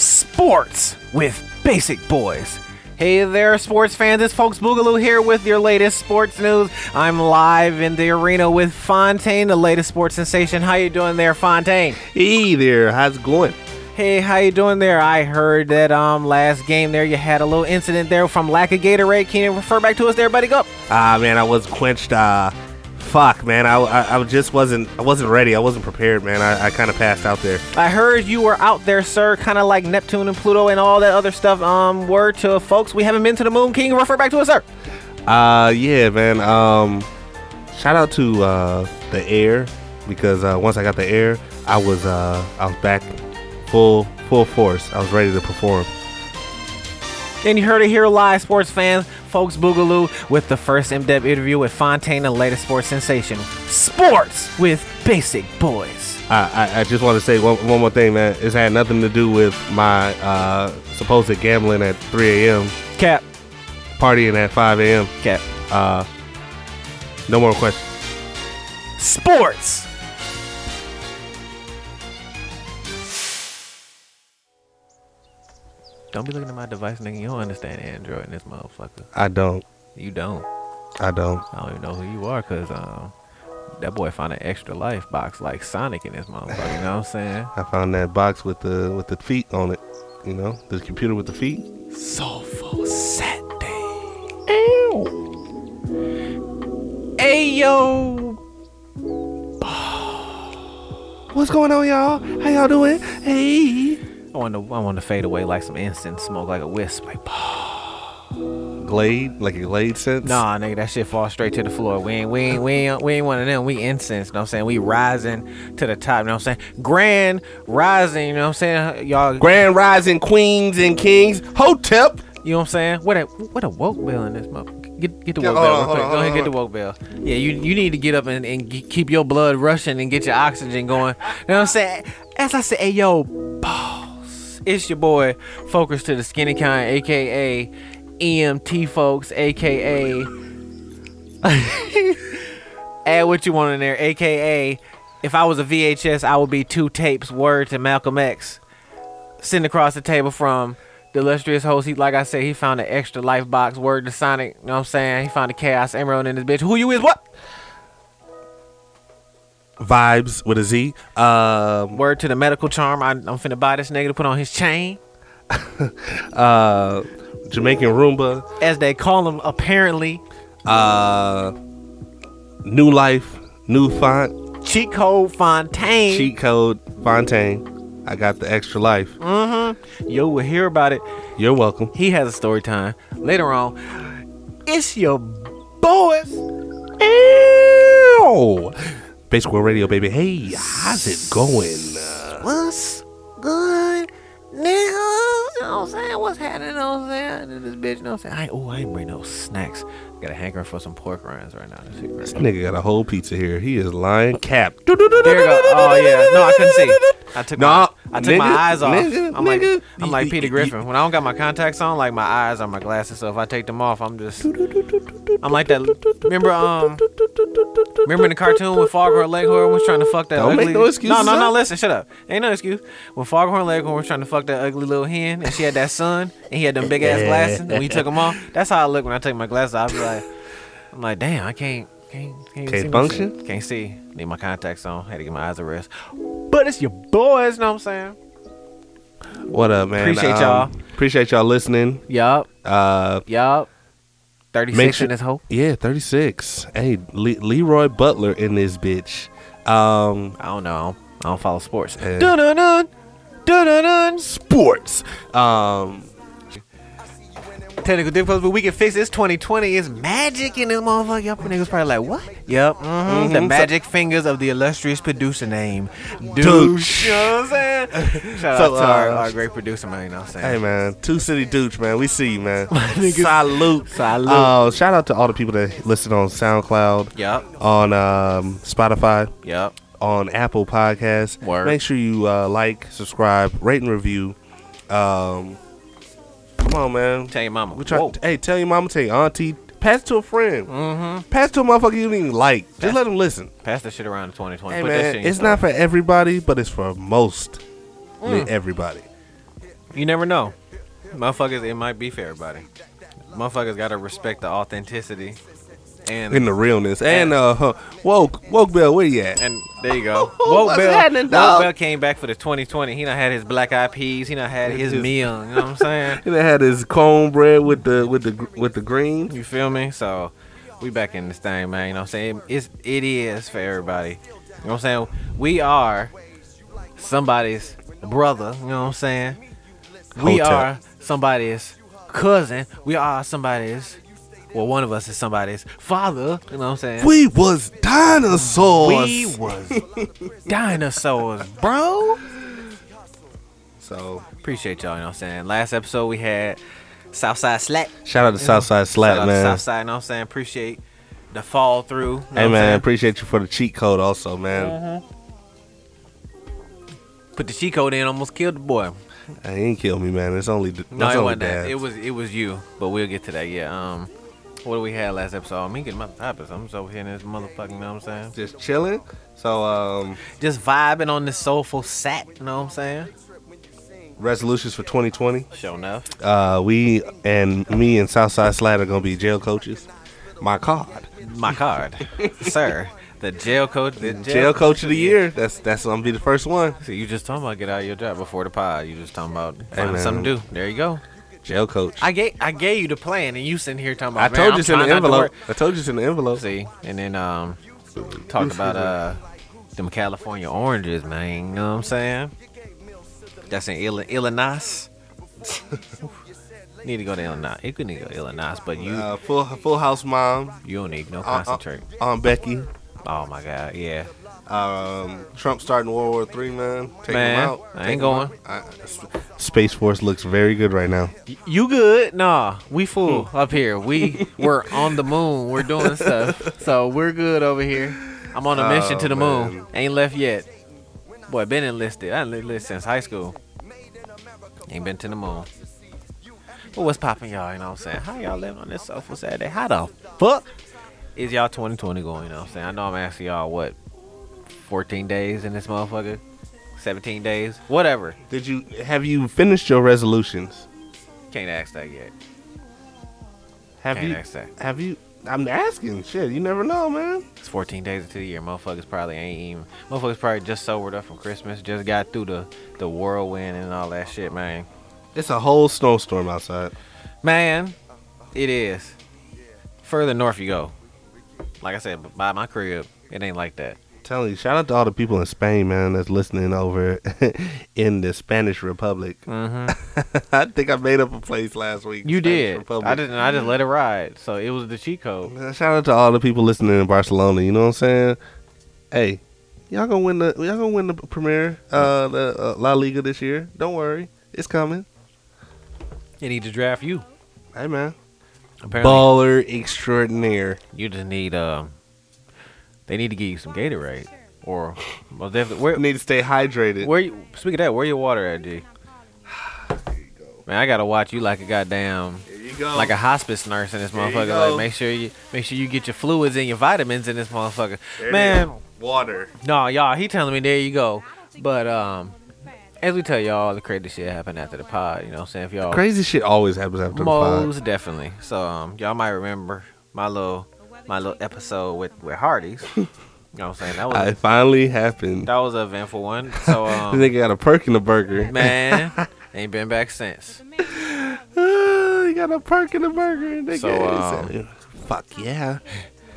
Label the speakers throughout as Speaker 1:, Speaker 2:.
Speaker 1: sports with Basic Boys. Hey there, sports fans. It's Folks Boogaloo here with your latest sports news. I'm live in the arena with Fontaine, the latest sports sensation. How you doing there, Fontaine?
Speaker 2: Hey there, how's it going?
Speaker 1: Hey, how you doing there? I heard that um last game there you had a little incident there from lack of Gatorade. Can you refer back to us there, buddy? Go.
Speaker 2: Ah man, I was quenched. Uh, fuck man, I, I I just wasn't I wasn't ready. I wasn't prepared, man. I, I kind of passed out there.
Speaker 1: I heard you were out there, sir, kind of like Neptune and Pluto and all that other stuff. Um, word to folks, we haven't been to the moon. Can you refer back to us, sir?
Speaker 2: Uh, yeah, man. Um, shout out to uh, the air because uh, once I got the air, I was uh, I was back full full force. I was ready to perform.
Speaker 1: And you heard it here live, sports fans, folks Boogaloo, with the first in-depth interview with Fontaine, the latest sports sensation. Sports with Basic Boys.
Speaker 2: I, I, I just want to say one, one more thing, man. It's had nothing to do with my uh, supposed gambling at 3 a.m.,
Speaker 1: Cap,
Speaker 2: partying at 5 a.m.
Speaker 1: cap.
Speaker 2: Uh, no more questions.
Speaker 1: Sports. Don't be looking at my device, nigga. You don't understand Android in this motherfucker.
Speaker 2: I don't.
Speaker 1: You don't.
Speaker 2: I don't.
Speaker 1: I don't even know who you are, cause um, that boy found an extra life box like Sonic in this motherfucker. You know what I'm saying?
Speaker 2: I found that box with the with the feet on it. You know, the computer with the feet.
Speaker 1: Soulful Saturday. Ew. Ayo.
Speaker 2: What's going on, y'all? How y'all doing? Hey.
Speaker 1: I want to I want to fade away like some instant smoke, like a wisp. Like,
Speaker 2: Glade, like a Glade sense.
Speaker 1: nah, nigga, that shit falls straight to the floor. We ain't, we ain't, we ain't, we ain't one of them. We incense. You know what I'm saying? We rising to the top. You know what I'm saying? Grand rising. You know what I'm saying? Y'all.
Speaker 2: Grand Rising Queens and Kings. Hotep.
Speaker 1: You know what I'm saying? What a what a woke bell in this motherfucker. Get get the woke
Speaker 2: hold
Speaker 1: bell.
Speaker 2: on,
Speaker 1: real quick.
Speaker 2: hold on,
Speaker 1: Go
Speaker 2: hold
Speaker 1: ahead,
Speaker 2: on,
Speaker 1: get the woke bell. Yeah, you you need to get up and, and ge- keep your blood rushing and get your oxygen going. You know what I'm saying? As I say, hey yo, boss, it's your boy, Focus to the Skinny Kind, aka EMT E folks, aka add what you want in there, aka if I was a VHS, I would be two tapes. Word to Malcolm X sitting across the table from the illustrious host. He, like I said, he found an extra life box. Word to Sonic. You know what I'm saying? He found a Chaos Emerald in his bitch. Who you is what?
Speaker 2: Vibes with a Z. Um,
Speaker 1: Word to the medical charm. I, I'm finna buy this nigga to put on his chain.
Speaker 2: uh, Jamaican Roomba.
Speaker 1: As they call him, apparently.
Speaker 2: Uh, new Life. New font.
Speaker 1: Chico Fontaine.
Speaker 2: Cheat code. Fontaine. I got the extra life.
Speaker 1: Yo, we'll hear about it.
Speaker 2: You're welcome.
Speaker 1: He has a story time later on. It's your boys.
Speaker 2: Ew. Basic World Radio, baby. Hey, how's it going? Uh,
Speaker 1: What's good, nigga? You know what I'm saying? What's happening? You know what I'm saying? This bitch, you know what I'm saying? I, oh, I ain't bring no snacks. Got a hankering for some pork rinds right now. This shit great.
Speaker 2: Nigga got a whole pizza here. He is lying cap. There
Speaker 1: There you go. Oh, yeah. No, I couldn't see. I took,
Speaker 2: Nah,
Speaker 1: my, I took my
Speaker 2: nigga,
Speaker 1: eyes off.
Speaker 2: nigga,
Speaker 1: I'm,
Speaker 2: nigga.
Speaker 1: Like, I'm like Peter Griffin. When I don't got my contacts on, like my eyes are my glasses. So if I take them off, I'm just. I'm like that. Remember, um. Remember in the cartoon when Foghorn Leghorn was trying to fuck that
Speaker 2: Don't
Speaker 1: ugly.
Speaker 2: make no excuses,
Speaker 1: No, no, no.
Speaker 2: son.
Speaker 1: Listen, shut up. Ain't no excuse. When Foghorn Leghorn was trying to fuck that ugly little hen, and she had that son, and he had them big ass glasses, and we took them off. That's how I look when I take my glasses off. I be like, I'm like, damn, I can't, can't, can't,
Speaker 2: Can't
Speaker 1: see my
Speaker 2: function?
Speaker 1: shit. Can't see. Need my contacts on. Had to get my eyes a rest. But it's your boys. Know what I'm saying?
Speaker 2: What up, man? Um,
Speaker 1: Appreciate y'all.
Speaker 2: Appreciate y'all listening.
Speaker 1: Yup,
Speaker 2: Uh,
Speaker 1: yup. Thirty
Speaker 2: make
Speaker 1: six
Speaker 2: sure
Speaker 1: in this hole.
Speaker 2: Yeah, thirty six. Hey, Le- Leroy Butler in this bitch. Um,
Speaker 1: I don't know. I don't, I don't follow sports.
Speaker 2: Yeah.
Speaker 1: Dun dun dun, dun dun dun.
Speaker 2: sports. Um,
Speaker 1: technical difficulties, but we can fix it. It's 2020. It's magic in this motherfucker. Y'all niggas probably like, what? Yep. hmm
Speaker 2: Mm-hmm.
Speaker 1: The magic fingers of the illustrious producer name, Douche.
Speaker 2: Douche.
Speaker 1: You know what I'm saying? Shout
Speaker 2: So,
Speaker 1: out to our,
Speaker 2: uh,
Speaker 1: our great producer, man. You know what I'm saying?
Speaker 2: hey, man, two city douche, man. We see you, man.
Speaker 1: niggas-
Speaker 2: Salute.
Speaker 1: Salute.
Speaker 2: Uh, shout out to all the people that listen on SoundCloud.
Speaker 1: Yup.
Speaker 2: On um, Spotify.
Speaker 1: Yep.
Speaker 2: on Apple Podcasts.
Speaker 1: Word.
Speaker 2: Make sure you uh, like, subscribe, rate, and review. Um, come on, man.
Speaker 1: Tell your mama.
Speaker 2: We try.
Speaker 1: Whoa.
Speaker 2: Hey, tell your mama, tell your auntie. Pass it to a friend. Mm-hmm. Pass it to a motherfucker you don't even like. Just let them listen.
Speaker 1: Pass that shit around in 2020.
Speaker 2: Hey
Speaker 1: Put that shit
Speaker 2: man,
Speaker 1: in
Speaker 2: it's
Speaker 1: your Mm.
Speaker 2: not for everybody, but it's for most everybody.
Speaker 1: You never know. Motherfuckers, it might be for everybody. Motherfuckers gotta respect the authenticity. And
Speaker 2: in the realness. And uh, huh, woke woke Bell, where you at?
Speaker 1: and there you go.
Speaker 2: What's
Speaker 1: Woke Bell,
Speaker 2: happening,
Speaker 1: Woke
Speaker 2: dog?
Speaker 1: Bell came back for the 2020. He done had his black eyed peas. He done had his
Speaker 2: His-
Speaker 1: meal. You know what I'm saying?
Speaker 2: And they had his cone bread with the with the gr- with the green.
Speaker 1: You feel me? So we back in this thing, man. You know what I'm saying? It's it is for everybody. You know what I'm saying? We are somebody's brother. You know what I'm saying? We
Speaker 2: Hotep.
Speaker 1: are somebody's cousin. We are somebody's. Well, one of us is somebody's father. You know what I'm saying?
Speaker 2: We was dinosaurs.
Speaker 1: We was dinosaurs, bro.
Speaker 2: so
Speaker 1: Appreciate y'all, you know what I'm saying? Last episode we had Southside Slap.
Speaker 2: shout out to Southside Slap,
Speaker 1: Shout out to
Speaker 2: man.
Speaker 1: Southside, you know what I'm saying? Appreciate the fall through. you know what
Speaker 2: Hey
Speaker 1: I'm
Speaker 2: man,
Speaker 1: saying?
Speaker 2: appreciate you for the cheat code also, man.
Speaker 1: Mm-hmm. Put the cheat code in, almost killed the boy.
Speaker 2: Hey, He didn't kill me, man. It's only d-
Speaker 1: No,
Speaker 2: it's
Speaker 1: it
Speaker 2: only
Speaker 1: wasn't
Speaker 2: dad.
Speaker 1: that. It was it was you, but we'll get to that, yeah. Um what do we had last episode? I'm getting my topics. I'm just over here in this motherfucking, you know what I'm saying?
Speaker 2: just chilling. So um,
Speaker 1: Just vibing on this soulful sap, you know what I'm saying?
Speaker 2: resolutions for 2020.
Speaker 1: Sure enough.
Speaker 2: Uh, we and me and Southside Slap are gonna be jail coaches. My God,
Speaker 1: My card. Sir. The jail code the jail,
Speaker 2: jail coach of the year. That's that's gonna be the first one.
Speaker 1: So you just talking about get out of your job before the pod. You just talking about finding
Speaker 2: man.
Speaker 1: something to do. There you go.
Speaker 2: Jail coach.
Speaker 1: I gave I gave you the plan, and you sitting here talking
Speaker 2: I
Speaker 1: about.
Speaker 2: told
Speaker 1: "Man,
Speaker 2: you
Speaker 1: I'm
Speaker 2: it's in the
Speaker 1: trying not to
Speaker 2: envelope.
Speaker 1: work."
Speaker 2: I told you it's in the envelope.
Speaker 1: See, and then um, talked about uh, them California oranges, man. You know what I'm saying? That's in Ill- Illinois. need to go to Illinois. You could need to go to Illinois, but you
Speaker 2: Uh, full Full House mom.
Speaker 1: you don't need no
Speaker 2: Aunt-
Speaker 1: concentrate.
Speaker 2: Aunt Becky.
Speaker 1: Oh my God, yeah.
Speaker 2: Um, Trump starting World War Three, man. Take
Speaker 1: Man,
Speaker 2: him out.
Speaker 1: I
Speaker 2: Take
Speaker 1: ain't
Speaker 2: him
Speaker 1: going.
Speaker 2: out. I- Sp- Space Force looks very good right now.
Speaker 1: Y- You good? Nah, we full up here. We we're on the moon. We're doing stuff, so we're good over here. I'm on a mission
Speaker 2: Oh,
Speaker 1: to the
Speaker 2: man.
Speaker 1: moon. Ain't left yet. Boy, been enlisted. I enlisted since high school. Ain't been to the moon. But what's popping, y'all? You know what I'm saying? How y'all living on this sofa Saturday? How the fuck is y'all 2020 going? You know what I'm saying? I know I'm asking y'all what 14 days in this motherfucker, 17 days, whatever.
Speaker 2: Did you have you finished your resolutions?
Speaker 1: Can't ask that yet.
Speaker 2: Have
Speaker 1: Can't
Speaker 2: you?
Speaker 1: ask that.
Speaker 2: Have you? I'm asking. Shit, you never know, man.
Speaker 1: It's 14 days into the year. Motherfuckers probably ain't even. Motherfuckers probably just sobered up from Christmas. Just got through the the whirlwind and all that shit, man.
Speaker 2: It's a whole snowstorm outside.
Speaker 1: Man, it is. Further north you go. Like I said, by my crib, it ain't like that.
Speaker 2: telling you, shout out to all the people in Spain, man, that's listening over in the Spanish Republic.
Speaker 1: Mm-hmm.
Speaker 2: I think I made up a place last week.
Speaker 1: You
Speaker 2: Spanish
Speaker 1: did.
Speaker 2: Republic.
Speaker 1: I didn't. I just let it ride. So it was the cheat code.
Speaker 2: Man, Shout out to all the people listening in Barcelona. You know what I'm saying? Hey, y'all gonna win the y'all gonna win the premiere uh, the uh, La Liga this year. Don't worry, it's coming.
Speaker 1: It need to draft you.
Speaker 2: Hey man,
Speaker 1: Apparently,
Speaker 2: baller extraordinaire.
Speaker 1: you just need um. They need to give you some Gatorade, or well, definitely. Where,
Speaker 2: Need to stay hydrated.
Speaker 1: Where you speak of that, where your water at, G? Man, I gotta watch you like a goddamn
Speaker 2: Here you go.
Speaker 1: like a hospice nurse in this
Speaker 2: There you
Speaker 1: motherfucker.
Speaker 2: go.
Speaker 1: Like make sure you make sure you get your fluids and your vitamins in this motherfucker.
Speaker 2: There
Speaker 1: Man,
Speaker 2: it is. water.
Speaker 1: no, y'all, he telling me there you go. But um as we tell y'all all the crazy shit happened after the pod, you know what I'm saying? If y'all
Speaker 2: Crazy shit always happens after the pod.
Speaker 1: Oh. most definitely. So um y'all might remember my little my little episode with, with Hardy's. you know what I'm saying? That was
Speaker 2: Uh, It finally happened.
Speaker 1: that was an eventful one. So
Speaker 2: This
Speaker 1: um
Speaker 2: nigga got a perk in the burger.
Speaker 1: man ain't been back since.
Speaker 2: Ah, he got a perk in the burger. Nigga.
Speaker 1: So, um,
Speaker 2: fuck yeah.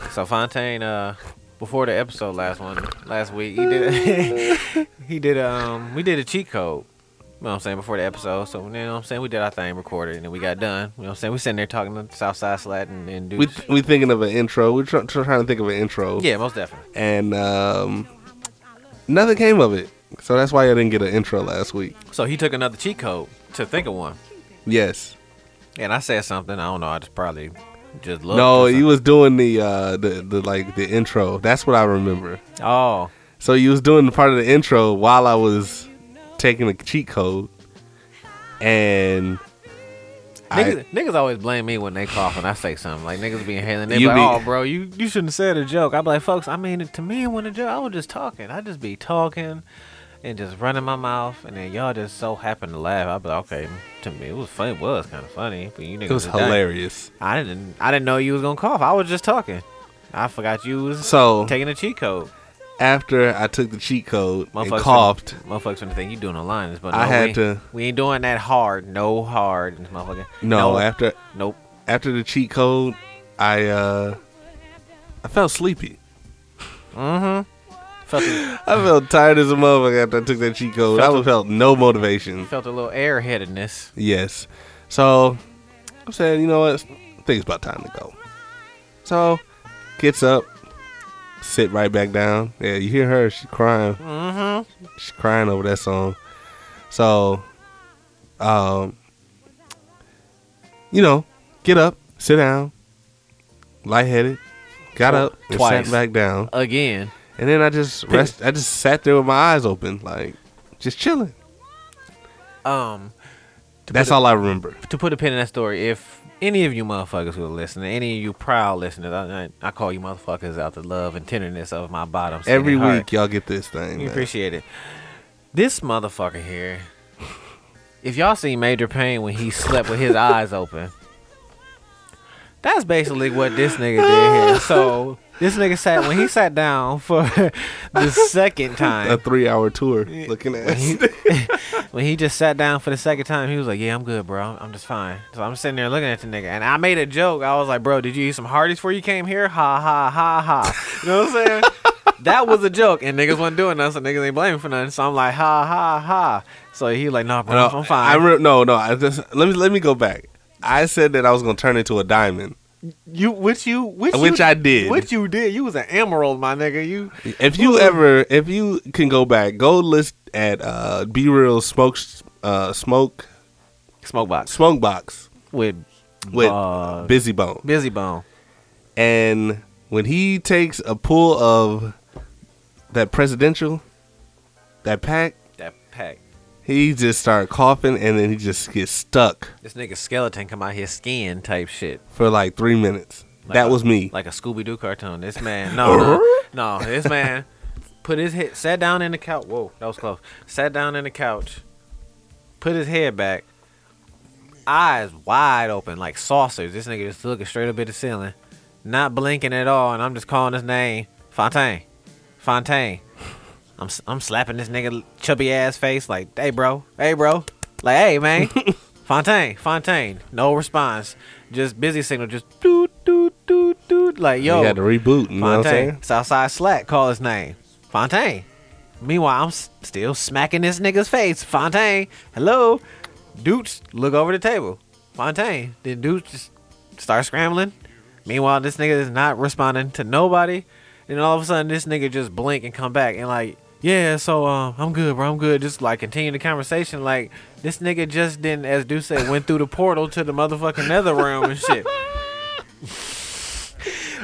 Speaker 1: So Fontaine, uh, before the episode last one last week, he did he did um we did a cheat code. You know what I'm saying before the episode, so you know what I'm saying we did our thing, recorded, and then we got done. You know what I'm saying we sitting there talking to Southside Slat and, and
Speaker 2: We
Speaker 1: dudes.
Speaker 2: we thinking of an intro. We're try, try- trying to think of an intro.
Speaker 1: yeah, most definitely.
Speaker 2: And um, nothing came of it. So that's why I didn't get an intro last week.
Speaker 1: So he took another cheat code to think of one,
Speaker 2: Yes.
Speaker 1: and I said something. I don't know. I just probably just looked.
Speaker 2: No,
Speaker 1: or
Speaker 2: you was doing the uh the, the like the intro. That's what I remember.
Speaker 1: something. Oh,
Speaker 2: So you was doing part of the intro while I was taking the cheat code, and
Speaker 1: niggas, niggas always blame me when they cough and I say something. Like niggas be inhaling. They be
Speaker 2: You
Speaker 1: like,
Speaker 2: be-
Speaker 1: "Oh, bro, you you shouldn't have said a joke." I be like, "Folks, I mean it to me. When a joke, I was just talking. I just be talking." and just running my mouth, and then y'all just so happened to laugh. I be like, okay, to me it was funny. It was kind of funny, but you niggas
Speaker 2: It was
Speaker 1: was dying.
Speaker 2: hilarious.
Speaker 1: I didn't, I didn't know you was gonna cough. I was just talking. I forgot you was
Speaker 2: So
Speaker 1: taking a cheat code.
Speaker 2: after I took the cheat code and
Speaker 1: Motherfuckers
Speaker 2: coughed,
Speaker 1: Finna, motherfuckers finna think you doing a line, but
Speaker 2: I
Speaker 1: no,
Speaker 2: had
Speaker 1: we,
Speaker 2: to-
Speaker 1: We ain't doing that hard. No hard, motherfucker.
Speaker 2: no, eh? after
Speaker 1: nope.
Speaker 2: after the cheat code, I uh I felt sleepy.
Speaker 1: Felt,
Speaker 2: I felt tired as a motherfucker after I took that cheat code.
Speaker 1: Felt
Speaker 2: I
Speaker 1: a-
Speaker 2: felt no motivation.
Speaker 1: felt a little airheadedness.
Speaker 2: Yes. So I'm saying, you know what? I think it's about time to go. So gets up, sit right back down. Yeah, you hear her, she crying. Mm-hmm. She's crying over that song. So um you know, get up, sit down, lightheaded, got up, and
Speaker 1: Twice.
Speaker 2: sat back down.
Speaker 1: Again,
Speaker 2: And then I just rest I just sat there with my eyes open, like just chilling.
Speaker 1: um,
Speaker 2: That's all I remember.
Speaker 1: to put a pin in that story, if any of you motherfuckers who are listening, any of you proud listeners, I, I I call you motherfuckers out the love and tenderness of my bottom. skin
Speaker 2: Every
Speaker 1: and
Speaker 2: week
Speaker 1: heart.
Speaker 2: y'all get this thing.
Speaker 1: We
Speaker 2: man.
Speaker 1: appreciate it. This motherfucker here. If y'all seen Major Payne when he slept with his eyes open, that's basically what this nigga did here. So this nigga sat when he sat down for the second
Speaker 2: a
Speaker 1: time.
Speaker 2: three hour tour looking at
Speaker 1: When he just sat down for the second time, he was like, "Yeah, I'm good, bro. I'm- I'm just fine." So I'm sitting there looking at the nigga, and I made a joke. I was like, "Bro, did you eat some Hardee's before you came here?" Ha ha ha ha. You know what I'm saying? that was a joke, and niggas wasn't doing nothing, so niggas ain't blaming for nothing. So I'm like, "Ha ha ha." So he like, "Nah, bro,
Speaker 2: no,
Speaker 1: I'm fine."
Speaker 2: I re- no, no. I just let me let me go back. I said that I was gonna turn into a diamond,
Speaker 1: you, which you, which,
Speaker 2: which
Speaker 1: you,
Speaker 2: I did.
Speaker 1: which you did. You was an emerald, my nigga. You
Speaker 2: if you ever, if you can go back, go list at uh, B Real Smoke uh, Smoke
Speaker 1: smoke box
Speaker 2: Smoke Box
Speaker 1: with
Speaker 2: with
Speaker 1: Uh,
Speaker 2: Busy Bone,
Speaker 1: busy bone.
Speaker 2: and when he takes a pull of that presidential, that pack,
Speaker 1: That pack.
Speaker 2: he just started coughing, and then he just gets stuck
Speaker 1: This nigga skeleton come out his skin type shit.
Speaker 2: for like three minutes.
Speaker 1: Like
Speaker 2: that
Speaker 1: a-
Speaker 2: was me.
Speaker 1: like a Scooby Doo cartoon. This man, no, no, no, this man put his head, sat down in the couch. Whoa, that was close. Sat down in the couch, put his head back, eyes wide open like saucers. This nigga just looking straight up at the ceiling, not blinking at all, and I'm just calling his name, Fontaine, Fontaine. I'm s- I'm slapping this nigga chubby ass face like, hey bro, hey bro, like hey man. Fontaine, Fontaine, no response. Just busy signal, just doot doot doot doot. Like yo,
Speaker 2: he had to reboot. You know what
Speaker 1: Fontaine,
Speaker 2: I'm saying?
Speaker 1: Southside Slack, call his name. Fontaine. Meanwhile, I'm s- still smacking this nigga's face. Fontaine, hello. Doots, look over the table. Fontaine. Then Doots just start scrambling. Meanwhile, this nigga is not responding to nobody. And all of a sudden, this nigga just blink and come back and like, yeah, so um, I'm good, bro. I'm good. Just like continue the conversation. Like this nigga just didn't, as Deuce said, went through the portal to the motherfucking nether realm and shit.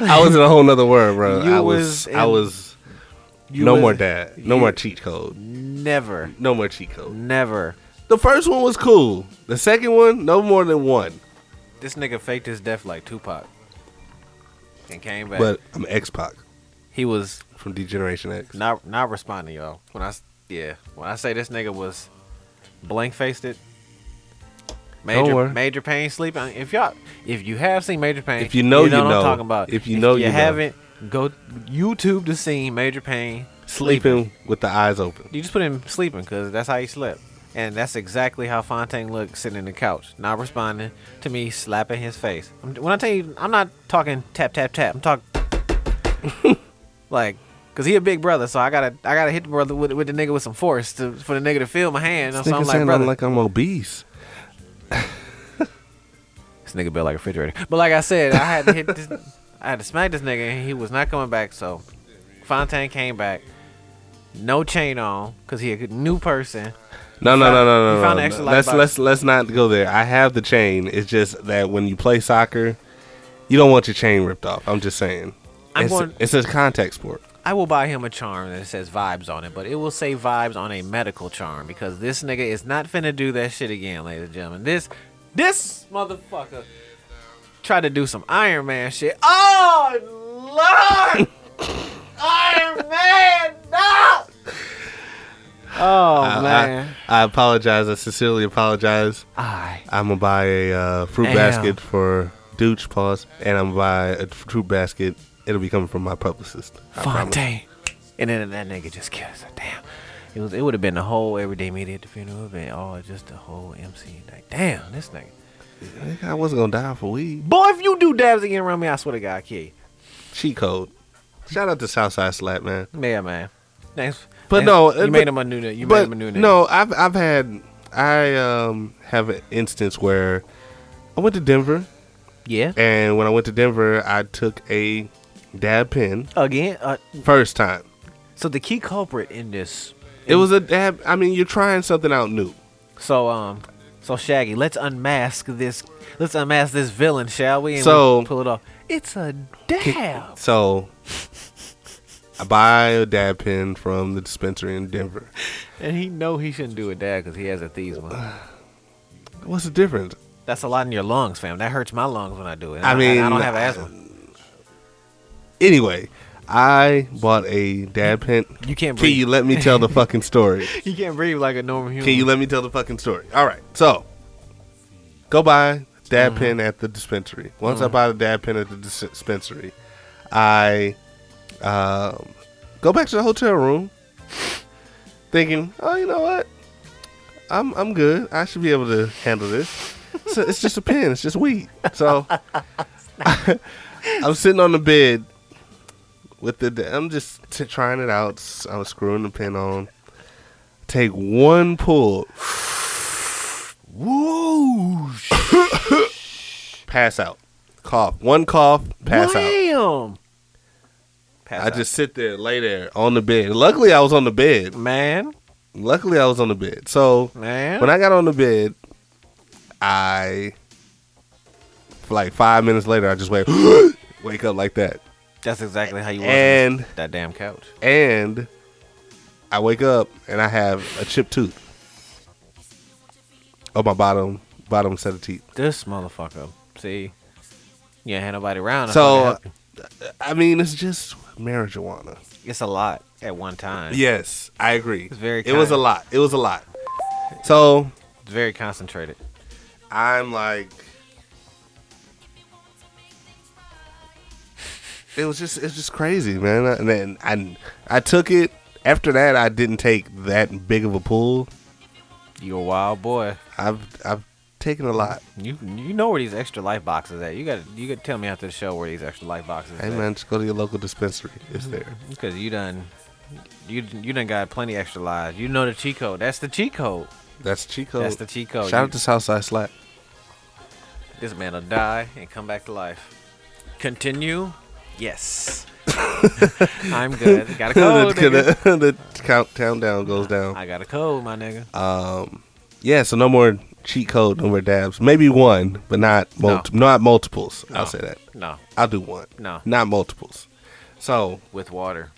Speaker 2: I was in a whole nother world, bro.
Speaker 1: You
Speaker 2: I was,
Speaker 1: was
Speaker 2: I
Speaker 1: in-
Speaker 2: was
Speaker 1: You
Speaker 2: no
Speaker 1: was-
Speaker 2: more dad. No
Speaker 1: you-
Speaker 2: more cheat code.
Speaker 1: Never,
Speaker 2: No more cheat code.
Speaker 1: never.
Speaker 2: The first one was cool. The second one, no more than one.
Speaker 1: This nigga faked his death like Tupac and came back.
Speaker 2: But I'm X Pac
Speaker 1: he was
Speaker 2: from Degeneration X.
Speaker 1: not not responding, y'all. When I s- yeah, when I say this nigga was blank faced, it major
Speaker 2: worry.
Speaker 1: major pain sleeping. If y'all if you have seen major pain,
Speaker 2: If you know, you
Speaker 1: what
Speaker 2: know.
Speaker 1: I'm talking about.
Speaker 2: If you know,
Speaker 1: you
Speaker 2: you know.
Speaker 1: haven't, go YouTube the scene major pain
Speaker 2: Sleeping with the eyes open.
Speaker 1: You just put him sleeping because that's how he slept. And that's exactly how Fontaine looked sitting in the couch, not responding to me slapping his face. I'm, when I tell you, I'm not talking tap tap tap. I'm talking like, cause he a big brother, so I gotta I gotta hit the brother with, with the nigga with some force to, for the nigga to feel my hand.
Speaker 2: This
Speaker 1: so I'm
Speaker 2: nigga
Speaker 1: like,
Speaker 2: saying
Speaker 1: brother,
Speaker 2: I'm like I'm obese.
Speaker 1: this nigga built like a refrigerator. But like I said, I had to hit this, I had to smack this nigga, and he was not coming back. So Fontaine came back, no chain on, cause he a good- new person.
Speaker 2: No, no,
Speaker 1: found-
Speaker 2: no,
Speaker 1: you
Speaker 2: no, no,
Speaker 1: found an
Speaker 2: no.
Speaker 1: extra
Speaker 2: no.
Speaker 1: light
Speaker 2: Let's
Speaker 1: box.
Speaker 2: let's let's not go there. I have the chain. It's just that when you play soccer, you don't want your chain ripped off. I'm just saying.
Speaker 1: I'm
Speaker 2: it's,
Speaker 1: going-
Speaker 2: it's a contact sport.
Speaker 1: I will buy him a charm that says vibes on it, but it will say vibes on a medical charm because this nigga is not finna do that shit again, ladies and gentlemen. This this motherfucker tried to do some Iron Man shit. Oh Lord! Iron Man, no! Oh
Speaker 2: I-
Speaker 1: man.
Speaker 2: I, I apologize. I sincerely apologize.
Speaker 1: I,
Speaker 2: I'm gonna buy a uh, fruit
Speaker 1: Damn.
Speaker 2: basket for Dooch Pause, and I'm gonna buy a fruit basket. It'll be coming from my publicist. I promise.
Speaker 1: Fontaine. And then that nigga just kills her. Damn. It was it would have been the whole everyday media at the funeral, but all just the whole MC. Like, damn, this nigga.
Speaker 2: Nigga, I wasn't gonna die for weed.
Speaker 1: Boy, if you do dabs again around me, I swear to God, I kill you.
Speaker 2: Cheat code. Shout out to Southside Slap, man.
Speaker 1: Yeah, man. Thanks.
Speaker 2: But
Speaker 1: thanks.
Speaker 2: no,
Speaker 1: you
Speaker 2: uh,
Speaker 1: made
Speaker 2: but-
Speaker 1: him a new. You made
Speaker 2: but
Speaker 1: him a new. nigga.
Speaker 2: no, I've I've had I um have an instance where I went to Denver,
Speaker 1: Yeah.
Speaker 2: and when I went to Denver, I took a dab pen
Speaker 1: Again. Uh,
Speaker 2: first time.
Speaker 1: so the key culprit in this.
Speaker 2: It was a dab. I mean, you're trying something out new.
Speaker 1: So um. So Shaggy, let's unmask this. Let's unmask this villain, shall we? And
Speaker 2: So-
Speaker 1: we pull it off. It's a dab.
Speaker 2: So I buy a dab pen from the dispensary in Denver.
Speaker 1: And he know he shouldn't do a dab because he has a one.
Speaker 2: What's the difference?
Speaker 1: That's a lot in your lungs, fam. That hurts my lungs when I do it.
Speaker 2: I
Speaker 1: I,
Speaker 2: mean,
Speaker 1: don't have asthma.
Speaker 2: Anyway, I bought a dab pen.
Speaker 1: You can't
Speaker 2: Can
Speaker 1: breathe.
Speaker 2: you let me tell the fucking story?
Speaker 1: You can't breathe like a normal human.
Speaker 2: Can you let me tell the fucking story? All right. So, go buy dad pen at the dispensary. Once I buy the dad pen at the dis- dispensary, I um, go back to the hotel room, thinking, "Oh, you know what? I'm I'm good. I should be able to handle this. So it's just a pen. It's just weed." So, I'm sitting on the bed with the. da- I'm just t- trying it out. S- I'm screwing the pen on. Take one pull.
Speaker 1: Whoosh.
Speaker 2: pass out. Cough. One cough, pass out.
Speaker 1: Damn. Pass
Speaker 2: I
Speaker 1: out.
Speaker 2: just sit there, lay there on the bed. Luckily, I was on the bed.
Speaker 1: man,
Speaker 2: Luckily, I was on the bed. So
Speaker 1: man.
Speaker 2: when I got on the bed, I like five minutes later, I just wake wake up like that,
Speaker 1: That's exactly how you was on
Speaker 2: and
Speaker 1: that damn couch.
Speaker 2: and I wake up and I have a chipped tooth on my bottom bottom set of teeth.
Speaker 1: This motherfucker. See, you ain't had nobody around. that's gonna
Speaker 2: So
Speaker 1: help you.
Speaker 2: I mean, it's just marijuana.
Speaker 1: it's a lot at one time.
Speaker 2: Yes, I agree.
Speaker 1: It's very
Speaker 2: It was a
Speaker 1: kind.
Speaker 2: lot. It was a lot. So
Speaker 1: it's very concentrated.
Speaker 2: I'm like, it was just it's just crazy, man. And then I I took it. After that, I didn't take that big of a pull.
Speaker 1: You a wild boy.
Speaker 2: I've I've taken a lot.
Speaker 1: You you know where these extra life boxes at? You got to you got to tell me after the show where these extra life boxes.
Speaker 2: Hey
Speaker 1: at.
Speaker 2: man, just go to your local dispensary. It's
Speaker 1: Mm-hmm.
Speaker 2: there.
Speaker 1: Because you done you you done got plenty extra lives. You know the cheat code. That's the cheat code.
Speaker 2: That's Chico.
Speaker 1: That's the cheat code.
Speaker 2: Shout out to Southside Slap.
Speaker 1: This man'll die and come back to life. Continue. Yes. I'm good. Got a code. nigga.
Speaker 2: the countdown down goes down.
Speaker 1: I got a code, my nigga.
Speaker 2: Uh, Yeah, so no more cheat code, no more dabs. Maybe one, but not mul- not multiples.
Speaker 1: No.
Speaker 2: I'll say that.
Speaker 1: No,
Speaker 2: I'll do one.
Speaker 1: No.
Speaker 2: Not multiples. So
Speaker 1: with water.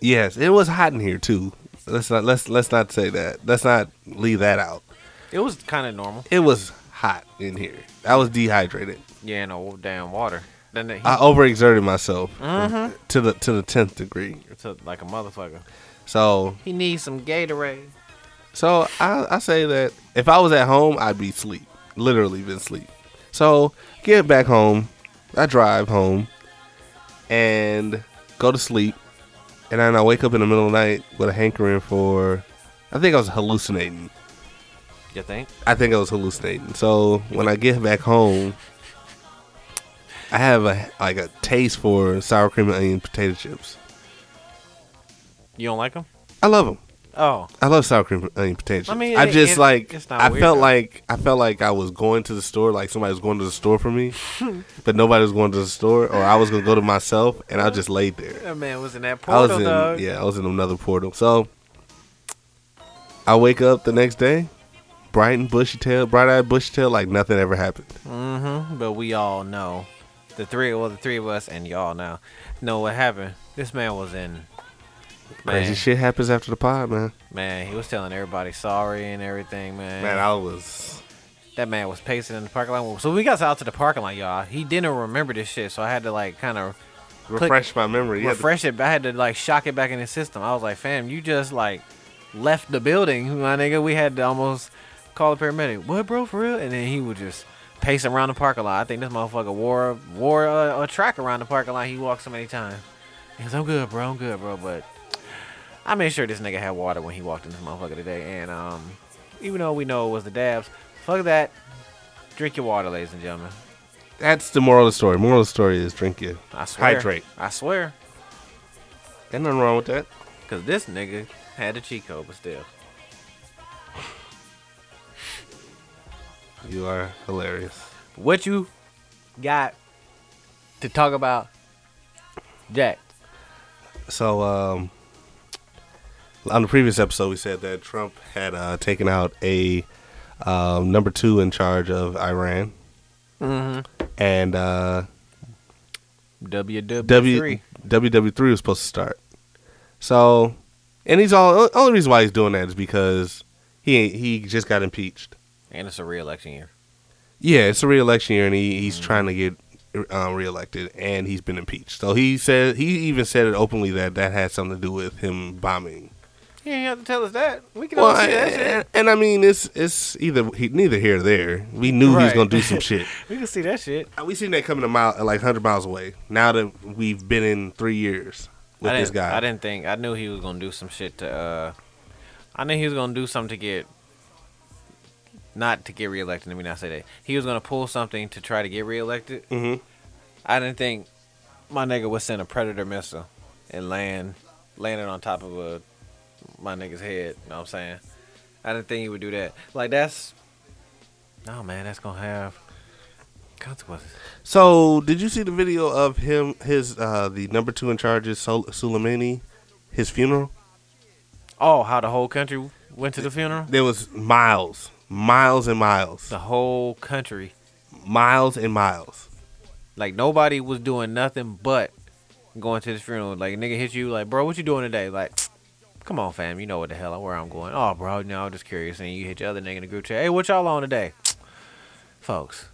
Speaker 2: yes, it was hot in here too. Let's not let's let's not say that. Let's not leave that out.
Speaker 1: It was kind of normal.
Speaker 2: It was hot in here. I was dehydrated.
Speaker 1: Yeah, no damn water. Then he
Speaker 2: I overexerted myself
Speaker 1: Mm-hmm.
Speaker 2: to the to the tenth degree.
Speaker 1: took like a motherfucker.
Speaker 2: So
Speaker 1: He needs some Gatorade.
Speaker 2: so I, I say that if I was at home, I'd be sleep. Literally been sleep. So get back home. I drive home and go to sleep. And then I wake up in the middle of the night with a hankering for I think I was hallucinating.
Speaker 1: You think?
Speaker 2: I think I was hallucinating. So when I get back home, I have a like a taste for sour cream and onion potato chips.
Speaker 1: You don't like him?
Speaker 2: I love them.
Speaker 1: Oh,
Speaker 2: I love sour cream and onion potato chips.
Speaker 1: I
Speaker 2: I
Speaker 1: mean, it-
Speaker 2: just
Speaker 1: it-
Speaker 2: like
Speaker 1: it's not
Speaker 2: I
Speaker 1: weird,
Speaker 2: felt
Speaker 1: though.
Speaker 2: like I felt like I was going to the store, like somebody was going to the store for me, but nobody was going to the store, or I was gonna go to myself, and I just laid there.
Speaker 1: that man was in that
Speaker 2: I was
Speaker 1: portal,
Speaker 2: in
Speaker 1: dog.
Speaker 2: yeah, I was in another portal. So I wake up the next day, bright and bushy tail, bright eyed bushy tail, like nothing ever happened.
Speaker 1: Mm-hmm. But we all know, the three well, the three of us and y'all now know what happened. This man was in.
Speaker 2: Crazy
Speaker 1: Man,
Speaker 2: shit happens after the pod, man.
Speaker 1: man, he was telling everybody sorry and everything, man.
Speaker 2: Man, I was
Speaker 1: that man was pacing in the parking lot. So when we got out to the parking lot, y'all. He didn't remember this shit, so I had to like kind of
Speaker 2: refresh my memory. You had to-
Speaker 1: refresh it. I had to like shock it back in his system. I was like, fam, you just like left the building, my nigga, we had to almost call a paramedic. What, bro, for real? And then he would just pace around the parking lot. I think this motherfucker wore wore a, a track around the parking lot. He walked so many times. He goes, I'm good, bro. I'm good, bro. But I made sure this nigga had water when he walked in this motherfucker today. And um, even though we know it was the dabs, fuck that. Drink your water, ladies and gentlemen.
Speaker 2: That's the moral of the story. Moral of the story is drink it.
Speaker 1: I swear.
Speaker 2: Hydrate.
Speaker 1: I swear.
Speaker 2: Ain't nothing wrong with that.
Speaker 1: Cause this nigga had a cheat code, but still.
Speaker 2: You are hilarious.
Speaker 1: What you got to talk about, Jack?
Speaker 2: So, um, on the previous episode, we said that Trump had uh, taken out a um, number two in charge of Iran, mm-hmm. and uh,
Speaker 1: WW3.
Speaker 2: W WW three was supposed to start. So, and he's all only reason why he's doing that is because he he just got impeached.
Speaker 1: and it's a re-election year.
Speaker 2: Yeah, it's a re-election year, and he, he's trying to get um, re-elected, and he's been impeached. So he said he even said it openly that that had something to do with him bombing.
Speaker 1: You ain't have to tell us that. We can
Speaker 2: Well,
Speaker 1: all see that shit.
Speaker 2: and, and I mean, it's it's either he, neither here or there. We knew he was
Speaker 1: Right.
Speaker 2: gonna do some shit.
Speaker 1: We can see that shit.
Speaker 2: Uh, We seen that coming a mile, like hundred miles away. Now that we've been in three years with
Speaker 1: I
Speaker 2: this
Speaker 1: didn't,
Speaker 2: guy,
Speaker 1: I didn't think. I knew he was gonna do some shit to. uh I knew he was gonna do something to get. Not to get reelected. Let me not say that. He was gonna pull something to try to get reelected.
Speaker 2: Mhm.
Speaker 1: I didn't think my nigga would send a predator missile and land landed on top of a my nigga's head. You know what I'm saying? I didn't think he would do that. Like that's. No man, that's gonna have consequences.
Speaker 2: So, did you see the video of him, his uh, the number two in charge is Sol- Soleimani, his funeral?
Speaker 1: Oh, how the whole country went to the funeral?
Speaker 2: There was miles, miles and miles,
Speaker 1: The whole country.
Speaker 2: miles and miles.
Speaker 1: Like nobody was doing nothing but going to this funeral. Like nigga hit you like, bro, what you doing today? Like, come on, fam, you know what the hell where I'm going. Oh, bro, no, I'm just curious. And you hit your other nigga in the group chat. Hey, what y'all on today, folks?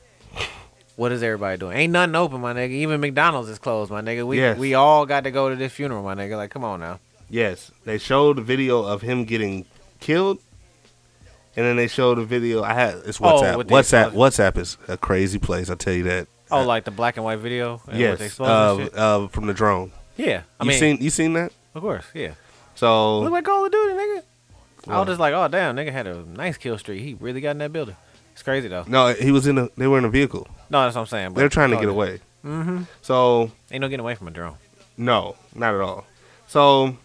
Speaker 1: What is everybody doing? Ain't nothing open, my nigga. Even McDonald's is closed, my nigga. We
Speaker 2: Yes.
Speaker 1: we all got to go to this funeral, my nigga. Like, come on now.
Speaker 2: Yes, they showed a video of him getting killed, and then they showed a video. I had it's
Speaker 1: Oh,
Speaker 2: WhatsApp.
Speaker 1: with the
Speaker 2: WhatsApp.
Speaker 1: explosion.
Speaker 2: WhatsApp is a crazy place. I tell you that.
Speaker 1: Oh, like the black and white video. And with the
Speaker 2: Uh, yes,
Speaker 1: explosion and
Speaker 2: uh,
Speaker 1: shit?
Speaker 2: uh, from the drone.
Speaker 1: yeah. I
Speaker 2: you
Speaker 1: mean,
Speaker 2: seen you seen that?
Speaker 1: of course, yeah.
Speaker 2: So
Speaker 1: Look like Call of Duty, nigga. I
Speaker 2: What?
Speaker 1: was just like, oh damn, nigga had a nice kill streak. He really got in that building. It's crazy though.
Speaker 2: no, he was in a. They were in a vehicle.
Speaker 1: No, that's what I'm saying. but-
Speaker 2: They're trying to
Speaker 1: oh,
Speaker 2: get away. Mm-hmm. So
Speaker 1: Ain't no getting away from a drone.
Speaker 2: No, not at all. So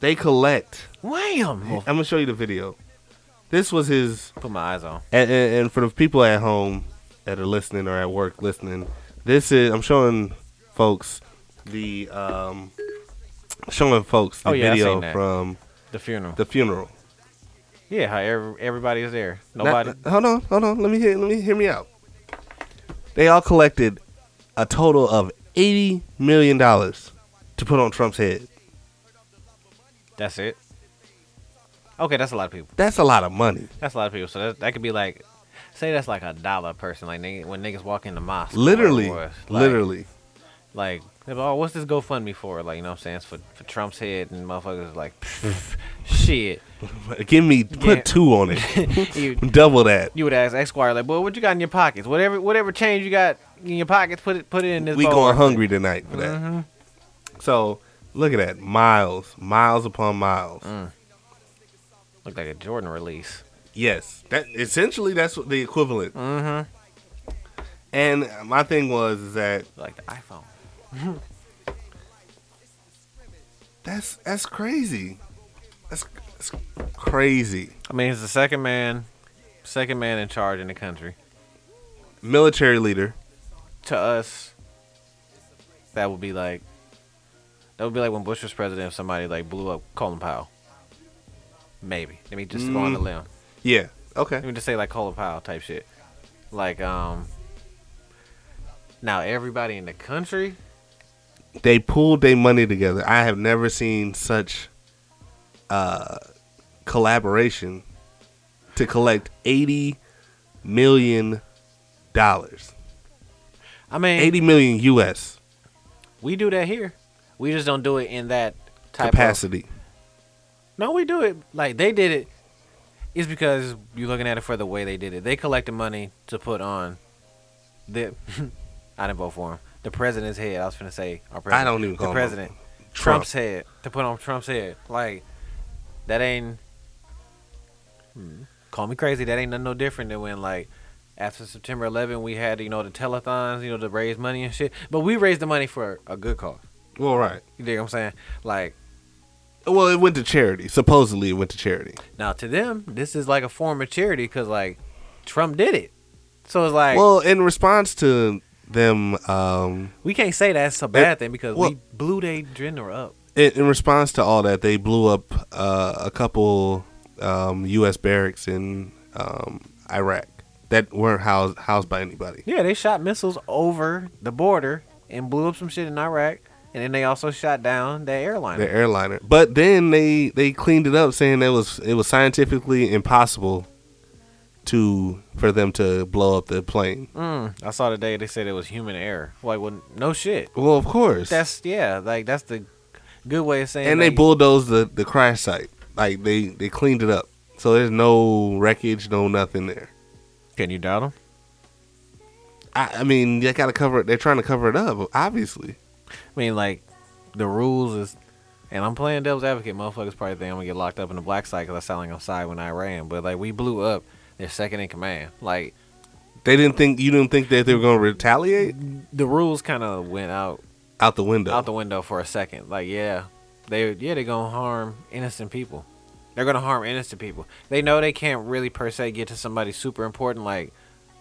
Speaker 2: they collect.
Speaker 1: Wham!
Speaker 2: I'm gonna show you the video. This was his,
Speaker 1: Put my eyes on.
Speaker 2: and, and, and for the people at home that are listening or at work listening, this is I'm showing folks the um showing folks the
Speaker 1: Oh, yeah, I
Speaker 2: video
Speaker 1: seen that.
Speaker 2: from
Speaker 1: The funeral.
Speaker 2: the funeral.
Speaker 1: yeah, how every, everybody is there.
Speaker 2: Not-
Speaker 1: Nobody.
Speaker 2: hold on, hold on. Let me hear. Let me hear me out. They all collected a total of eighty million dollars to put on Trump's head.
Speaker 1: that's it. Okay, that's a lot of people.
Speaker 2: That's a lot of money.
Speaker 1: That's a lot of people. So that, that could be like, say that's like a dollar a person. Like nigga, when niggas walk in the mosque. or whatever it
Speaker 2: Literally,
Speaker 1: was, like-
Speaker 2: literally.
Speaker 1: Like, they're like, oh, what's this GoFundMe for? Like, you know what I'm saying? It's for, for Trump's head and motherfuckers like, shit.
Speaker 2: Give me put
Speaker 1: Yeah.
Speaker 2: two on it,
Speaker 1: You-
Speaker 2: double that.
Speaker 1: you would ask Esquire like, "Boy, what you got in your pockets? Whatever, whatever change you got in your pockets, put it, put it Mm-hmm. in this."
Speaker 2: We
Speaker 1: bowl
Speaker 2: going
Speaker 1: right
Speaker 2: hungry tonight for that. So look at that, miles, miles upon miles.
Speaker 1: there." Look like a Jordan release.
Speaker 2: Yes, that essentially that's what the equivalent. Mm-hmm. And my thing was is that
Speaker 1: Like the iPhone.
Speaker 2: that's that's crazy. That's, that's crazy.
Speaker 1: I mean, he's the second man, second man in charge in the country.
Speaker 2: Military leader.
Speaker 1: To us, that would be like, that would be like when Bush was president. If somebody like blew up Colin Powell, maybe. Let me just go on the
Speaker 2: Mm.
Speaker 1: limb.
Speaker 2: Yeah.
Speaker 1: Let
Speaker 2: Okay.
Speaker 1: me just say like Colin Powell type shit. Like um. Now everybody in the country.
Speaker 2: They pulled their money together. I have never seen such uh, collaboration to collect eighty million dollars.
Speaker 1: I mean,
Speaker 2: 80 million US
Speaker 1: We do that here. We just don't do it in that type
Speaker 2: capacity.
Speaker 1: Of, No, we do it like they did it. It's because you're looking at it for the way they did it. They collected money to put on the. I didn't vote for him. The president's head. I was gonna say our president.
Speaker 2: don't even call
Speaker 1: the
Speaker 2: him
Speaker 1: president.
Speaker 2: Trump.
Speaker 1: Trump's head to put on Trump's head. Like that ain't. Hmm. Call me crazy. That ain't nothing no different than when like after September 11 we had you know the telethons you know to raise money and shit. But we raised the money for a good cause.
Speaker 2: Well, right.
Speaker 1: You dig what I'm saying? Like
Speaker 2: Well, it went to charity. Supposedly, it went to charity.
Speaker 1: Now to them, this is like a form of charity because like Trump did it, so it's like
Speaker 2: Well, in response to them, um,
Speaker 1: we can't say that's a bad
Speaker 2: it-
Speaker 1: thing because
Speaker 2: well-
Speaker 1: we blew they general up.
Speaker 2: in, in response to all that, they blew up uh, a couple um, U.S. barracks in um, Iraq that weren't housed housed by anybody.
Speaker 1: Yeah, they shot missiles over the border and blew up some shit in Iraq, and then they also shot down that airliner.
Speaker 2: The airliner, but then they they cleaned it up, saying that was it was scientifically impossible to for them to blow up the plane.
Speaker 1: Mm, I saw today they said it was human error. Like, well, no shit.
Speaker 2: Well, of course,
Speaker 1: That's yeah, like that's the good way of saying.
Speaker 2: and they
Speaker 1: that-
Speaker 2: bulldozed the the crash site. Like they they cleaned it up, so there's no wreckage, no nothing there.
Speaker 1: Can you doubt them?
Speaker 2: I, I mean, they gotta cover it. They're trying to cover it up, obviously.
Speaker 1: I mean, like, the rules is, and I'm playing devil's advocate. Motherfuckers probably think I'm gonna get locked up in the black side because I sound like I'm side when I ran. But like, we blew up their second in command. Like,
Speaker 2: They didn't think you didn't think that they were gonna retaliate
Speaker 1: the rules kind of went out
Speaker 2: out the window.
Speaker 1: out the window for a second. Like, yeah, they yeah they're gonna harm innocent people. They're gonna harm innocent people. They know they can't really per se get to somebody super important like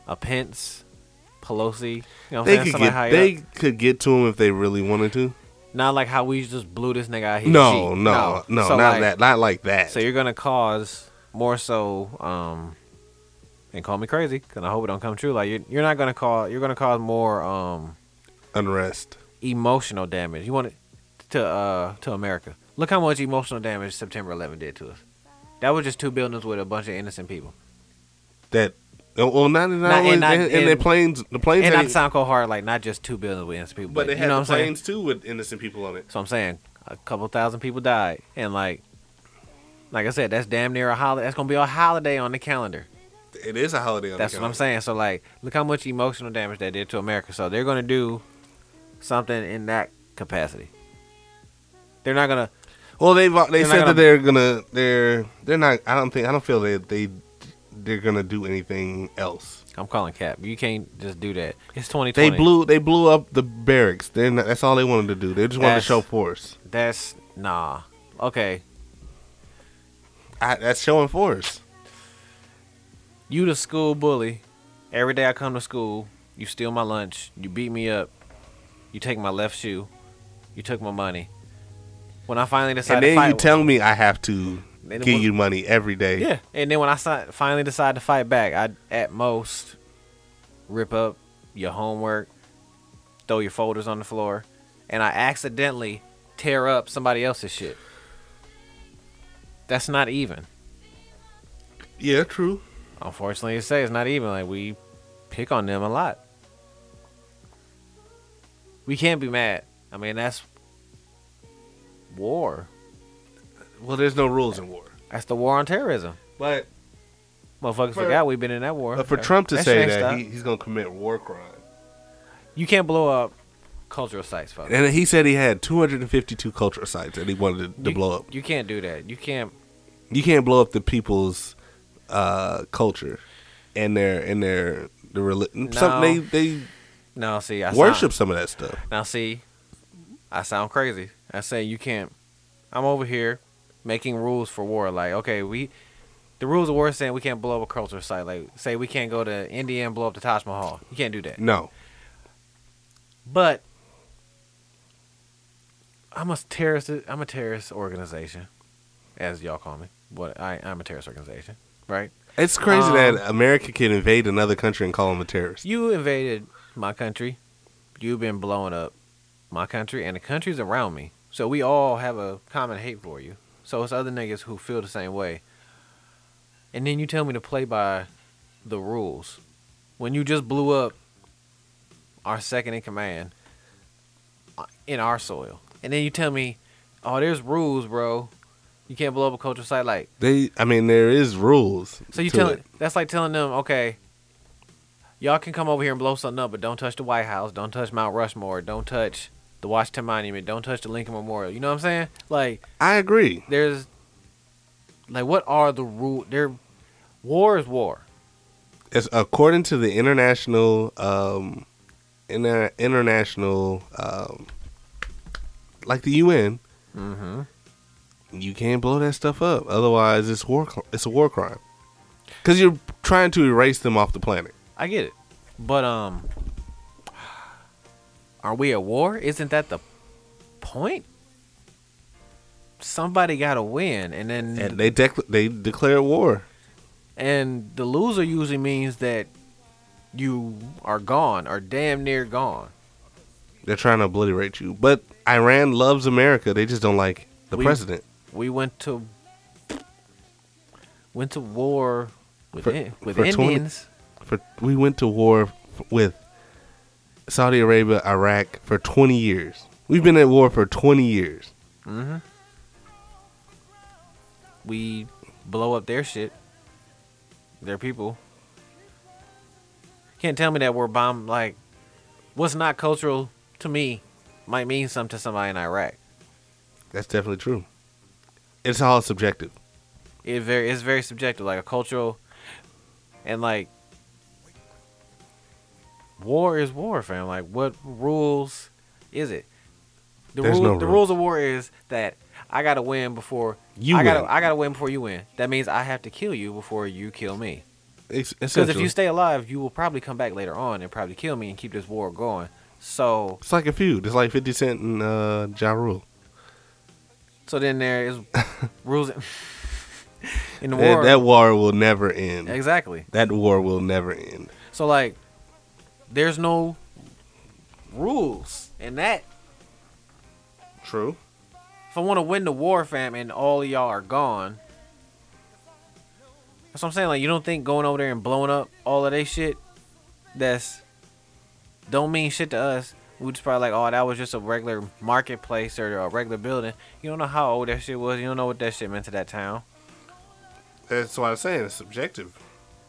Speaker 1: a Pence, Pelosi. You know, what I'm
Speaker 2: they
Speaker 1: saying?
Speaker 2: could
Speaker 1: somebody
Speaker 2: get
Speaker 1: high
Speaker 2: they
Speaker 1: up.
Speaker 2: could get to him if they really wanted to.
Speaker 1: not like how we just blew this nigga out. His
Speaker 2: No,
Speaker 1: cheek.
Speaker 2: no, no,
Speaker 1: So,
Speaker 2: not
Speaker 1: like,
Speaker 2: that, not like that.
Speaker 1: So you're gonna cause more so, um, and call me crazy, cause I hope it don't come true. Like you're, you're not gonna cause you're gonna cause more um
Speaker 2: Unrest.
Speaker 1: emotional damage. You want it to uh to America. Look how much emotional damage September 11 did to us. That was just two buildings with a bunch of innocent people.
Speaker 2: That oh, well, not, not,
Speaker 1: Not- and
Speaker 2: only, and,
Speaker 1: not-
Speaker 2: and,
Speaker 1: and-
Speaker 2: their planes, the planes,
Speaker 1: And not
Speaker 2: had,
Speaker 1: to sound cold hard, like not just two buildings with innocent people,
Speaker 2: but they
Speaker 1: you
Speaker 2: had
Speaker 1: know
Speaker 2: the
Speaker 1: what I'm saying.
Speaker 2: planes too with innocent people on it.
Speaker 1: So I'm saying a couple thousand people died, and like, like I said, that's damn near a holiday. That's gonna be a holiday on the calendar.
Speaker 2: It is a holiday. On
Speaker 1: That's
Speaker 2: the
Speaker 1: what I'm
Speaker 2: calendar.
Speaker 1: saying. So like, look how much emotional damage that did to America. So they're gonna do something in that capacity. They're not gonna.
Speaker 2: Well, they've al- they
Speaker 1: They're not
Speaker 2: said
Speaker 1: gonna-
Speaker 2: that they're gonna they're they're not. I don't think I don't feel that they they're gonna do anything else.
Speaker 1: I'm calling cap. You can't just do that. It's 2020.
Speaker 2: They blew they blew up the barracks. They're not, that's all they wanted to do. They just wanted
Speaker 1: That's-
Speaker 2: to show force.
Speaker 1: That's nah. Okay,
Speaker 2: I, that's showing force.
Speaker 1: you the school bully. Every day I come to school, you steal my lunch. You beat me up. You take my left shoe. You took my money. When I finally decided
Speaker 2: And
Speaker 1: to
Speaker 2: then
Speaker 1: fight,
Speaker 2: you tell me I have to
Speaker 1: They
Speaker 2: give
Speaker 1: want-
Speaker 2: you money every day.
Speaker 1: Yeah, and then when I si- finally decide to fight back, I at most rip up your homework, throw your folders on the floor, and I accidentally tear up somebody else's shit. That's not even.
Speaker 2: Yeah, true.
Speaker 1: Unfortunately, to say it's not even. Like we pick on them a lot. We can't be mad. I mean, that's war.
Speaker 2: Well, there's no rules in war.
Speaker 1: That's the war on terrorism.
Speaker 2: But,
Speaker 1: Motherfuckers
Speaker 2: For-
Speaker 1: forgot we've been in that war.
Speaker 2: but for Trump to
Speaker 1: That shit
Speaker 2: say
Speaker 1: ain't
Speaker 2: that,
Speaker 1: stopped.
Speaker 2: he, he's going to commit war crime.
Speaker 1: You can't blow up cultural sites, folks.
Speaker 2: And he said he had 252 cultural sites that he wanted to, to
Speaker 1: you,
Speaker 2: blow up.
Speaker 1: You can't do that. You can't.
Speaker 2: You can't blow up the people's uh, culture and their and their the religion.
Speaker 1: No.
Speaker 2: Some they they
Speaker 1: No, see, I
Speaker 2: worship
Speaker 1: Sound,
Speaker 2: some of that stuff.
Speaker 1: now, see, I sound crazy. I say you can't. I'm over here making rules for war. Like, okay, we the rules of war is saying we can't blow up a cultural site. Like, say we can't go to India and blow up the Taj Mahal. You can't do that.
Speaker 2: No,
Speaker 1: But I'm a terrorist. I'm a terrorist organization, as y'all call me. What I, I'm a terrorist organization, right?
Speaker 2: it's crazy
Speaker 1: Um,
Speaker 2: that America can invade another country and call them a terrorist.
Speaker 1: You invaded my country. You've been blowing up my country and the countries around me. So we all have a common hate for you. So it's other niggas who feel the same way. And then you tell me to play by the rules. When you just blew up our second in command uh, in our soil. And then you tell me, oh, there's rules, bro. You can't blow up a cultural site like
Speaker 2: They, I mean, there is rules.
Speaker 1: so. You
Speaker 2: to
Speaker 1: telling
Speaker 2: it.
Speaker 1: that's like telling them, okay, y'all can come over here and blow something up, but don't touch the White House, don't touch Mount Rushmore, don't touch the Washington Monument, don't touch the Lincoln Memorial. You know what I'm saying? Like
Speaker 2: I agree.
Speaker 1: there's like what are the rule? There, war is war.
Speaker 2: It's according to the international, um, inter- international, um, like the UN.
Speaker 1: Mm-hmm.
Speaker 2: You can't blow that stuff up. Otherwise, it's war. cr- It's a war crime. Because you're trying to erase them off the planet.
Speaker 1: I get it, but um, are we at war? Isn't that the point? Somebody got to win, and then
Speaker 2: And they dec- they declare war.
Speaker 1: And the loser usually means that you are gone or damn near gone.
Speaker 2: They're trying to obliterate you. But Iran loves America. They just don't like the
Speaker 1: We-
Speaker 2: president.
Speaker 1: We went to went to war with
Speaker 2: For-
Speaker 1: in, with
Speaker 2: for 20
Speaker 1: Indians.
Speaker 2: For we went to war f- with Saudi Arabia, Iraq for 20 years. We've been at war for 20 years.
Speaker 1: hmm We blow up their shit. Their people. Can't tell me that we're bomb like what's not cultural to me might mean something to somebody in Iraq.
Speaker 2: That's definitely true. It's all subjective.
Speaker 1: it very it's very subjective like a cultural and like war is war fam like what rules is it the
Speaker 2: There's
Speaker 1: rule,
Speaker 2: no
Speaker 1: the
Speaker 2: rules.
Speaker 1: rules of war is that i gotta win before
Speaker 2: You
Speaker 1: i gotta
Speaker 2: win.
Speaker 1: i gotta win before you win that means i have to kill you before you kill me because
Speaker 2: It's
Speaker 1: if
Speaker 2: essentially.
Speaker 1: you stay alive you will probably come back later on and probably kill me and keep this war going so
Speaker 2: it's like a feud. It's like 50 Cent and uh, Ja Rule.
Speaker 1: so then there is rules in- in the
Speaker 2: That,
Speaker 1: war
Speaker 2: that war will never end.
Speaker 1: exactly
Speaker 2: That war will never end.
Speaker 1: So like, there's no rules, and that
Speaker 2: True.
Speaker 1: if I want to win the war, fam, and all of y'all are gone. That's what I'm saying. Like, you don't think going over there and blowing up all of they shit that's don't mean shit to us. We just probably like, oh, that was just a regular marketplace or a regular building. You don't know how old that shit was. You don't know what that shit meant to that town.
Speaker 2: That's what I'm saying. It's subjective.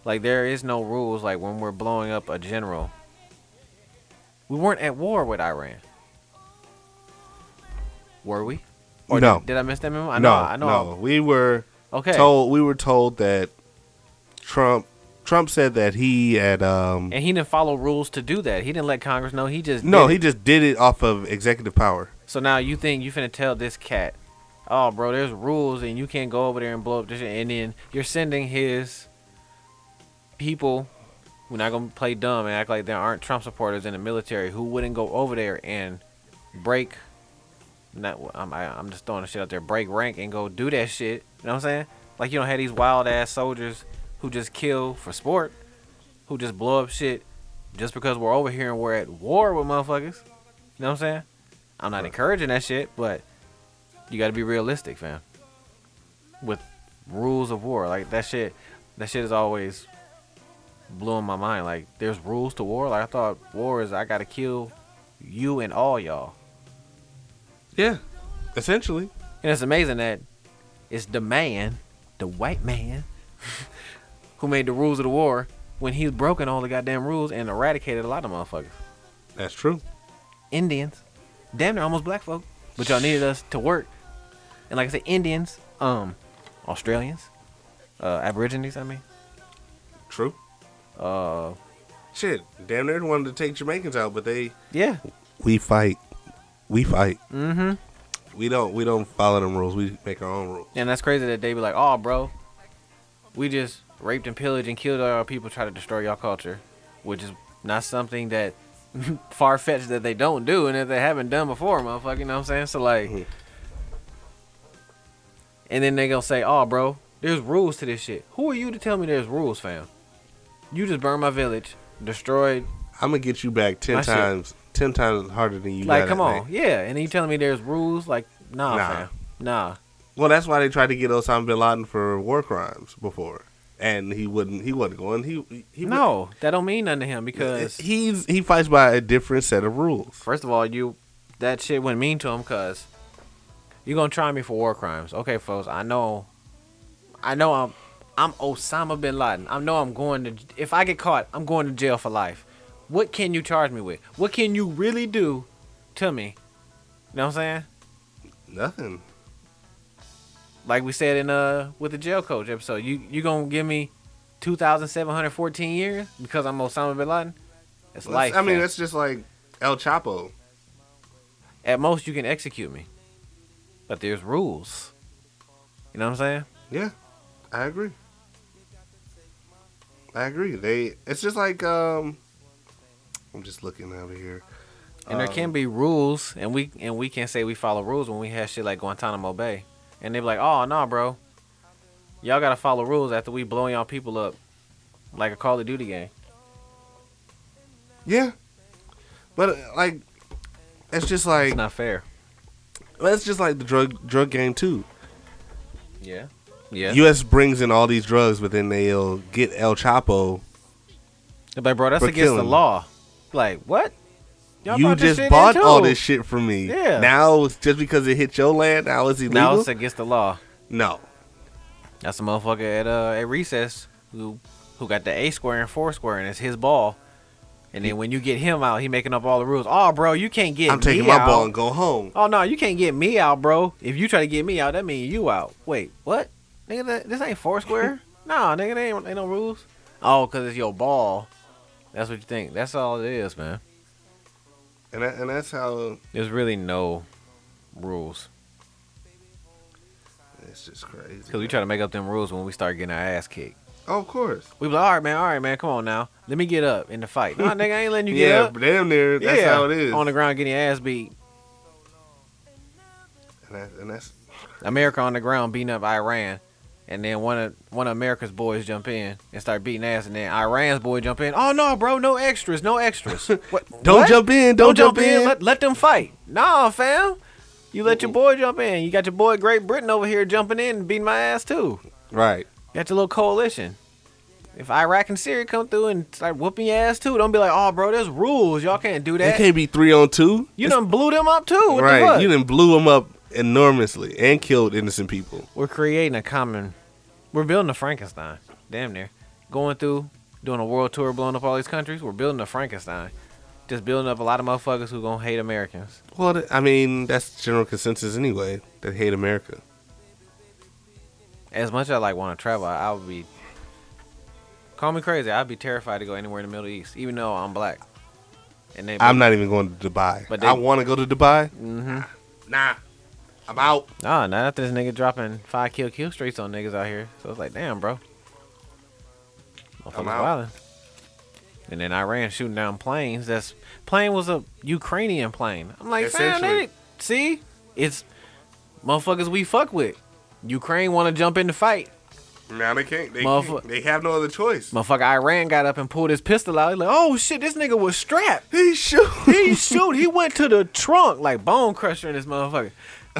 Speaker 1: Like there is no rules. Like when we're blowing up a general, we weren't at war with Iran, were we? Or
Speaker 2: No.
Speaker 1: Did, did I miss that memo? I
Speaker 2: no,
Speaker 1: know. I know.
Speaker 2: no. We were
Speaker 1: Okay.
Speaker 2: told we were told that Trump Trump said that he had um
Speaker 1: and he didn't follow rules to do that. He didn't let Congress know. He just
Speaker 2: no,
Speaker 1: did it.
Speaker 2: he just did it off of executive power.
Speaker 1: So now you think you finna tell this cat, oh, bro, there's rules and you can't go over there and blow up this shit. And then you're sending his people, we're not gonna play dumb and act like there aren't Trump supporters in the military who wouldn't go over there and break. Not I'm, I, I'm just throwing the shit out there. Break rank and go do that shit. You know what I'm saying? Like you don't have these wild ass soldiers who just kill for sport, who just blow up shit just because we're over here and we're at war with motherfuckers. You know what I'm saying? I'm not encouraging that shit, but you got to be realistic, fam. With rules of war, like that shit, that shit is always blowing my mind. Like there's rules to war. Like I thought war is I got to kill you and all y'all.
Speaker 2: Yeah. Essentially.
Speaker 1: And it's amazing that it's the man, the white man, who made the rules of the war when he's broken all the goddamn rules and eradicated a lot of motherfuckers.
Speaker 2: That's true.
Speaker 1: Indians, damn near almost black folk, but y'all needed us to work. And like I said, Indians, um, Australians, uh, Aborigines. I mean,
Speaker 2: True.
Speaker 1: uh,
Speaker 2: Shit. Damn near wanted to take Jamaicans out, but they
Speaker 1: yeah,
Speaker 2: We fight. We fight.
Speaker 1: mm-hmm.
Speaker 2: We don't we don't follow them rules. We make our own rules.
Speaker 1: And that's crazy that they be like, oh, bro, we just raped and pillaged and killed all our people, try to destroy y'all culture, which is not something that far fetched that they don't do and that they haven't done before, motherfucker. You know what I'm saying? So, like,
Speaker 2: Mhm.
Speaker 1: and then they gonna say, oh, bro, there's rules to this shit. Who are you to tell me there's rules, fam? You just burned my village, destroyed.
Speaker 2: I'm gonna get you back ten
Speaker 1: My shit.
Speaker 2: times ten times harder than you
Speaker 1: like,
Speaker 2: got
Speaker 1: come
Speaker 2: at
Speaker 1: on.
Speaker 2: me.
Speaker 1: Yeah. And then you telling me there's rules? Like, nah,
Speaker 2: Nah.
Speaker 1: fam. Nah.
Speaker 2: Well that's why they tried to get Osama bin Laden for war crimes before. And he wouldn't he wasn't going. He he
Speaker 1: No, that don't mean nothing to him because.
Speaker 2: he's he fights by a different set of rules.
Speaker 1: First of all, you that shit wouldn't mean to him because You're gonna try me for war crimes, okay, folks? I know, I know I'm, I'm Osama bin Laden. I know I'm going to. If I get caught, I'm going to jail for life. What can you charge me with? What can you really do to me? You know what I'm saying?
Speaker 2: Nothing.
Speaker 1: Like we said in uh with the jail coach episode, you you gonna give me two thousand seven hundred fourteen years because I'm Osama bin Laden? It's
Speaker 2: That's-
Speaker 1: life.
Speaker 2: I mean,
Speaker 1: man.
Speaker 2: that's just like El Chapo.
Speaker 1: at most you can execute me, but there's rules. You know what I'm saying?
Speaker 2: Yeah, I agree. I agree. They. It's just like um. I'm just looking over here.
Speaker 1: And there can
Speaker 2: Um,
Speaker 1: be rules, and we and we can say we follow rules when we have shit like Guantanamo Bay, and they be like, "Oh no, bro, y'all gotta follow rules after we blowing y'all people up like a Call of Duty game."
Speaker 2: Yeah, but uh, like, it's just like
Speaker 1: It's not fair.
Speaker 2: well, it's just like the drug drug game too.
Speaker 1: Yeah, yeah.
Speaker 2: U.S. brings in all these drugs, but then they'll get El Chapo.
Speaker 1: They be like, bro, that's
Speaker 2: For
Speaker 1: against the
Speaker 2: killing.
Speaker 1: law. Like what? Y'all
Speaker 2: you
Speaker 1: brought this
Speaker 2: just
Speaker 1: shit in
Speaker 2: bought
Speaker 1: too.
Speaker 2: all this shit from me.
Speaker 1: Yeah.
Speaker 2: Now it's just because it hit your land, now it's illegal.
Speaker 1: Now it's against the law.
Speaker 2: no.
Speaker 1: That's a motherfucker at uh at recess who who got the A square and four square and it's his ball. And then when you get him out, he making up all the rules. Oh, bro, you can't get
Speaker 2: I'm taking
Speaker 1: me
Speaker 2: my
Speaker 1: out.
Speaker 2: ball and go home.
Speaker 1: Oh no, you can't get me out, bro. If you try to get me out, that means you out. Wait, what? Nigga, that, this ain't Foursquare. nah, nigga, there ain't, ain't no rules. Oh, cause it's your ball. That's what you think. That's all it is, man.
Speaker 2: And that, and that's how
Speaker 1: There's really no rules.
Speaker 2: it's just crazy.
Speaker 1: Cause we try to make up them rules when we start getting our ass kicked.
Speaker 2: oh, of course.
Speaker 1: We be like, all right, man, all right, man, come on now. Let me get up in the fight. Nah, nigga, I ain't letting you get
Speaker 2: yeah,
Speaker 1: up.
Speaker 2: damn near. That's how it is.
Speaker 1: On the ground getting your ass beat.
Speaker 2: and, that, and that's
Speaker 1: America on the ground beating up Iran. And then one of one of America's boys jump in and start beating ass, and then Iran's boy jump in. Oh no, bro, no extras, no extras. What-
Speaker 2: don't
Speaker 1: what?
Speaker 2: jump in. Don't, jump, in.
Speaker 1: Let, let them fight. Nah, fam, you let your boy jump in. You got your boy Great Britain over here jumping in and beating my ass too.
Speaker 2: right.
Speaker 1: Got your little coalition. If Iraq and Syria come through and start whooping your ass too, don't be like, oh, bro, there's rules. Y'all can't do
Speaker 2: It
Speaker 1: that.
Speaker 2: can't be three on two.
Speaker 1: you done blew them up too. What the
Speaker 2: right.
Speaker 1: fuck?
Speaker 2: You done blew them up enormously and killed innocent people.
Speaker 1: we're creating a common we're building a frankenstein damn near going through doing a world tour blowing up all these countries we're building a frankenstein just building up a lot of motherfuckers who gonna hate americans
Speaker 2: Well, th- I mean, that's general consensus anyway. That hate America.
Speaker 1: as much as i like want to travel i would be call me crazy i'd be terrified to go anywhere in the middle east even though i'm black and they
Speaker 2: I'm not even going to Dubai.
Speaker 1: But
Speaker 2: But
Speaker 1: they-
Speaker 2: I want to go to Dubai.
Speaker 1: mm-hmm.
Speaker 2: Nah, I'm out.
Speaker 1: nah not after this nigga dropping five kill kill streaks on niggas out here so it's like damn bro Motherfuckers
Speaker 2: I'm out.
Speaker 1: wildin'. And then Iran shooting down planes. That's plane was a Ukrainian plane. I'm like, fam,
Speaker 2: Essentially.
Speaker 1: they- see, it's motherfuckers we fuck with. Ukraine want to jump in the fight.
Speaker 2: Now they can't. They,
Speaker 1: Motherfu-
Speaker 2: can't. they have no other choice.
Speaker 1: Motherfucker Iran got up and pulled his pistol out. He's like, oh shit, this nigga was strapped.
Speaker 2: He shoot.
Speaker 1: He shoot. He went to the trunk like bone crusher in this motherfucker.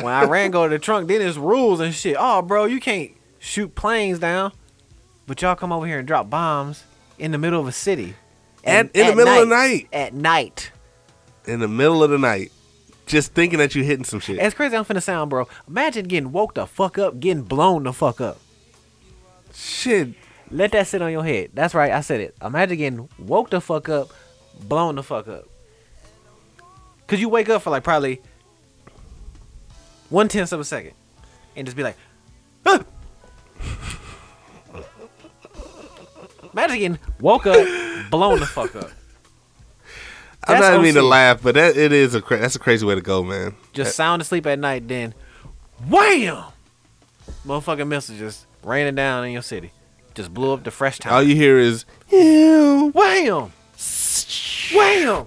Speaker 1: When Iran go to the trunk, then it's rules and shit. Oh, bro, you can't shoot planes down. But y'all come over here and drop bombs in the middle of a city.
Speaker 2: At- in the middle of the night.
Speaker 1: At night.
Speaker 2: in the middle of the night, just thinking that you hitting some shit.
Speaker 1: It's crazy I'm finna sound, bro. Imagine getting woke the fuck up, getting blown the fuck up.
Speaker 2: shit.
Speaker 1: Let that sit on your head. That's right, I said it. Imagine getting woke the fuck up, blown the fuck up. Cause you wake up for like probably one tenth of a second and just be like, "Huh." Imagine getting woke up, blown the fuck up.
Speaker 2: I'm
Speaker 1: That's
Speaker 2: not even mean to
Speaker 1: OC.
Speaker 2: laugh, but that it is a cra- that's a crazy way to go, man.
Speaker 1: Just sound asleep at night, then wham! Motherfucking missiles just raining down in your city. Just blew up the fresh town.
Speaker 2: All you hear is "Ew."
Speaker 1: Wham! Wham!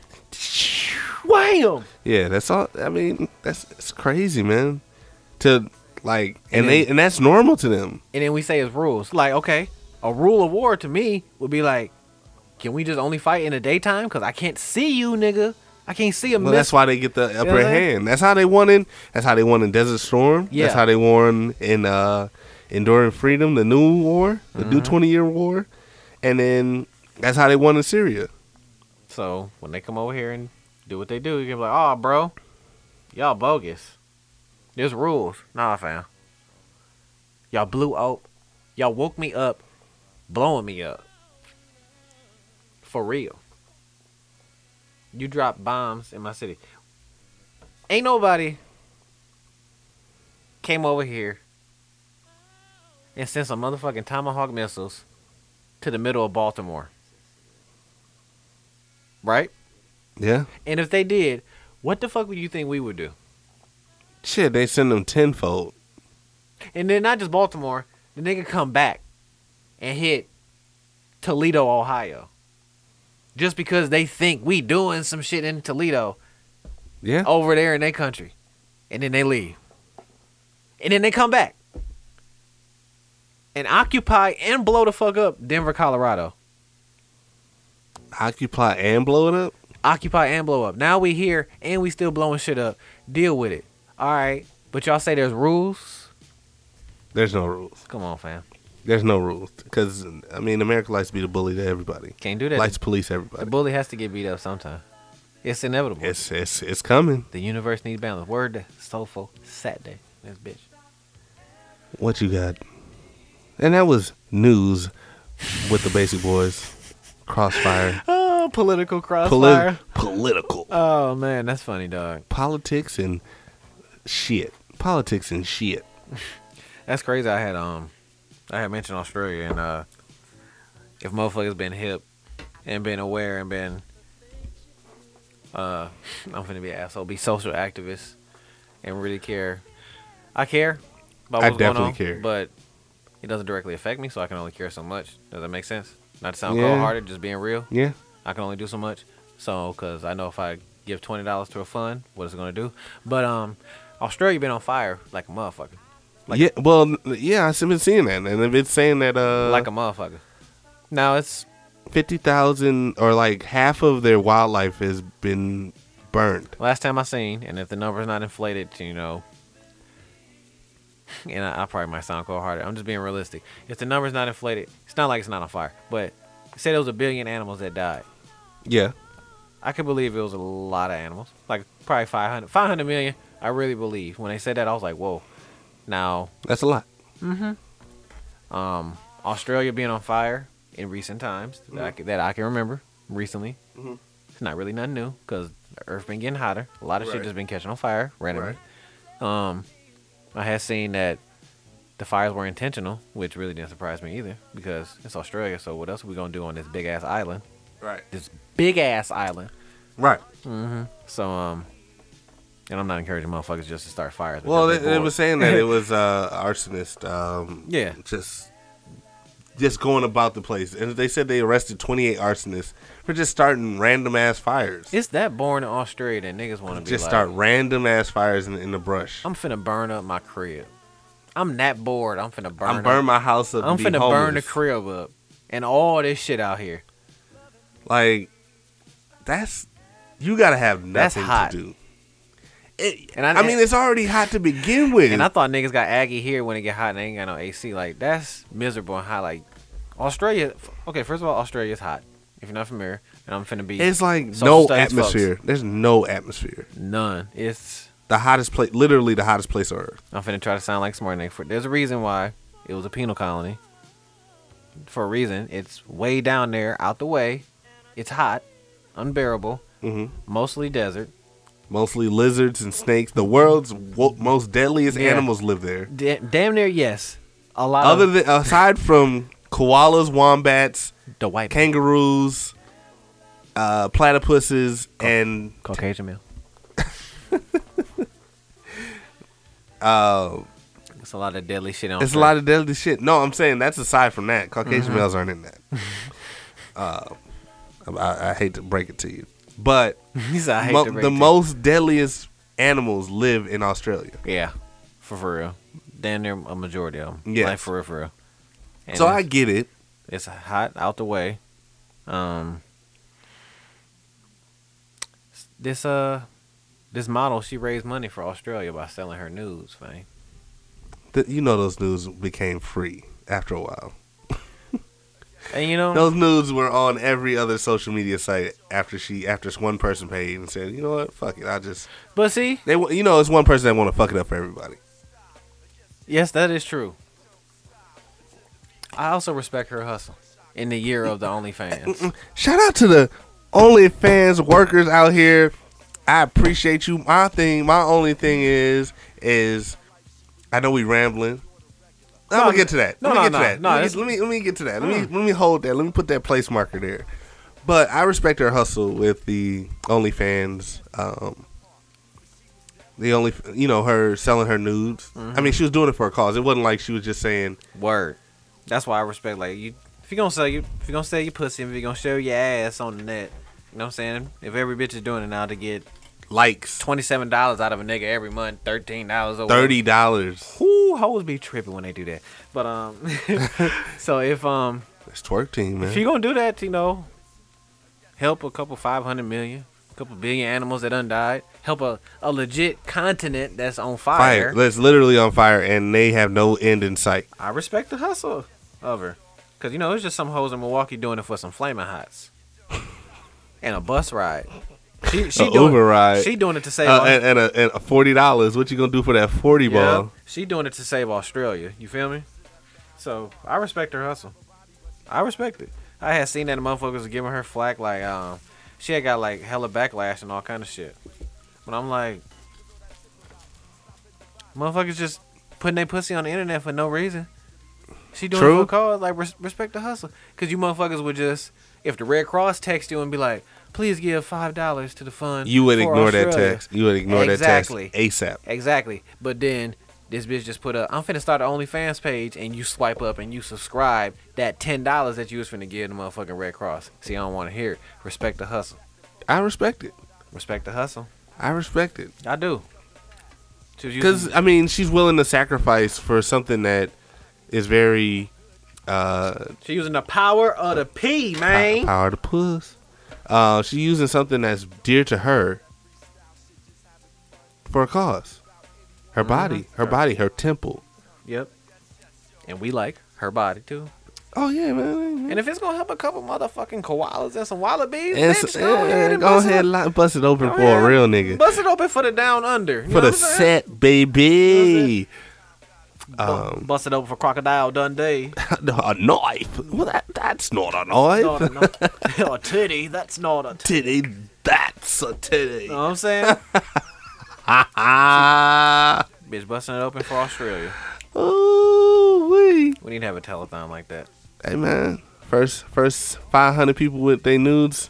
Speaker 1: Wham!
Speaker 2: yeah. That's all. I mean, that's it's crazy, man. To like, and,
Speaker 1: And
Speaker 2: they
Speaker 1: then-
Speaker 2: and that's normal to them.
Speaker 1: And then we say it's rules. Like, okay, a rule of war to me would be like, can we just only fight in the daytime? Because I can't see you, nigga. I can't see a
Speaker 2: Well,
Speaker 1: miss.
Speaker 2: that's why they get the upper
Speaker 1: what I'm saying?
Speaker 2: hand. That's how they won in. That's how they won in Desert Storm.
Speaker 1: Yeah.
Speaker 2: That's how they won in uh, Enduring Freedom, the new war, the new twenty year war, and then that's how they won in Syria.
Speaker 1: So when they come over here and do what they do, you can be like, oh, bro, y'all bogus. There's rules. Nah, fam. Y'all blew up. Y'all woke me up, blowing me up. For real. You dropped bombs in my city. Ain't nobody came over here and sent some motherfucking tomahawk missiles to the middle of Baltimore. Right?
Speaker 2: Yeah.
Speaker 1: And if they did, what the fuck would you think we would do?
Speaker 2: Shit, they send them tenfold.
Speaker 1: And then not just Baltimore, the nigga come back and hit Toledo, Ohio. Just because they think we doing some shit in Toledo
Speaker 2: Yeah.
Speaker 1: over there in their country. And then they leave. And then they come back. And occupy and blow the fuck up Denver, Colorado.
Speaker 2: Occupy and blow it up.
Speaker 1: Occupy and blow up. Now we here and we still blowing shit up. Deal with it. All right. But y'all say there's rules?
Speaker 2: There's no rules.
Speaker 1: Come on, fam.
Speaker 2: There's no rules because I mean, America likes to be the bully to everybody.
Speaker 1: Can't do that.
Speaker 2: Likes to police
Speaker 1: The
Speaker 2: everybody.
Speaker 1: bully has to get beat up sometime. It's inevitable.
Speaker 2: It's it's it's coming.
Speaker 1: The universe needs balance. Word to soulful Saturday. This bitch.
Speaker 2: What you got? And that was news with the Basic Boys. Crossfire.
Speaker 1: Oh, political
Speaker 2: Poli- political.
Speaker 1: oh man, that's funny, dog.
Speaker 2: Politics and shit. Politics and shit.
Speaker 1: That's crazy. I had um, I had mentioned Australia and uh, if motherfuckers been hip and been aware and been uh, I'm finna be an asshole. Be social activists and really care. I care. About
Speaker 2: I
Speaker 1: what's going
Speaker 2: definitely
Speaker 1: on,
Speaker 2: care.
Speaker 1: but it doesn't directly affect me, so I can only care so much. Does that make sense? Not to sound
Speaker 2: Yeah.
Speaker 1: cold-hearted, just being real.
Speaker 2: Yeah.
Speaker 1: I can only do so much. So, cause I know if I give twenty dollars to a fund, what it's gonna do. But um, Australia been on fire like a motherfucker,
Speaker 2: yeah. Well, yeah. I've been seeing that, and if it's saying that uh,
Speaker 1: like a motherfucker. Now it's
Speaker 2: fifty thousand or like half of their wildlife has been burned.
Speaker 1: last time I seen, and if the number's not inflated, to, you know. And I, I probably might sound cold hearted. I'm just being realistic. If the number's not inflated, it's not like it's not on fire. But say there was a billion animals that died.
Speaker 2: Yeah.
Speaker 1: I could believe it was a lot of animals, like probably 500, 500 million. I really believe. When they said that, I was like, whoa. Now
Speaker 2: That's a lot.
Speaker 1: um, Australia being on fire in recent times that,
Speaker 2: Mm-hmm.
Speaker 1: I, can, that I can remember recently. It's not really nothing new because the Earth been getting hotter. A lot of shit
Speaker 2: Right.
Speaker 1: just been catching on fire randomly. Um, I had seen that the fires were intentional, which really didn't surprise me either because it's Australia. So what else are we gonna do on this big ass island?
Speaker 2: Right.
Speaker 1: This big ass island.
Speaker 2: Right.
Speaker 1: So um, and I'm not encouraging motherfuckers just to start fires. but
Speaker 2: Well, they,
Speaker 1: just be
Speaker 2: they
Speaker 1: bored.
Speaker 2: were saying that it was uh, arsonist. Um,
Speaker 1: Yeah.
Speaker 2: Just just going about the place, and they said they arrested twenty eight arsonists for just starting random ass fires.
Speaker 1: it's that boring in Australia that niggas want to be
Speaker 2: just
Speaker 1: like,
Speaker 2: start random ass fires in, in the brush. I'm,
Speaker 1: I'm finna burn up my crib. I'm that bored. I'm finna burn.
Speaker 2: burning
Speaker 1: up-
Speaker 2: my house up.
Speaker 1: I'm
Speaker 2: and be
Speaker 1: finna burn the
Speaker 2: homeless.
Speaker 1: crib up and all this shit out here.
Speaker 2: Like that's you gotta have
Speaker 1: That's
Speaker 2: nothing
Speaker 1: hot.
Speaker 2: to do.
Speaker 1: And
Speaker 2: I mean, it's already hot to begin with.
Speaker 1: and I thought niggas got aggy here when it get hot and they ain't got no AC. Like that's miserable and hot. Like Australia. f- Okay, first of all, Australia's hot. If you're not familiar, and I'm finna be.
Speaker 2: it's like
Speaker 1: social
Speaker 2: no
Speaker 1: studies folks.
Speaker 2: atmosphere. There's no atmosphere.
Speaker 1: None. It's.
Speaker 2: The hottest place, literally the hottest place on earth.
Speaker 1: I'm finna try to sound like smart nigga. For there's a reason why it was a penal colony. For a reason, it's way down there, out the way. It's hot, unbearable,
Speaker 2: hmm
Speaker 1: mostly desert.
Speaker 2: Mostly lizards and snakes. The world's wo- most deadliest
Speaker 1: Yeah. Uh-huh.
Speaker 2: animals live there.
Speaker 1: Da- damn near yes. A lot
Speaker 2: Other
Speaker 1: of
Speaker 2: than aside from koalas, wombats,
Speaker 1: the white
Speaker 2: kangaroos, uh, platypuses,
Speaker 1: Oh.
Speaker 2: and
Speaker 1: Caucasian male.
Speaker 2: uh,
Speaker 1: It's a lot of deadly shit on.
Speaker 2: it's a lot of deadly shit. No, I'm saying that's aside from that. Caucasian
Speaker 1: Mm-hmm.
Speaker 2: males aren't in that. uh, I, I hate to break it to you, but
Speaker 1: He's I hate
Speaker 2: mo-
Speaker 1: to break
Speaker 2: the
Speaker 1: it to you.
Speaker 2: most deadliest animals live in Australia.
Speaker 1: Yeah, for, for real. Damn near a majority of them.
Speaker 2: Yes.
Speaker 1: like for real, for real. And
Speaker 2: so I
Speaker 1: it's,
Speaker 2: get it.
Speaker 1: it's hot out the way. Um, this uh, this model she raised money for Australia by selling her news thing.
Speaker 2: Th- you know those news became free after a while.
Speaker 1: And you know,
Speaker 2: Those nudes were on every other social media site after she after this one person paid and said, you know what, fuck it, I just
Speaker 1: but see,
Speaker 2: they wa- you know it's one person that want to fuck it up for everybody.
Speaker 1: yes, that is true. I also respect her hustle in the year of the OnlyFans.
Speaker 2: Shout out to the OnlyFans workers out here. I appreciate you. My thing, my only thing is, is I know we rambling. I'm
Speaker 1: No,
Speaker 2: gonna get to that.
Speaker 1: no,
Speaker 2: let me
Speaker 1: no,
Speaker 2: get
Speaker 1: no,
Speaker 2: to that.
Speaker 1: no,
Speaker 2: let, me,
Speaker 1: it's- Mm.
Speaker 2: let me let me get to that. Let me let me hold that. Let me put that place marker there. But I respect her hustle with the OnlyFans. Um, the only you know her selling her nudes. I
Speaker 1: Mm-hmm.
Speaker 2: mean, she was doing it for a cause. It wasn't like she was just saying,
Speaker 1: Word. That's why I respect. Like you, if you gonna sell you, if you gonna sell your pussy, if you gonna show your ass on the net, you know what I'm saying? If every bitch is doing it now to get
Speaker 2: likes
Speaker 1: twenty seven dollars out of a nigga every month, thirteen dollars over
Speaker 2: thirty dollars.
Speaker 1: Ooh, hoes be tripping when they do that. But um, so if um,
Speaker 2: That's twerk team, man.
Speaker 1: if you gonna do that, you know, help a couple five hundred million, a couple billion animals that done died, help a, a legit continent that's on fire.
Speaker 2: fire. That's literally on fire, and they have no end in sight.
Speaker 1: I respect the hustle of her, cause you know it's just some hoes in Milwaukee doing it for some flaming hots and a bus ride. She, she
Speaker 2: A
Speaker 1: doing,
Speaker 2: Uber ride.
Speaker 1: She doing it to save.
Speaker 2: Uh,
Speaker 1: Aus-
Speaker 2: and, and, a, and a forty dollars. What you gonna do for that forty
Speaker 1: Yeah,
Speaker 2: ball?
Speaker 1: she doing it to save Australia. You feel me? So I respect her hustle. I respect it. I had seen that the motherfuckers was giving her flack like um she had got like hella backlash and all kind of shit. But I'm like motherfuckers just putting their pussy on the internet for no reason. She doing
Speaker 2: True.
Speaker 1: it for a cause. Like res- respect the hustle, cause you motherfuckers would just if the Red Cross text you and be like, please give five dollars to the fund.
Speaker 2: You would
Speaker 1: for
Speaker 2: ignore that
Speaker 1: Australia."
Speaker 2: text. You would ignore
Speaker 1: Exactly.
Speaker 2: that text ASAP.
Speaker 1: Exactly. But then this bitch just put up, I'm finna start an OnlyFans page, and you swipe up and you subscribe that ten dollars that you was finna give the motherfucking Red Cross. See, I don't want to hear. It. Respect the hustle.
Speaker 2: I respect it.
Speaker 1: Respect the hustle.
Speaker 2: I respect it.
Speaker 1: I do. She was using-
Speaker 2: Because I mean, she's willing to sacrifice for something that is very uh,
Speaker 1: she using the power of the P,
Speaker 2: pow-
Speaker 1: man.
Speaker 2: power to puss. Uh, she's using something that's dear to her for a cause.
Speaker 1: Mm-hmm.
Speaker 2: Her body, her body, her temple.
Speaker 1: Yep. And we like her body too.
Speaker 2: Oh yeah, man.
Speaker 1: And if it's gonna help a couple motherfucking koalas and some wallabies,
Speaker 2: And
Speaker 1: bitch,
Speaker 2: so-
Speaker 1: go ahead
Speaker 2: yeah,
Speaker 1: and
Speaker 2: go
Speaker 1: bust,
Speaker 2: ahead,
Speaker 1: it,
Speaker 2: li- bust it open
Speaker 1: Go
Speaker 2: for a
Speaker 1: ahead.
Speaker 2: real
Speaker 1: up-
Speaker 2: nigga.
Speaker 1: bust it open for the down under. You know
Speaker 2: for
Speaker 1: what
Speaker 2: the
Speaker 1: I'm saying?
Speaker 2: set, baby.
Speaker 1: Bu- bust it open for Crocodile Dundee.
Speaker 2: a knife. Well, that, that's not a knife.
Speaker 1: not a, not, or titty. That's not a. T-
Speaker 2: titty. That's a titty.
Speaker 1: know what I'm saying?
Speaker 2: Ah.
Speaker 1: Bitch, busting it open for Australia.
Speaker 2: Ooh wee.
Speaker 1: We need to have a telethon like that.
Speaker 2: Hey man, first first five hundred people with their nudes.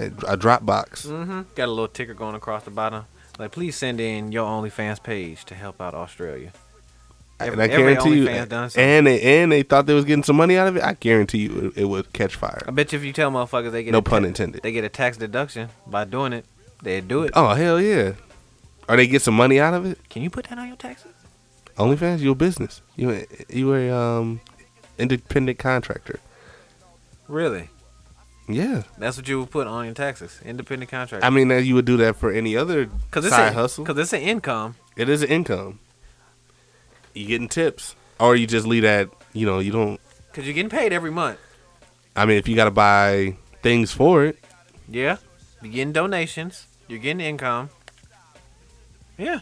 Speaker 2: A, a drop box.
Speaker 1: Mm-hmm. Got a little ticker going across the bottom. Like, please send in your OnlyFans page to help out Australia.
Speaker 2: and I
Speaker 1: every
Speaker 2: guarantee you.
Speaker 1: OnlyFans done something.
Speaker 2: And they and they thought they was getting some money out of it. I guarantee you, it, it would catch
Speaker 1: I
Speaker 2: fire.
Speaker 1: bet you if you tell motherfuckers they get
Speaker 2: No
Speaker 1: a ta-
Speaker 2: pun intended.
Speaker 1: they get a tax deduction by doing it, they do it.
Speaker 2: Oh hell yeah! Or they get some money out of it.
Speaker 1: Can you put that on your taxes?
Speaker 2: OnlyFans, you a business. You a, you a um independent contractor.
Speaker 1: Really?
Speaker 2: Yeah,
Speaker 1: That's what you would put on your taxes. Independent contractor.
Speaker 2: I mean that you would do that for any other
Speaker 1: Cause it's
Speaker 2: side
Speaker 1: a,
Speaker 2: hustle.
Speaker 1: Cause it's an income.
Speaker 2: It is an income. You getting tips, or you just leave that. You know, you don't.
Speaker 1: Cause you're getting paid every month.
Speaker 2: I mean, if you got to buy things for it,
Speaker 1: Yeah. You're getting donations. You're getting income. Yeah.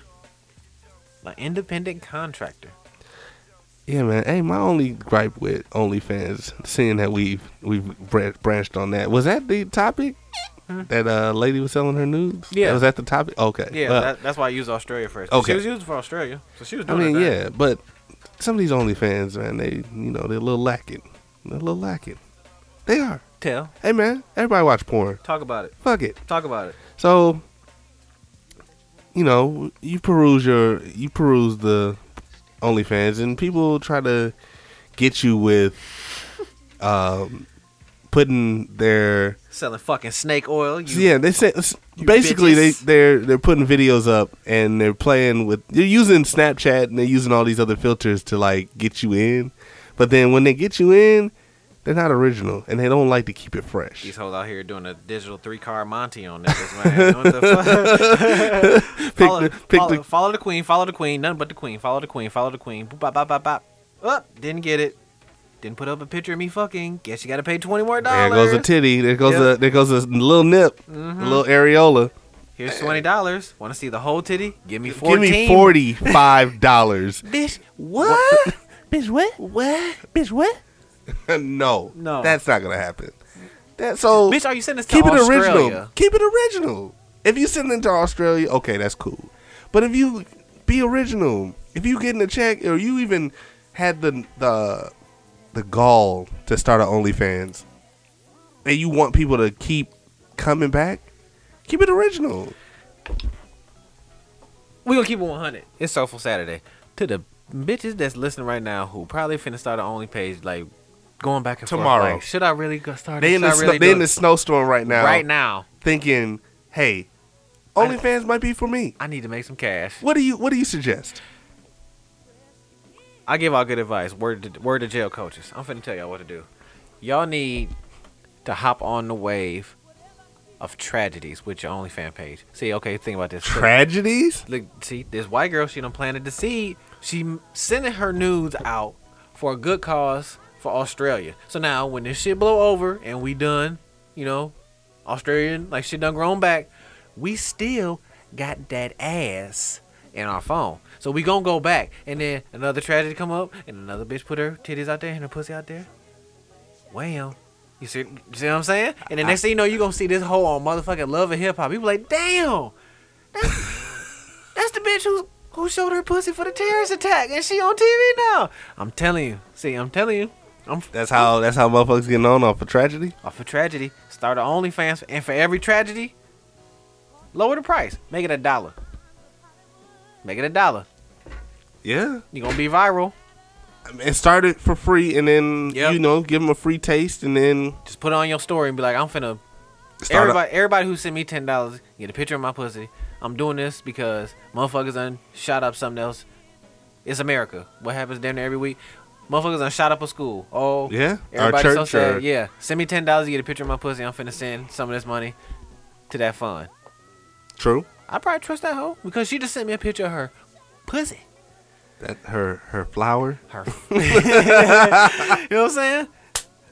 Speaker 1: Like independent contractor.
Speaker 2: yeah, man. Hey, my only gripe with OnlyFans, seeing that we've we've bran- branched on that, was that the topic that uh lady was selling her nudes.
Speaker 1: Hmm. Yeah.
Speaker 2: That was that the topic? Okay.
Speaker 1: Yeah,
Speaker 2: Well,
Speaker 1: that, that's why I used Australia first.
Speaker 2: Okay.
Speaker 1: She was used for Australia. So she was
Speaker 2: I
Speaker 1: doing
Speaker 2: mean,
Speaker 1: her thing.
Speaker 2: yeah, but some of these OnlyFans, man, they you know they're a little lacking. They're a little lacking. They are.
Speaker 1: Tell.
Speaker 2: Hey, man, everybody watch porn.
Speaker 1: Talk about it.
Speaker 2: Fuck it.
Speaker 1: Talk about it.
Speaker 2: So, you know, you peruse your, you peruse the OnlyFans, and people try to get you with, um, putting their
Speaker 1: Selling fucking snake oil. You,
Speaker 2: yeah. They say basically they
Speaker 1: bitches.
Speaker 2: they're they're putting videos up and they're playing with they're using Snapchat and they're using all these other filters to like get you in, but then when they get you in, they're not original and they don't like to keep it fresh.
Speaker 1: These hoes out here doing a digital three car Monty on niggas, man. What the fuck? follow,
Speaker 2: the- pick
Speaker 1: follow,
Speaker 2: the-
Speaker 1: follow the queen, follow the queen, nothing but the queen, follow the queen, follow the queen. Boop, bop, bop, bop, bop. Up, Oh, didn't get it. Didn't put up a picture of me fucking. Guess you got to pay twenty more
Speaker 2: There
Speaker 1: dollars.
Speaker 2: goes a titty. There goes
Speaker 1: Yep. Mm-hmm.
Speaker 2: a there goes a little nip, a little areola.
Speaker 1: Here's twenty dollars. Want to see the whole titty? Give me
Speaker 2: Give
Speaker 1: fourteen.
Speaker 2: me forty five dollars.
Speaker 1: Bitch, what?
Speaker 2: Bitch, what?
Speaker 1: what? Bitch, what?
Speaker 2: no,
Speaker 1: No.
Speaker 2: that's not gonna happen. That so
Speaker 1: Bitch, are you sending this to
Speaker 2: keep it
Speaker 1: Australia?
Speaker 2: original. Keep it original. If you send it to Australia, okay, that's cool. But if you be original, if you getting a check or you even had the the the gall to start an OnlyFans, and you want people to keep coming back, keep it original.
Speaker 1: We gonna keep it 100. It's Soulful Saturday. To the bitches that's listening right now, who probably finna start an only page, like going back and
Speaker 2: Tomorrow.
Speaker 1: Forth, like, should I really go start?
Speaker 2: They
Speaker 1: it? Should
Speaker 2: in the
Speaker 1: I really
Speaker 2: sno- they
Speaker 1: do
Speaker 2: in the
Speaker 1: it?
Speaker 2: snowstorm right now,
Speaker 1: right now.
Speaker 2: thinking, hey, OnlyFans might be for me.
Speaker 1: I need to make some cash.
Speaker 2: What do you What do you suggest?
Speaker 1: I give out good advice. Word to, word to jail coaches. I'm finna tell y'all what to do. Y'all need to hop on the wave of tragedies with your OnlyFans page. See, okay, think about this. So-
Speaker 2: Tragedies?
Speaker 1: Look, see, this white girl, she done planted the seed. She m- sending her nudes out for a good cause for Australia. So now, when this shit blow over and we done, you know, Australian, like shit done grown back, we still got that ass in our phone. So we gonna go back. And then another tragedy come up and another bitch put her titties out there and her pussy out there. Wham. You see, you see what I'm saying? And the next thing you know, you gonna see this whole on motherfucking love and hip hop. You be like, damn. That's the bitch who who showed her pussy for the terrorist attack, and she on TV now. I'm telling you. See, I'm telling you. I'm f-
Speaker 2: That's how That's how motherfuckers getting on off a tragedy.
Speaker 1: off a tragedy. Start an OnlyFans, and for every tragedy, lower the price. Make it a dollar. Make it a dollar.
Speaker 2: Yeah,
Speaker 1: You gonna be viral.
Speaker 2: I mean, start it for free, and then
Speaker 1: Yep.
Speaker 2: you know, give them a free taste, and then
Speaker 1: Just put it on your story and be like, I'm finna.
Speaker 2: start
Speaker 1: everybody, everybody who sent me ten dollars, get a picture of my pussy. I'm doing this because motherfuckers done shot up something else. It's America. What happens down there every week? Motherfuckers done shot up a school. Oh,
Speaker 2: Yeah, our
Speaker 1: Everybody so
Speaker 2: church
Speaker 1: sad.
Speaker 2: or-
Speaker 1: Yeah, send me ten dollars. You get a picture of my pussy. I'm finna send some of this money to that fund.
Speaker 2: A, true.
Speaker 1: I probably trust that hoe because she just sent me a picture of her pussy.
Speaker 2: That her her flower.
Speaker 1: Her. you know what I'm saying?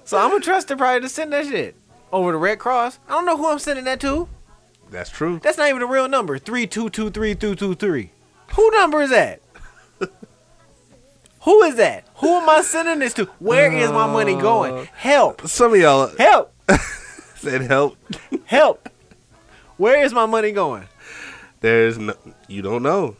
Speaker 1: So I'm gonna trust her probably to send that shit over the Red Cross. I don't know who I'm sending that to.
Speaker 2: That's true.
Speaker 1: That's not even a real number. Three two two three two two three. Who number is that? Who is that? Who am I sending this to? Where is my money going? Help!
Speaker 2: Some of y'all
Speaker 1: Help!
Speaker 2: said help.
Speaker 1: Help! Where is my money going?
Speaker 2: There's no, you don't know.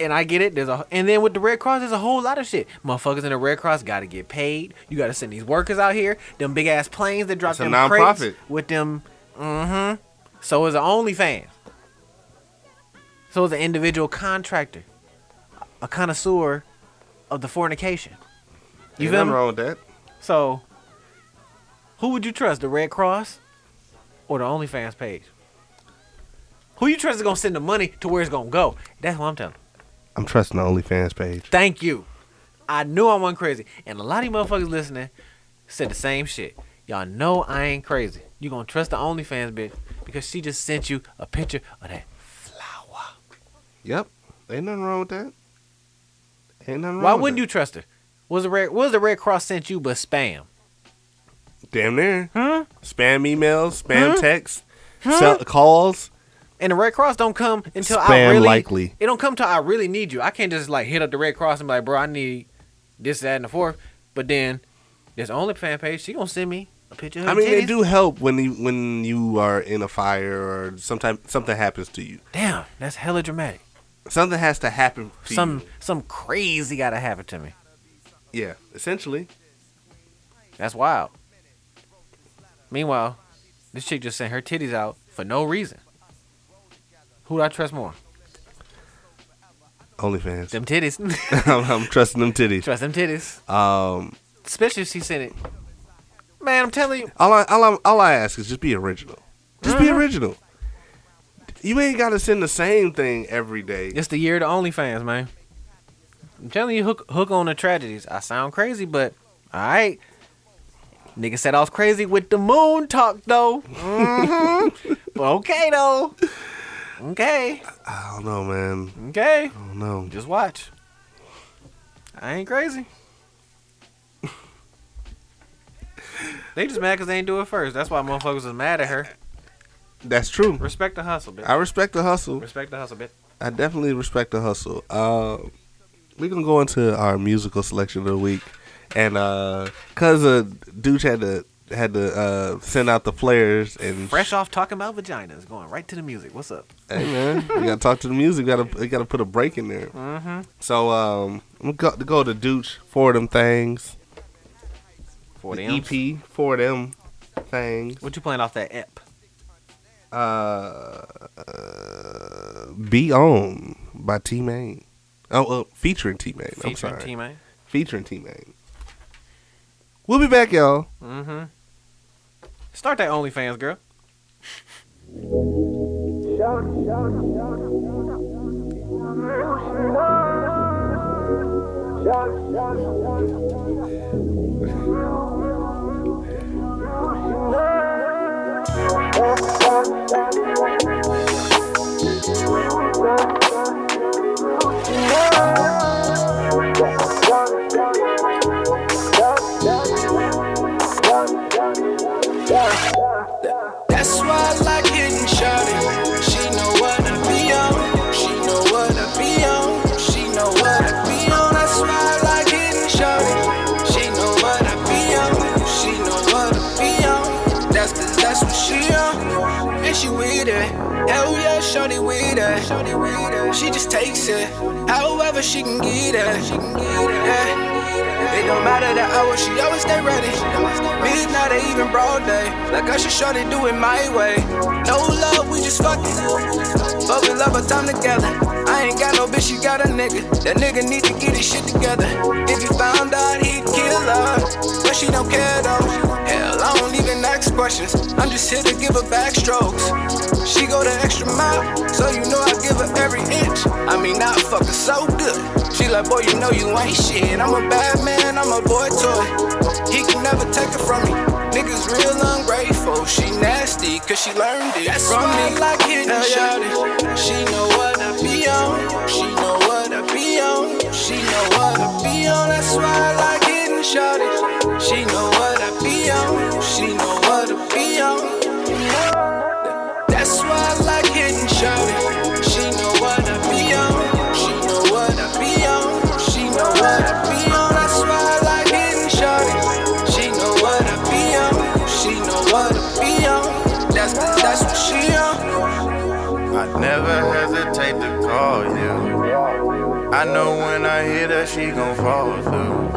Speaker 1: And I get it. There's a and then with the Red Cross, there's a whole lot of shit. Motherfuckers in the Red Cross got to get paid. You got to send these workers out here. Them big ass planes that drop
Speaker 2: It's a
Speaker 1: them
Speaker 2: nonprofit.
Speaker 1: crates with them. Mm-hmm. So is an OnlyFans. So is an individual contractor, a connoisseur of the fornication. You feel
Speaker 2: Ain't nothing
Speaker 1: me?
Speaker 2: wrong with that?
Speaker 1: So, who would you trust, the Red Cross or the OnlyFans page? Who you trust is gonna send the money to where it's gonna go? That's what I'm telling. you.
Speaker 2: I'm trusting the OnlyFans page.
Speaker 1: Thank you. I knew I wasn't crazy, and a lot of you motherfuckers listening said the same shit. Y'all know I ain't crazy. You gonna trust the OnlyFans bitch because she just sent you a picture of that flower?
Speaker 2: Yep. Ain't nothing wrong with that. Ain't nothing.
Speaker 1: Why wouldn't you trust her? Was the Red Was the Red Cross sent you but spam?
Speaker 2: you? Damn near.
Speaker 1: Huh?
Speaker 2: Spam emails, spam texts, sell- calls.
Speaker 1: And the Red Cross don't come until I
Speaker 2: Spam
Speaker 1: really
Speaker 2: likely.
Speaker 1: It don't come till I really need you. I can't just like hit up the Red Cross and be like, bro, I need this, that, and the fourth. But then this OnlyFans page, she gonna send me a picture. Of her
Speaker 2: I mean, they
Speaker 1: titties.
Speaker 2: do help when you when you are in a fire or sometime something happens to you.
Speaker 1: Damn, that's hella dramatic.
Speaker 2: Something has to happen. To
Speaker 1: Some some crazy gotta happen to me.
Speaker 2: you. yeah, essentially.
Speaker 1: That's wild. Meanwhile, this chick just sent her titties out for no reason. Who do I trust more?
Speaker 2: OnlyFans.
Speaker 1: Them titties.
Speaker 2: I'm, I'm trusting them titties.
Speaker 1: trust them titties.
Speaker 2: Um,
Speaker 1: Especially if she sent it. Man, I'm telling you.
Speaker 2: all I all I, all I ask is just be original. Just be original. You ain't got to send the same thing every day.
Speaker 1: It's the year of the OnlyFans, man. I'm telling you, hook hook on the tragedies. I sound crazy, but all right. Nigga said I was crazy with the moon talk though. Mhm. but okay though. Okay,
Speaker 2: I don't know, man.
Speaker 1: okay.
Speaker 2: I don't know.
Speaker 1: Just watch. I ain't crazy. They just mad because they ain't do it first. That's why motherfuckers is mad at her.
Speaker 2: That's true.
Speaker 1: Respect the hustle, bitch.
Speaker 2: I respect the hustle.
Speaker 1: Respect the hustle, bitch.
Speaker 2: I definitely respect the hustle. Uh, we're gonna go into our musical selection of the week, and uh, cause uh, Dooch had to had to uh, send out the flares and
Speaker 1: Fresh off talking about vaginas, going right to the music. What's up?
Speaker 2: Hey man, we gotta talk to the music. Gotta we gotta put a break in there. So um, I'm gonna go, go to Dooch for them things.
Speaker 1: For
Speaker 2: the E
Speaker 1: them.
Speaker 2: EP for them things.
Speaker 1: What you playing off that E EP?
Speaker 2: Uh, Be on by T Main. Oh, uh, featuring T Main. I'm sorry.
Speaker 1: T-Man.
Speaker 2: featuring T Main. We'll be back, y'all.
Speaker 1: Mm-hmm. Start that OnlyFans, girl.
Speaker 3: That's why I like hitting Shawty. She know what I be on. She know what I be on. She know what I be on. That's why I like hitting Shawty. She know what I be on. She know what I be on. That's 'cause that's what she on. And she with it. Hell yeah, Shawty with it. Shawty with it. She just takes it. However she can get it. She can get it. Yeah. It don't matter the hour, she always stay ready. Midnight or even broad day. Like I should shorty do it my way. No love, we just fucking. But we love our time together. I ain't got no bitch, she got a nigga. That nigga need to get his shit together. If you found out, he'd kill her. But she don't care though. Hell, I don't even ask questions. I'm just here to give her backstrokes. She go the extra mile, so you know I give her every inch. I mean, I fuck her so good. She like, boy, you know you ain't shit. I'm a bad man, I'm a boy toy. He can never take it from me. Niggas real ungrateful. She nasty, cause she learned it from me. Like hitting shouty. She know what I be on. She know what I be on. She know what I be on. That's why I like hitting shouty. She know what I be on. She know what I be on. That's why I like hitting Shawty. She know what I be on. She know what I be on. She know what I be on. That's why I like hitting Shawty. She know what I be on. She know what I be on. That's that's what she on.
Speaker 4: I never hesitate to call you. I know when I hit her, she gon' fall through.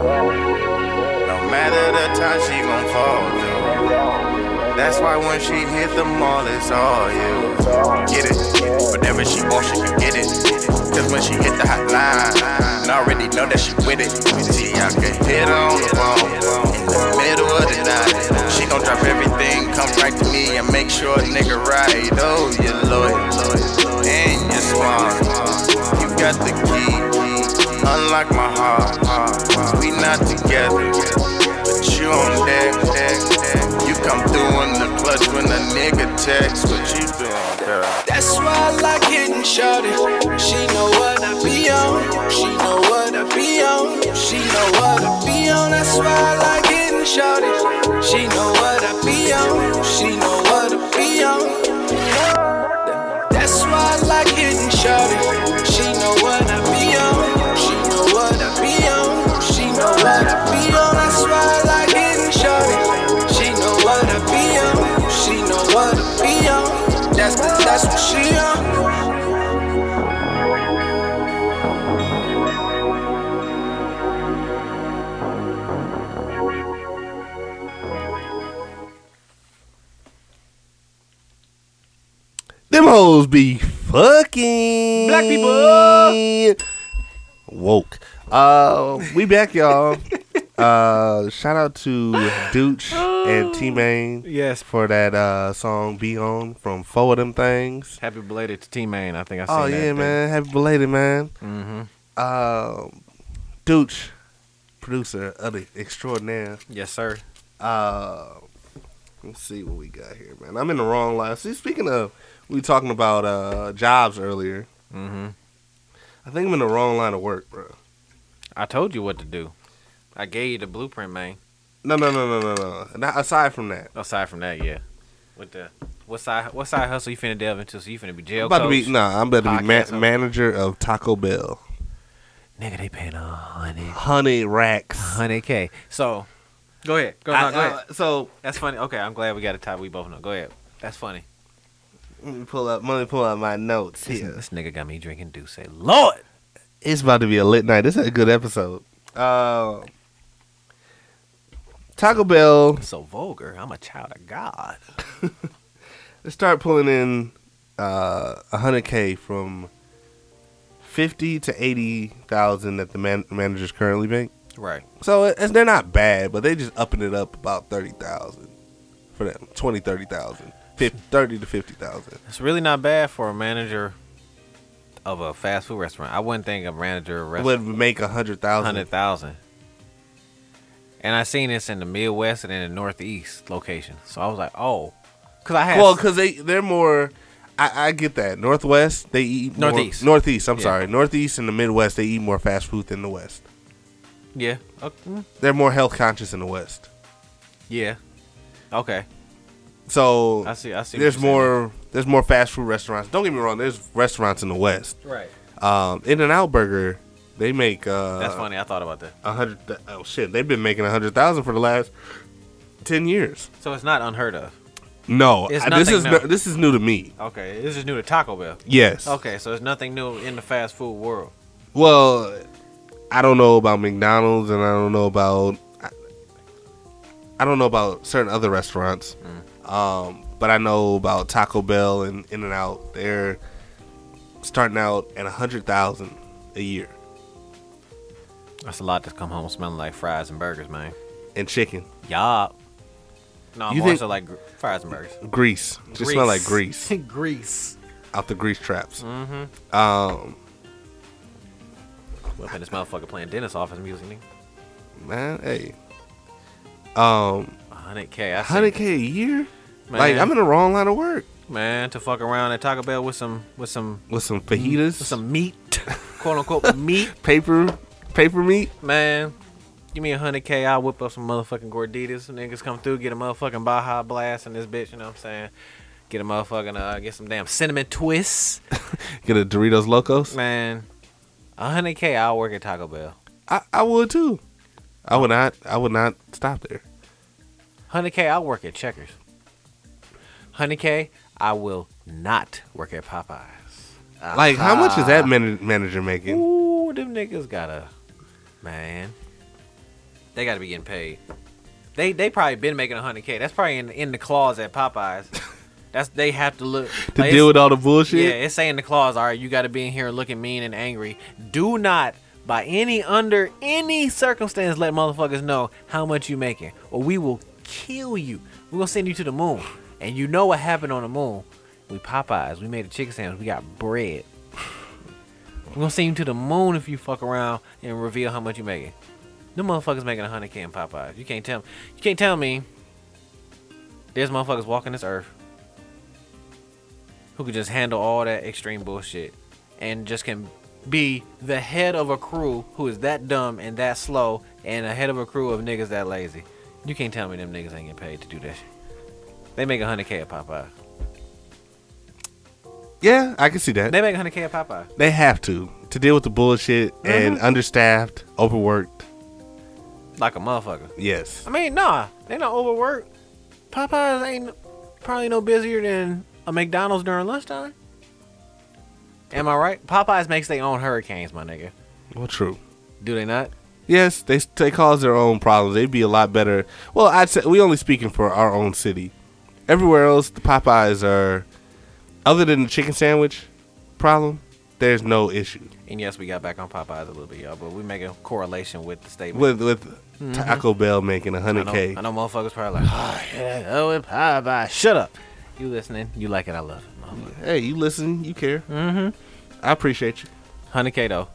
Speaker 4: No matter the time, she gon' fall through. That's why when she hit the mall, it's all you. Get it? Whatever she wants, she can get it. Cause when she hit the hotline, I already know that she with it. See, I can hit her on the phone. In the middle of the night, she gon' drop everything, come right to me and make sure a nigga right. Oh, you loyal, and you smart. You got the key, unlock my heart. We not together, but you on deck. You come through in the clutch when a nigga texts. What you doing, girl?
Speaker 3: That's why I like hitting shorty. She know what I be on. She know what I be on. She know what I be on. That's why I like hitting shorty. She know what I be on. She know what I be on. That's why I like hitting shorty. She know what I be on. She know what I be on. She know what I be on. That's why I like hitting shorty. She know what I be on. She know what I be on. That's that's what she on.
Speaker 2: Them hoes be fucking
Speaker 1: Black people.
Speaker 2: woke. Uh, we back, y'all. uh, shout out to Dooch and T Main
Speaker 1: Yes.
Speaker 2: for that uh song "Be On" from Four of Them Things.
Speaker 1: Happy belated to T-Man. I think I seen
Speaker 2: Oh
Speaker 1: that.
Speaker 2: yeah, man! Happy belated, man.
Speaker 1: Mm-hmm.
Speaker 2: Um, Dooch, producer of the extraordinaire.
Speaker 1: Yes, sir.
Speaker 2: Uh, let's see what we got here, man. I'm in the wrong line. See, speaking of, we were talking about uh, jobs earlier.
Speaker 1: Mm-hmm.
Speaker 2: I think I'm in the wrong line of work, bro.
Speaker 1: I told you what to do. I gave you the blueprint, man.
Speaker 2: No, no, no, no, no, no. Not aside from that.
Speaker 1: Aside from that, yeah. What the what side what side hustle you finna delve into? So you finna be jail
Speaker 2: I'm about to be
Speaker 1: coach?
Speaker 2: no. I'm about to be
Speaker 1: podcast
Speaker 2: ma-
Speaker 1: host.
Speaker 2: manager of Taco Bell.
Speaker 1: Nigga, they paying a hundred
Speaker 2: Honey racks.
Speaker 1: hundred k. So uh, go ahead, go,
Speaker 2: I-
Speaker 1: no, go
Speaker 2: I-
Speaker 1: ahead.
Speaker 2: so
Speaker 1: That's funny. Okay, I'm glad we got a tie. We both know. Go ahead. That's funny.
Speaker 2: let me pull up. Let me pull up my notes
Speaker 1: This,
Speaker 2: here.
Speaker 1: this nigga got me drinking Douce. Lord.
Speaker 2: It's about to be a lit night. This is a good episode. Uh, Taco Bell.
Speaker 1: So vulgar. I'm a child of God.
Speaker 2: Let's start pulling in uh, 100k from 50 to 80,000 that the man- managers currently make.
Speaker 1: Right.
Speaker 2: So it- it's, they're not bad, but they just upping it up about 30,000 for them. 20, 30,000. Fif- 30 to 50,000.
Speaker 1: It's really not bad for a manager of a fast food restaurant. I wouldn't think a manager of a restaurant
Speaker 2: Would make 100,000.
Speaker 1: hundred thousand. And I seen this in the Midwest and in the Northeast location. So I was like, oh, because I had
Speaker 2: Well, because they, they're more. I, I get that. Northwest, they eat. more-
Speaker 1: Northeast.
Speaker 2: Northeast, I'm
Speaker 1: Yeah.
Speaker 2: sorry. Northeast and the Midwest, they eat more fast food than the West.
Speaker 1: yeah, okay.
Speaker 2: They're more health conscious in the West.
Speaker 1: yeah, okay.
Speaker 2: So
Speaker 1: I see. I see. what
Speaker 2: there's
Speaker 1: you're saying.
Speaker 2: more there's more fast food restaurants. Don't get me wrong, there's restaurants in the West.
Speaker 1: Right.
Speaker 2: Um, In and Out Burger, they make uh
Speaker 1: That's funny. I thought about that.
Speaker 2: a hundred th- oh shit, they've been making a hundred thousand for the last ten years.
Speaker 1: So it's not unheard of.
Speaker 2: No,
Speaker 1: It's
Speaker 2: I- this
Speaker 1: nothing
Speaker 2: is
Speaker 1: new.
Speaker 2: no- this is new to me.
Speaker 1: Okay, this is new to Taco Bell.
Speaker 2: Yes.
Speaker 1: Okay, so it's nothing new in the fast food world.
Speaker 2: Well, I don't know about McDonald's, and I don't know about I, I don't know about certain other restaurants,
Speaker 1: Mm.
Speaker 2: um, but I know about Taco Bell and In and Out. They're starting out at a hundred thousand a year
Speaker 1: That's a lot to come home smelling like fries and burgers, man.
Speaker 2: and chicken
Speaker 1: Yup. No, I'm
Speaker 2: You
Speaker 1: more
Speaker 2: think-
Speaker 1: so like gr- fries and burgers.
Speaker 2: grease. Just smell like grease
Speaker 1: grease.
Speaker 2: out the grease traps. Mm-hmm. Um,
Speaker 1: Well, this motherfucker playing dentist office music. nigga.
Speaker 2: man, hey, um,
Speaker 1: 100K. I
Speaker 2: hundred
Speaker 1: 100K.
Speaker 2: k a year.
Speaker 1: Man.
Speaker 2: Like I'm in the wrong line of work
Speaker 1: Man, to fuck around at Taco Bell with some with some
Speaker 2: with some fajitas,
Speaker 1: Mm-hmm. with some meat, quote unquote meat.
Speaker 2: paper paper meat.
Speaker 1: Man, give me 100K. I'll whip up some motherfucking gorditas. Some niggas come through, get a motherfucking Baja Blast in this bitch. You know what I'm saying? Get a motherfucking uh, get some damn cinnamon twists.
Speaker 2: Get a Doritos Locos.
Speaker 1: Man, 100K. I'll work at Taco Bell.
Speaker 2: I, I would too. I would not. I would not stop there.
Speaker 1: 100K, I'll work at Checkers. 100K, I will not work at Popeyes.
Speaker 2: Like, how much is that man- manager making?
Speaker 1: Ooh, them niggas gotta, man. They gotta be getting paid. They they probably been making 100K. That's probably in, in the clause at Popeyes. That's they have to look
Speaker 2: To
Speaker 1: like,
Speaker 2: deal
Speaker 1: it's-
Speaker 2: with all the
Speaker 1: Yeah,
Speaker 2: bullshit.
Speaker 1: it's saying the clause. All right, you got to be in here looking mean and angry. Do not, by any under any circumstance, let motherfuckers know how much you making, or we will kill you. We're gonna send you to the moon, and you know what happened on the moon? We Popeyes. We made a chicken sandwich. We got bread. We're gonna send you to the moon if you fuck around and reveal how much you making. Them motherfuckers making a hundred k in Popeyes. You can't tell. You can't tell me. There's motherfuckers walking this earth who could just handle all that extreme bullshit and just can be the head of a crew who is that dumb and that slow and a head of a crew of niggas that lazy. You can't tell me them niggas ain't getting paid to do that shit. They make 100K at Popeye.
Speaker 2: Yeah, I can see that.
Speaker 1: They make 100K at Popeye.
Speaker 2: They have to to deal with the bullshit and
Speaker 1: Mm-hmm.
Speaker 2: understaffed, overworked.
Speaker 1: Like a motherfucker.
Speaker 2: Yes,
Speaker 1: I mean, nah, they not overworked. Popeyes ain't probably no busier than a McDonald's during lunchtime. Am I right? Popeyes makes their own hurricanes, my nigga.
Speaker 2: well, true.
Speaker 1: Do they not?
Speaker 2: Yes, they they cause their own problems. They'd be a lot better. Well, I'd say we only speaking for our own city. Everywhere else, the Popeyes are, other than the chicken sandwich problem, there's no issue.
Speaker 1: And yes, we got back on Popeyes a little bit, y'all, but we make a correlation with the statement.
Speaker 2: with with Taco Bell making a
Speaker 1: I
Speaker 2: hundred
Speaker 1: know,
Speaker 2: k.
Speaker 1: Mm-hmm. I know motherfuckers probably like, oh, yeah, oh, with Popeyes. Shut up. You listening? You like it? I love it. motherfucker.
Speaker 2: Hey, you listen, you care. Mm-hmm. I appreciate you.
Speaker 1: 100K though.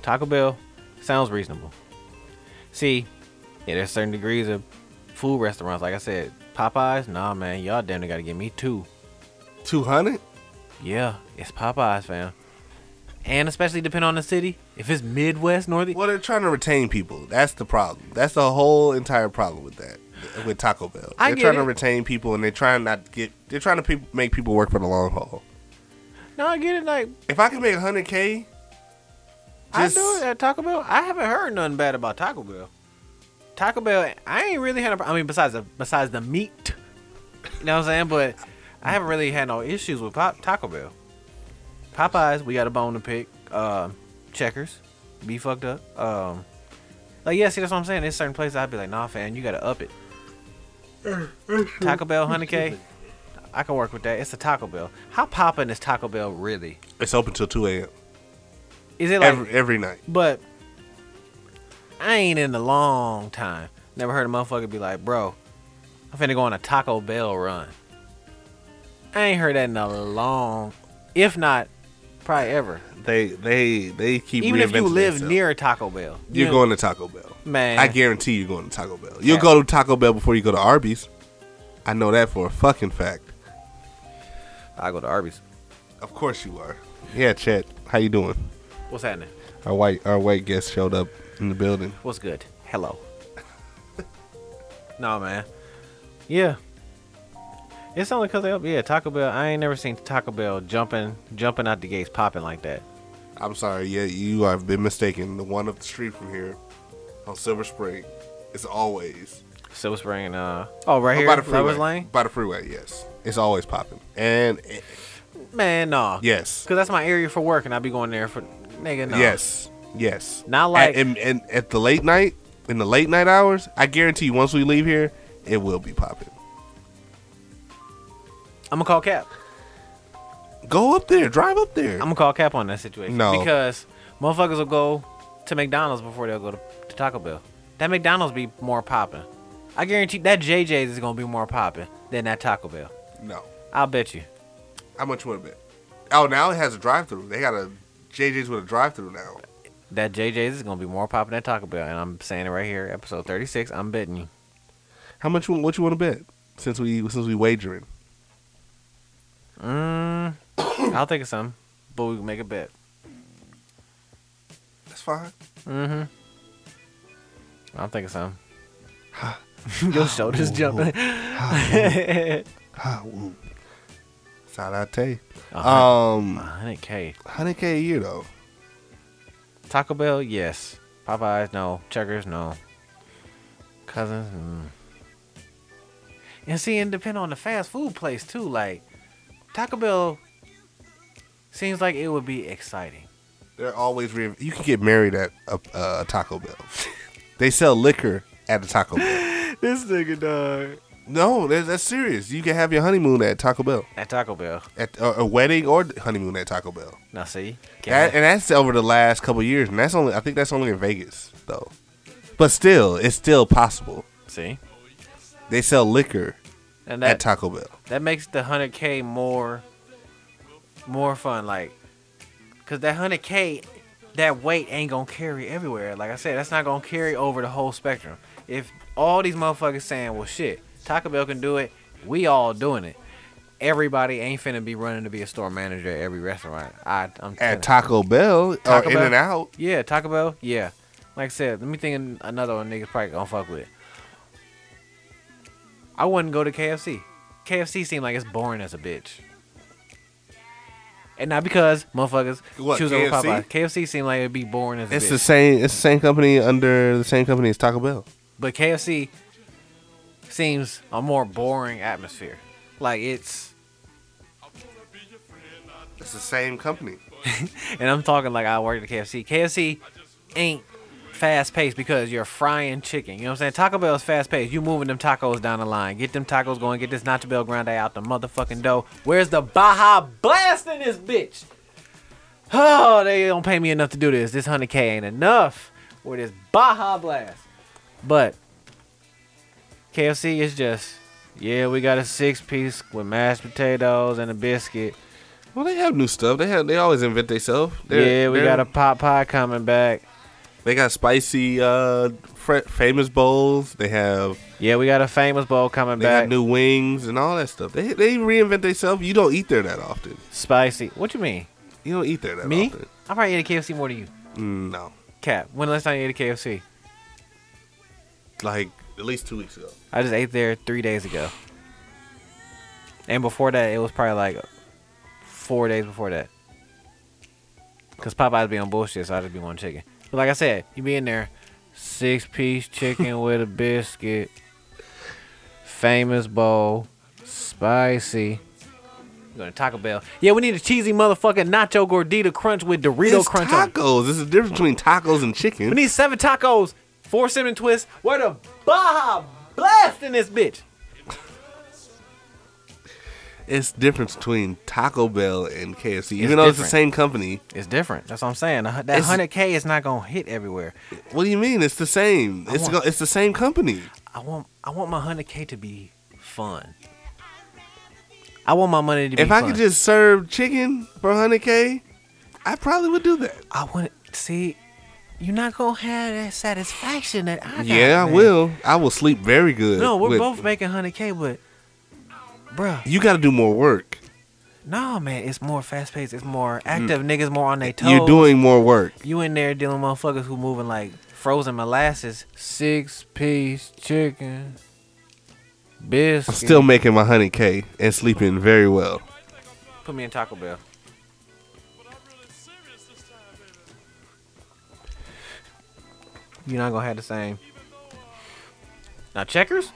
Speaker 1: Taco Bell sounds reasonable. See, yeah, there's certain degrees of food restaurants. Like I said, Popeyes, nah, man, y'all damn near gotta give me two.
Speaker 2: Two hundred.
Speaker 1: Yeah, it's Popeyes, fam. And especially depending on the city, If it's Midwest Northeast,
Speaker 2: Well, they're trying to retain people. That's the problem. That's the whole entire problem with that. With Taco Bell,
Speaker 1: I
Speaker 2: they're
Speaker 1: get
Speaker 2: trying to
Speaker 1: it.
Speaker 2: retain people, and they're trying not to get. They're trying to pe- make people work for the long haul.
Speaker 1: no, I get it. Like
Speaker 2: If I can make hundred k,
Speaker 1: I
Speaker 2: Just-
Speaker 1: do it at Taco Bell. I haven't heard nothing bad about Taco Bell. Taco Bell, I ain't really had. A, I mean, besides the besides the meat, you know what I'm saying. But I haven't really had no issues with Pop, Taco Bell. Popeyes, we got a bone to pick. Um, Checkers, be fucked up. Um, like yeah, see that's what I'm saying. There's certain places I'd be like, nah, fam, you gotta up it. Taco Bell, hundred k. I can work with that. It's a Taco Bell. How poppin' is Taco Bell really?
Speaker 2: it's open till two a.m.
Speaker 1: Is it like
Speaker 2: every every night.
Speaker 1: but I ain't in a long time. Never heard a motherfucker be like, bro, I'm finna go on a Taco Bell run. I ain't heard that in a long, if not, probably ever.
Speaker 2: They they they keep
Speaker 1: Even if you
Speaker 2: reinventing
Speaker 1: live
Speaker 2: themselves.
Speaker 1: near a Taco Bell,
Speaker 2: You're
Speaker 1: know-
Speaker 2: going to Taco Bell.
Speaker 1: Man.
Speaker 2: I guarantee you're going to Taco Bell. You'll
Speaker 1: Yeah.
Speaker 2: go to Taco Bell before you go to Arby's. I know that for a fucking fact.
Speaker 1: I go to Arby's.
Speaker 2: Of course you are. Yeah, Chet. How you doing?
Speaker 1: What's happening?
Speaker 2: Our white our white guest showed up in the building.
Speaker 1: What's good? Hello. no man. Yeah. It's only cause they up. Yeah, Taco Bell. I ain't never seen Taco Bell jumping, jumping out the gates, popping like that.
Speaker 2: I'm sorry. Yeah, you have been mistaken. The one up the street from here on Silver Spring is always
Speaker 1: Silver Spring and uh oh right
Speaker 2: Oh,
Speaker 1: here
Speaker 2: by the freeway.
Speaker 1: Flowers Lane.
Speaker 2: By the freeway, yes. It's always popping. And eh,
Speaker 1: Man, no.
Speaker 2: yes.
Speaker 1: Cause that's my area for work, and I be going there for nigga. No.
Speaker 2: Yes. Yes.
Speaker 1: Not
Speaker 2: At-
Speaker 1: like-
Speaker 2: and, and at the late night, in the late night hours, I guarantee you once we leave here, it will be popping.
Speaker 1: I'm gonna call Cap.
Speaker 2: Go up there, drive up there.
Speaker 1: I'm gonna call Cap on that situation.
Speaker 2: No.
Speaker 1: Because motherfuckers will go to McDonald's before they'll go to, to Taco Bell. That McDonald's be more popping. I guarantee that JJ's is gonna be more popping than that Taco Bell.
Speaker 2: no.
Speaker 1: I'll bet you.
Speaker 2: How much would it be? Oh, now it has a drive through. They got a JJ's with a drive through now.
Speaker 1: That JJ's is gonna be more popping than Taco Bell, and I'm saying it right here, episode 36. I'm betting you.
Speaker 2: How much? you- What you want to bet? Since we since we wagering,
Speaker 1: Mm, I'll think of some, but we can make a bet.
Speaker 2: that's fine.
Speaker 1: I'm thinking something. Your shoulders jumping.
Speaker 2: That's how I tell you.
Speaker 1: Uh,
Speaker 2: Um,
Speaker 1: 100K.
Speaker 2: hundred k a year though.
Speaker 1: Taco Bell, yes. Popeyes, no. Checkers, no. Cousins, mm. And see, and depend on the fast food place too. Like Taco Bell seems like it would be exciting.
Speaker 2: They're always re- you can get married at a, a Taco Bell. they sell liquor at a Taco Bell.
Speaker 1: This nigga dog
Speaker 2: No, that's, that's serious. You can have your honeymoon at Taco Bell,
Speaker 1: at Taco Bell.
Speaker 2: at uh, a, a wedding or honeymoon at Taco Bell.
Speaker 1: Now see,
Speaker 2: That, and that's over the last couple of years, and that's only I think that's only in Vegas though. But still, it's still possible.
Speaker 1: see,
Speaker 2: They sell liquor
Speaker 1: and
Speaker 2: at
Speaker 1: that
Speaker 2: Taco Bell.
Speaker 1: that makes the 100k more more fun like because that 100k that weight ain't gonna carry everywhere like i said that's not gonna carry over the whole spectrum if all these motherfuckers saying well shit taco bell can do it we all doing it everybody ain't finna be running to be a store manager at every restaurant i i'm telling-
Speaker 2: At Taco Bell
Speaker 1: Taco
Speaker 2: or Oh, In
Speaker 1: Bell?
Speaker 2: and Out,
Speaker 1: yeah taco bell yeah like i said let me think of another one niggas probably gonna fuck with i wouldn't go to kfc kfc seemed like it's boring as a bitch and not because motherfuckers
Speaker 2: What,
Speaker 1: choose over
Speaker 2: KFC?
Speaker 1: Popeyes. KFC seemed like it'd be boring as a
Speaker 2: it's
Speaker 1: bitch.
Speaker 2: the same. It's the same company under the same company as Taco Bell.
Speaker 1: but KFC seems a more boring atmosphere. Like it's,
Speaker 2: It's the same company.
Speaker 1: and I'm talking like I worked at KFC. KFC ain't fast paced because you're frying chicken. You know what I'm saying? Taco Bell is fast paced. You moving them tacos down the line. Get them tacos going. Get this Nacho Bell Grande out the motherfucking dough. Where's the Baja Blast in this bitch? Oh, they don't pay me enough to do this. This 100K ain't enough. Where this Baja Blast. But KFC is just, yeah, we got a six piece with mashed potatoes and a biscuit.
Speaker 2: Well, they have new stuff. They have. They always invent themselves.
Speaker 1: yeah, we got a pot pie coming back.
Speaker 2: They got spicy, uh, fr- famous bowls. They have.
Speaker 1: Yeah, we got a famous bowl coming
Speaker 2: They
Speaker 1: back.
Speaker 2: got new wings and all that stuff. They they reinvent themselves. You don't eat there that often.
Speaker 1: Spicy. What you mean?
Speaker 2: You don't eat there that
Speaker 1: Me?
Speaker 2: often. Mm,
Speaker 1: I probably eat a KFC more than you.
Speaker 2: No,
Speaker 1: Cap, when the last time you ate a KFC?
Speaker 2: like at least two weeks ago.
Speaker 1: I just ate there three days ago. And before that, it was probably like four days before that. Because Popeyes be on bullshit, so I just be wanting chicken. But like I said, you be in there, six piece chicken with a biscuit, famous bowl, spicy. We're going to Taco Bell. Yeah, we need a cheesy motherfucking nacho gordita crunch with Dorito
Speaker 2: it's
Speaker 1: crunch on it.
Speaker 2: tacos. There's a difference between tacos and
Speaker 1: We
Speaker 2: chicken.
Speaker 1: need seven tacos, four cinnamon twists. Where the Baja Blast in this bitch?
Speaker 2: It's difference between Taco Bell and KFC, even
Speaker 1: It's
Speaker 2: though it's the
Speaker 1: different.
Speaker 2: same company.
Speaker 1: It's different. That's what I'm saying. That
Speaker 2: It's-
Speaker 1: 100K is not gonna hit everywhere.
Speaker 2: What do you mean? It's the same.
Speaker 1: I
Speaker 2: It's
Speaker 1: want-
Speaker 2: go, it's the same company.
Speaker 1: I want I want my 100K to be fun. I want my money to be.
Speaker 2: If I
Speaker 1: fun.
Speaker 2: could just serve chicken for 100k, I probably would do that.
Speaker 1: I want see. You're not gonna have that satisfaction that I got.
Speaker 2: yeah, I
Speaker 1: man.
Speaker 2: will. I will sleep very good.
Speaker 1: No, we're
Speaker 2: with-
Speaker 1: both making 100K, but bruh,
Speaker 2: You got to do more work.
Speaker 1: no man, it's more fast paced. It's more
Speaker 2: Mm.
Speaker 1: active. Niggas more on their toes.
Speaker 2: You're doing more work.
Speaker 1: You in there dealing with motherfuckers who moving like frozen molasses, six piece chicken,
Speaker 2: I'm
Speaker 1: biscuit.
Speaker 2: still making my 100k and sleeping very well.
Speaker 1: put me in Taco Bell. You're not gonna have the same. Now checkers,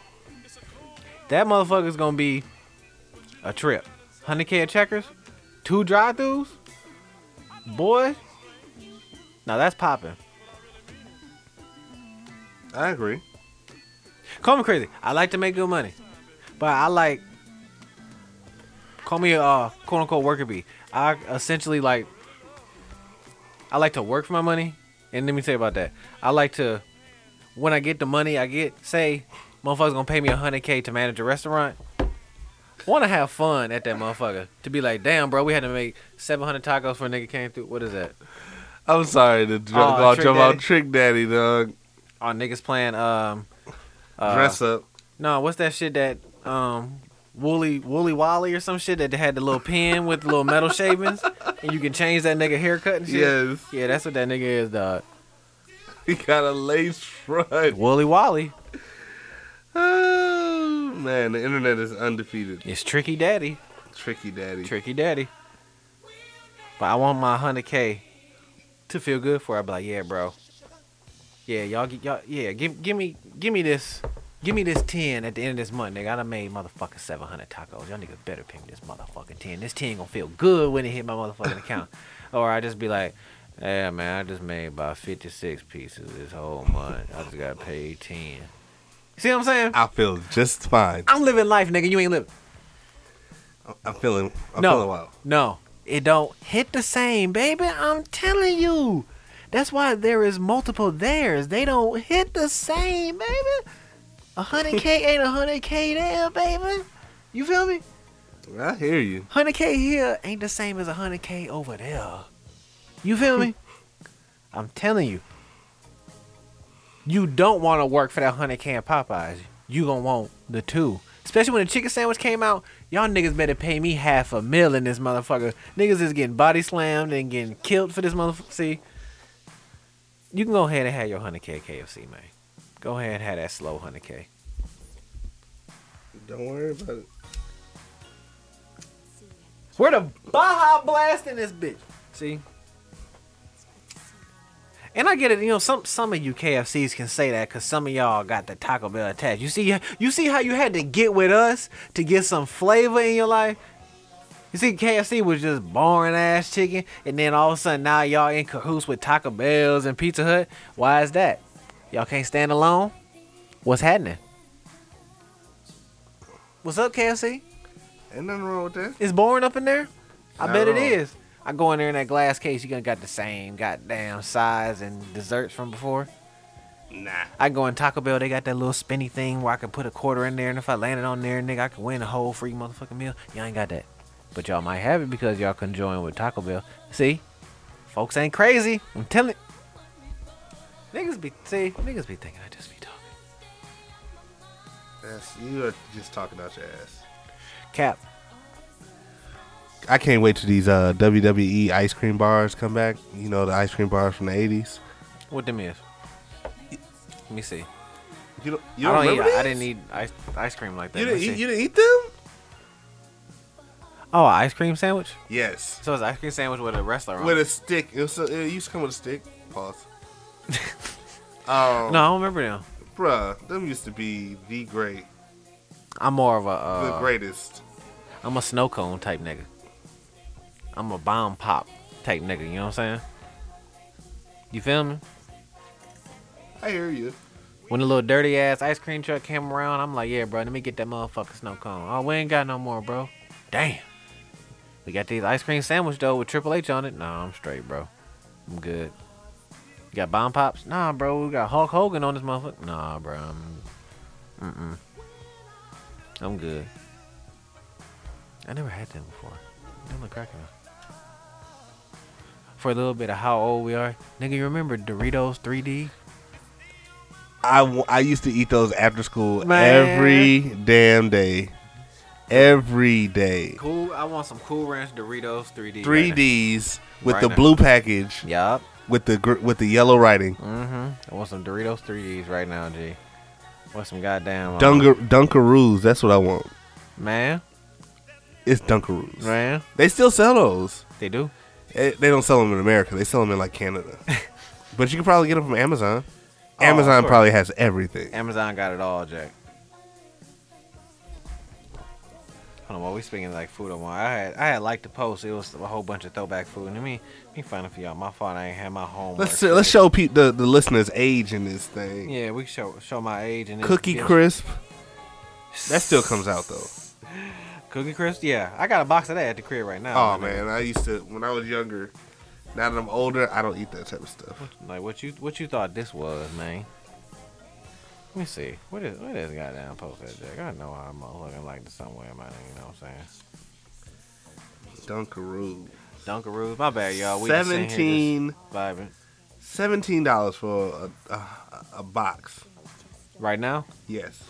Speaker 1: that motherfucker's gonna be a trip. Hundred k of checkers, two drive-throughs, boy. Now that's popping.
Speaker 2: I agree.
Speaker 1: Call me crazy. I like to make good money, but I like call me a uh, quote unquote worker bee. I essentially like I like to work for my money, and let me tell you about that. I like to when I get the money I get, say motherfuckers gonna pay me hundred k to manage a restaurant. Want to have fun at that motherfucker to be like, damn, bro, we had to make seven hundred tacos for a nigga came through. What is that?
Speaker 2: I'm sorry to jump
Speaker 1: Aw,
Speaker 2: out,
Speaker 1: Oh, Trick
Speaker 2: jump
Speaker 1: Daddy.
Speaker 2: out, Trick Daddy, dog.
Speaker 1: Our niggas playing um uh,
Speaker 2: Dress up.
Speaker 1: No, what's that shit that um Wooly Wooly Wally or some shit that had the little pin with the little metal shavings and you can change that nigga haircut and shit?
Speaker 2: Yes.
Speaker 1: Yeah, that's what that nigga is, dog.
Speaker 2: He got a lace front.
Speaker 1: Wooly Wally.
Speaker 2: Oh, man, the internet is undefeated.
Speaker 1: It's Tricky Daddy.
Speaker 2: Tricky Daddy.
Speaker 1: Tricky Daddy. But I want my 100K to feel good for. it. I'd be like, yeah, bro. Yeah, y'all, get- y'all, yeah, give, give me, give me this, give me this ten at the end of this month, nigga. I done made motherfucking seven hundred tacos. Y'all niggas better pay me this motherfucking ten. This ten gonna feel good when it hit my motherfucking account. or I just be like, yeah, man, I just made about fifty six pieces this whole month. I just got paid ten. See what I'm saying?
Speaker 2: I feel just fine.
Speaker 1: I'm living life, nigga. You ain't living.
Speaker 2: I'm feeling. I'm
Speaker 1: no,
Speaker 2: feeling wild.
Speaker 1: No, it don't hit the same, baby. I'm telling you. That's why there is multiple theirs. They don't hit the same, baby. A hundred K ain't a hundred K there, baby. You feel me?
Speaker 2: I hear you.
Speaker 1: Hundred K here ain't the same as a hundred K over there. You feel me? I'm telling you. You don't want to work for that hundred K in Popeyes. You gonna want the two. Especially when the chicken sandwich came out, y'all niggas better pay me half a mil in this motherfucker. Niggas is getting body slammed and getting killed for this motherfucker. See, you can go ahead and have your 100K KFC, man. Go ahead and have that slow 100K.
Speaker 2: Don't worry about it.
Speaker 1: Where the Baja Blast in this bitch? See? And I get it, you know, some some of you KFCs can say that because some of y'all got the Taco Bell attached. You see you see how you had to get with us to get some flavor in your life? You see, KFC was just boring ass chicken, and then all of a sudden now y'all in cahoots with Taco Bells and Pizza Hut. Why is that? Y'all can't stand alone? What's happening? What's up, KFC?
Speaker 2: Ain't nothing wrong with that.
Speaker 1: It's boring up in there. I
Speaker 2: Not
Speaker 1: bet it
Speaker 2: at all.
Speaker 1: is. I go in there in that glass case. You gonna got the same goddamn size and desserts from before.
Speaker 2: Nah.
Speaker 1: I go in Taco Bell. They got that little spinny thing where I can put a quarter in there, and if I landed on there, nigga, I could win a whole free motherfucking meal. Y'all ain't got that, but y'all might have it because y'all can join with Taco Bell. See, folks ain't crazy. I'm telling. Niggas be see, niggas be thinking I just be talking.
Speaker 2: That's you are just talking out your ass.
Speaker 1: Cap.
Speaker 2: I can't wait till these uh, WWE ice cream bars come back. You know the ice cream bars from the eighties.
Speaker 1: What them is? Let me see.
Speaker 2: You don't,
Speaker 1: I don't eat.
Speaker 2: remember
Speaker 1: I
Speaker 2: these?
Speaker 1: didn't eat ice, ice cream like that.
Speaker 2: You
Speaker 1: Let
Speaker 2: didn't,
Speaker 1: me
Speaker 2: eat,
Speaker 1: see.
Speaker 2: you didn't eat them?
Speaker 1: Oh, an ice cream sandwich.
Speaker 2: Yes.
Speaker 1: So it's an ice cream sandwich with a wrestler on.
Speaker 2: With
Speaker 1: it.
Speaker 2: a stick. It, was, it used to come with a stick. Pause. Oh,
Speaker 1: No, I don't remember them.
Speaker 2: bruh, them used to be the great,
Speaker 1: I'm more of a
Speaker 2: the
Speaker 1: uh,
Speaker 2: greatest.
Speaker 1: I'm a snow cone type nigga. I'm a bomb pop type nigga. You know what I'm saying? You feel me?
Speaker 2: I hear you.
Speaker 1: When the little dirty ass ice cream truck came around, I'm like, yeah, bro, let me get that motherfucker snow cone. Oh, we ain't got no more, bro. Damn. We got these ice cream sandwich though with Triple H on it. Nah, I'm straight, bro. I'm good. You got bomb pops? Nah, bro. We got Hulk Hogan on this motherfucker. Nah, bro. I'm, mm-mm. I'm good. I never had them before. Them look cracking. For a little bit of how old we are, nigga. You remember Doritos 3D?
Speaker 2: I, w- I used to eat those after school
Speaker 1: Man.
Speaker 2: every damn day. Every day.
Speaker 1: Cool. I want some Cool Ranch Doritos 3D.
Speaker 2: 3Ds with
Speaker 1: Right
Speaker 2: the
Speaker 1: now.
Speaker 2: blue package
Speaker 1: Yup.
Speaker 2: with the gr- with the yellow writing.
Speaker 1: Mm-hmm. I want some Doritos 3Ds right now, G. Want some goddamn uh,
Speaker 2: Dunker Dunkaroos, that's what I want.
Speaker 1: man,
Speaker 2: It's Dunkaroos.
Speaker 1: man.
Speaker 2: They still sell those.
Speaker 1: They do.
Speaker 2: Eh, They don't sell them in America. They sell them in like Canada. but you can probably get them from Amazon. Amazon
Speaker 1: Oh, course.
Speaker 2: probably has everything.
Speaker 1: Amazon got it all, Jack. Hold on, while we speaking like food on why I had I had liked the post. It was a whole bunch of throwback food. Let me let me find it for y'all. My fault. I ain't had my homework.
Speaker 2: Let's see- let's show pe- the the listeners age in this thing.
Speaker 1: Yeah, we can show show my age and this
Speaker 2: Cookie
Speaker 1: bitch.
Speaker 2: crisp. That still comes out though.
Speaker 1: Cookie crisp. Yeah, I got a box of that at the crib right now.
Speaker 2: Oh man, I used to when I was younger. Now that I'm older, I don't eat that type of stuff.
Speaker 1: Like what you what you thought this was, man? Let me see. What is what is goddamn post that Jack? I know I'm looking like this somewhere, man. You know what I'm
Speaker 2: Dunkaroo.
Speaker 1: saying? Dunkaroos. My bad, y'all. We just sitting here just
Speaker 2: 17
Speaker 1: vibing
Speaker 2: Seventeen dollars for a, a, a box.
Speaker 1: right now.
Speaker 2: Yes,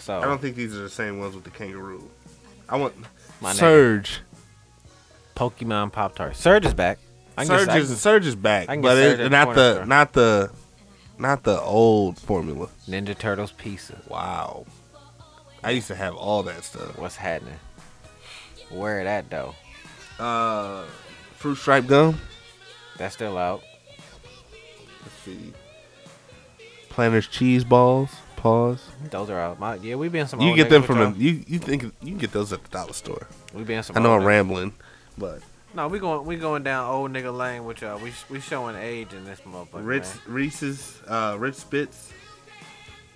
Speaker 1: So
Speaker 2: I don't think these are the same ones with the kangaroo. I want
Speaker 1: My nigga.
Speaker 2: Surge.
Speaker 1: Pokemon Pop Tart. Surge is back. I can
Speaker 2: Surge
Speaker 1: get, I
Speaker 2: is Surge is back,
Speaker 1: I can get
Speaker 2: but
Speaker 1: Surge at
Speaker 2: it's
Speaker 1: the
Speaker 2: not
Speaker 1: corner
Speaker 2: the
Speaker 1: store.
Speaker 2: not the not the old formula.
Speaker 1: can- Ninja Turtles pizza.
Speaker 2: Wow, I used to have all that stuff.
Speaker 1: What's happening? Where it at though?
Speaker 2: Uh, fruit stripe gum.
Speaker 1: That's still out.
Speaker 2: Let's see. Planters cheese balls. Pause.
Speaker 1: Those are out. My, yeah, we been some.
Speaker 2: You
Speaker 1: old
Speaker 2: get them
Speaker 1: niggas
Speaker 2: from
Speaker 1: with
Speaker 2: the you you think you can get those at the dollar store.
Speaker 1: y'all. We been some.
Speaker 2: I know
Speaker 1: old
Speaker 2: I'm
Speaker 1: niggas.
Speaker 2: rambling, but
Speaker 1: No, we going we going down old nigga lane with y'all. We we showing age in this motherfucker. man.
Speaker 2: Ritz Reese's uh, Ritz Bits.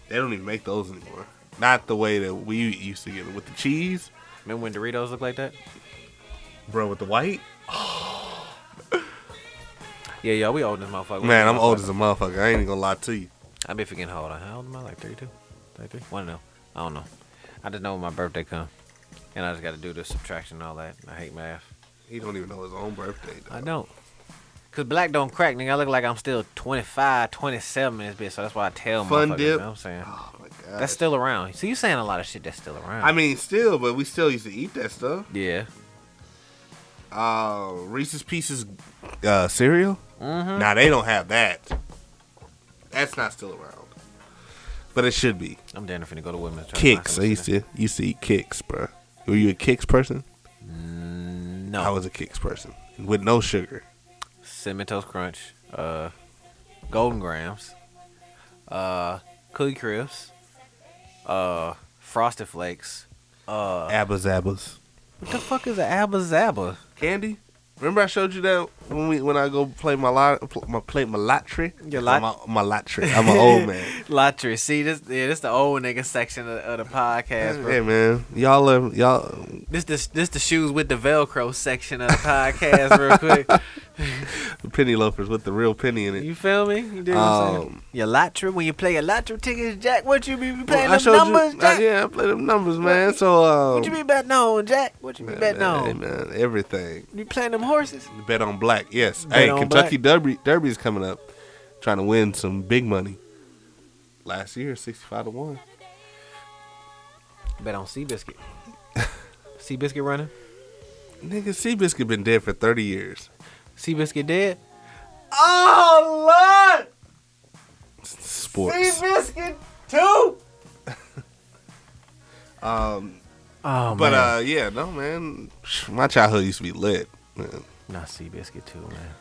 Speaker 2: They don't even make those anymore. Not the way that we used to get it with the cheese,
Speaker 1: Remember when Doritos looked like that?
Speaker 2: bro. With the white.
Speaker 1: Yeah, y'all, we old as motherfucker. We
Speaker 2: Man, I'm
Speaker 1: motherfucker.
Speaker 2: old as a motherfucker. I ain't even gonna lie to you.
Speaker 1: I be forgetting how old I am. How old am I? Like 32? 33? One of them. I don't know. I just know when my birthday come. And I just got to do the subtraction and all that. I hate math.
Speaker 2: He don't even know his own birthday.
Speaker 1: I
Speaker 2: dog.
Speaker 1: don't. Because black don't crack, nigga. I look like I'm still 25, 27 in this bitch. So that's why I tell
Speaker 2: Fun
Speaker 1: motherfuckers,
Speaker 2: dip.
Speaker 1: You know what I'm saying?
Speaker 2: Oh my god.
Speaker 1: That's still around. So you saying a lot of shit that's still around.
Speaker 2: I mean, still, but we still used to eat that stuff.
Speaker 1: yeah.
Speaker 2: Uh, Reese's Pieces uh, cereal. Mm-hmm. Now they don't have that. That's not still around, but it should be.
Speaker 1: I'm down to finna go to women's. try to find
Speaker 2: Kicks.
Speaker 1: some
Speaker 2: I used
Speaker 1: shit.
Speaker 2: to used to eat kicks, bro. Were you a kicks person?
Speaker 1: No.
Speaker 2: I was a kicks person with no sugar.
Speaker 1: cinnamon toast crunch, uh, golden grams, uh, cookie crisps, uh, frosted flakes. Uh,
Speaker 2: Abba Zabbas.
Speaker 1: what the fuck is an Abba Zabba?
Speaker 2: Candy. Remember I showed you that when we when I go play my lot pl- my play my lottery.
Speaker 1: Your lot-
Speaker 2: my, my lottery. I'm an old man.
Speaker 1: Lottery. See this? Yeah, this the old nigga section of, of the podcast, bro.
Speaker 2: Hey man, y'all uh, y'all
Speaker 1: This this this the shoes with the Velcro section of the podcast, real quick.
Speaker 2: penny loafers with the real penny in it.
Speaker 1: You feel me? You do what I'm saying?
Speaker 2: Um,
Speaker 1: Your lottery when you play your lottery tickets, Jack. What you be playing
Speaker 2: Well,
Speaker 1: them numbers,
Speaker 2: you,
Speaker 1: Jack?
Speaker 2: I, yeah, I play them numbers, man. So um,
Speaker 1: What you be betting on, Jack? What you be
Speaker 2: man,
Speaker 1: betting
Speaker 2: man,
Speaker 1: on?
Speaker 2: hey, man, everything.
Speaker 1: You playing them horses?
Speaker 2: Bet on black, yes.
Speaker 1: Bet
Speaker 2: hey,
Speaker 1: on
Speaker 2: Kentucky Derby Derby's coming up, trying to win some big money. Last year, sixty-five to one.
Speaker 1: Bet on Seabiscuit. Seabiscuit running?
Speaker 2: Nigga, Seabiscuit been dead for 30 years.
Speaker 1: Seabiscuit dead? Oh, Lord!
Speaker 2: Sports.
Speaker 1: Seabiscuit too?
Speaker 2: Um,
Speaker 1: Oh,
Speaker 2: but
Speaker 1: man.
Speaker 2: uh, yeah, no man. My childhood used to be lit. Man.
Speaker 1: Not Seabiscuit too, man.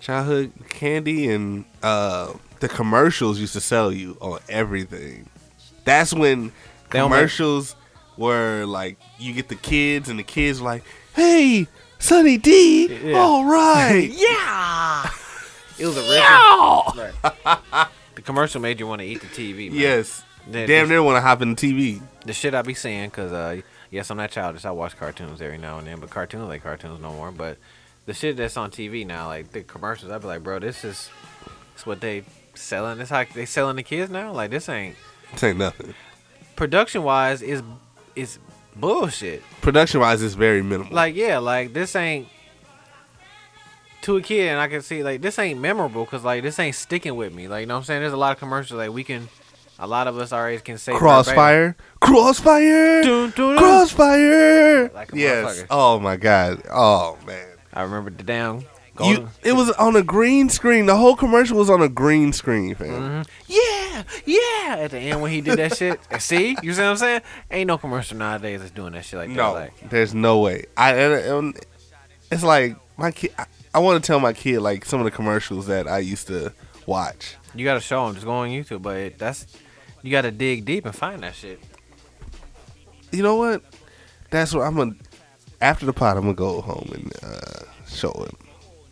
Speaker 2: Childhood candy and uh, the commercials used to sell you on everything. That's when
Speaker 1: They don't make-
Speaker 2: commercials were like you get the kids and the kids like, hey, Sonny D,
Speaker 1: Yeah.
Speaker 2: all right,
Speaker 1: Yeah! It was a real The commercial made you want to eat the TV, man.
Speaker 2: yes.
Speaker 1: That
Speaker 2: Damn
Speaker 1: is-
Speaker 2: near want to hop in the TV.
Speaker 1: The shit I be seeing, because, uh, yes, I'm not childish. I watch cartoons every now and then, but cartoons ain't cartoons no more. But the shit that's on TV now, like the commercials, I be like, bro, this is it's what they selling. This how they selling the kids now? Like, this ain't.
Speaker 2: This ain't nothing.
Speaker 1: Production wise, is is bullshit.
Speaker 2: Production wise, it's very minimal.
Speaker 1: like yeah, like this ain't to a kid, and I can see like this ain't memorable because like this ain't sticking with me. Like you know what I'm saying? There's a lot of commercials like we can, a lot of us already can say verbatim.
Speaker 2: Crossfire. Crossfire.
Speaker 1: Dun, dun, dun.
Speaker 2: Crossfire.
Speaker 1: Like a
Speaker 2: yes.
Speaker 1: motherfucker.
Speaker 2: Oh my god. Oh man.
Speaker 1: I remember the down.
Speaker 2: You, it was on a green screen. The whole commercial was on a green screen, fam.
Speaker 1: yeah, yeah. At the end when he did that shit, see, you see what I'm saying? Ain't no commercial nowadays that's doing that shit like that.
Speaker 2: No,
Speaker 1: Like,
Speaker 2: there's no way. I. and- and It's like my kid. I, I want to tell my kid like some of the commercials that I used to watch.
Speaker 1: you gotta show them. Just go on YouTube, but it, that's you gotta dig deep and find that shit.
Speaker 2: You know what? That's what I'm gonna. After the pot, I'm gonna go home and uh, show him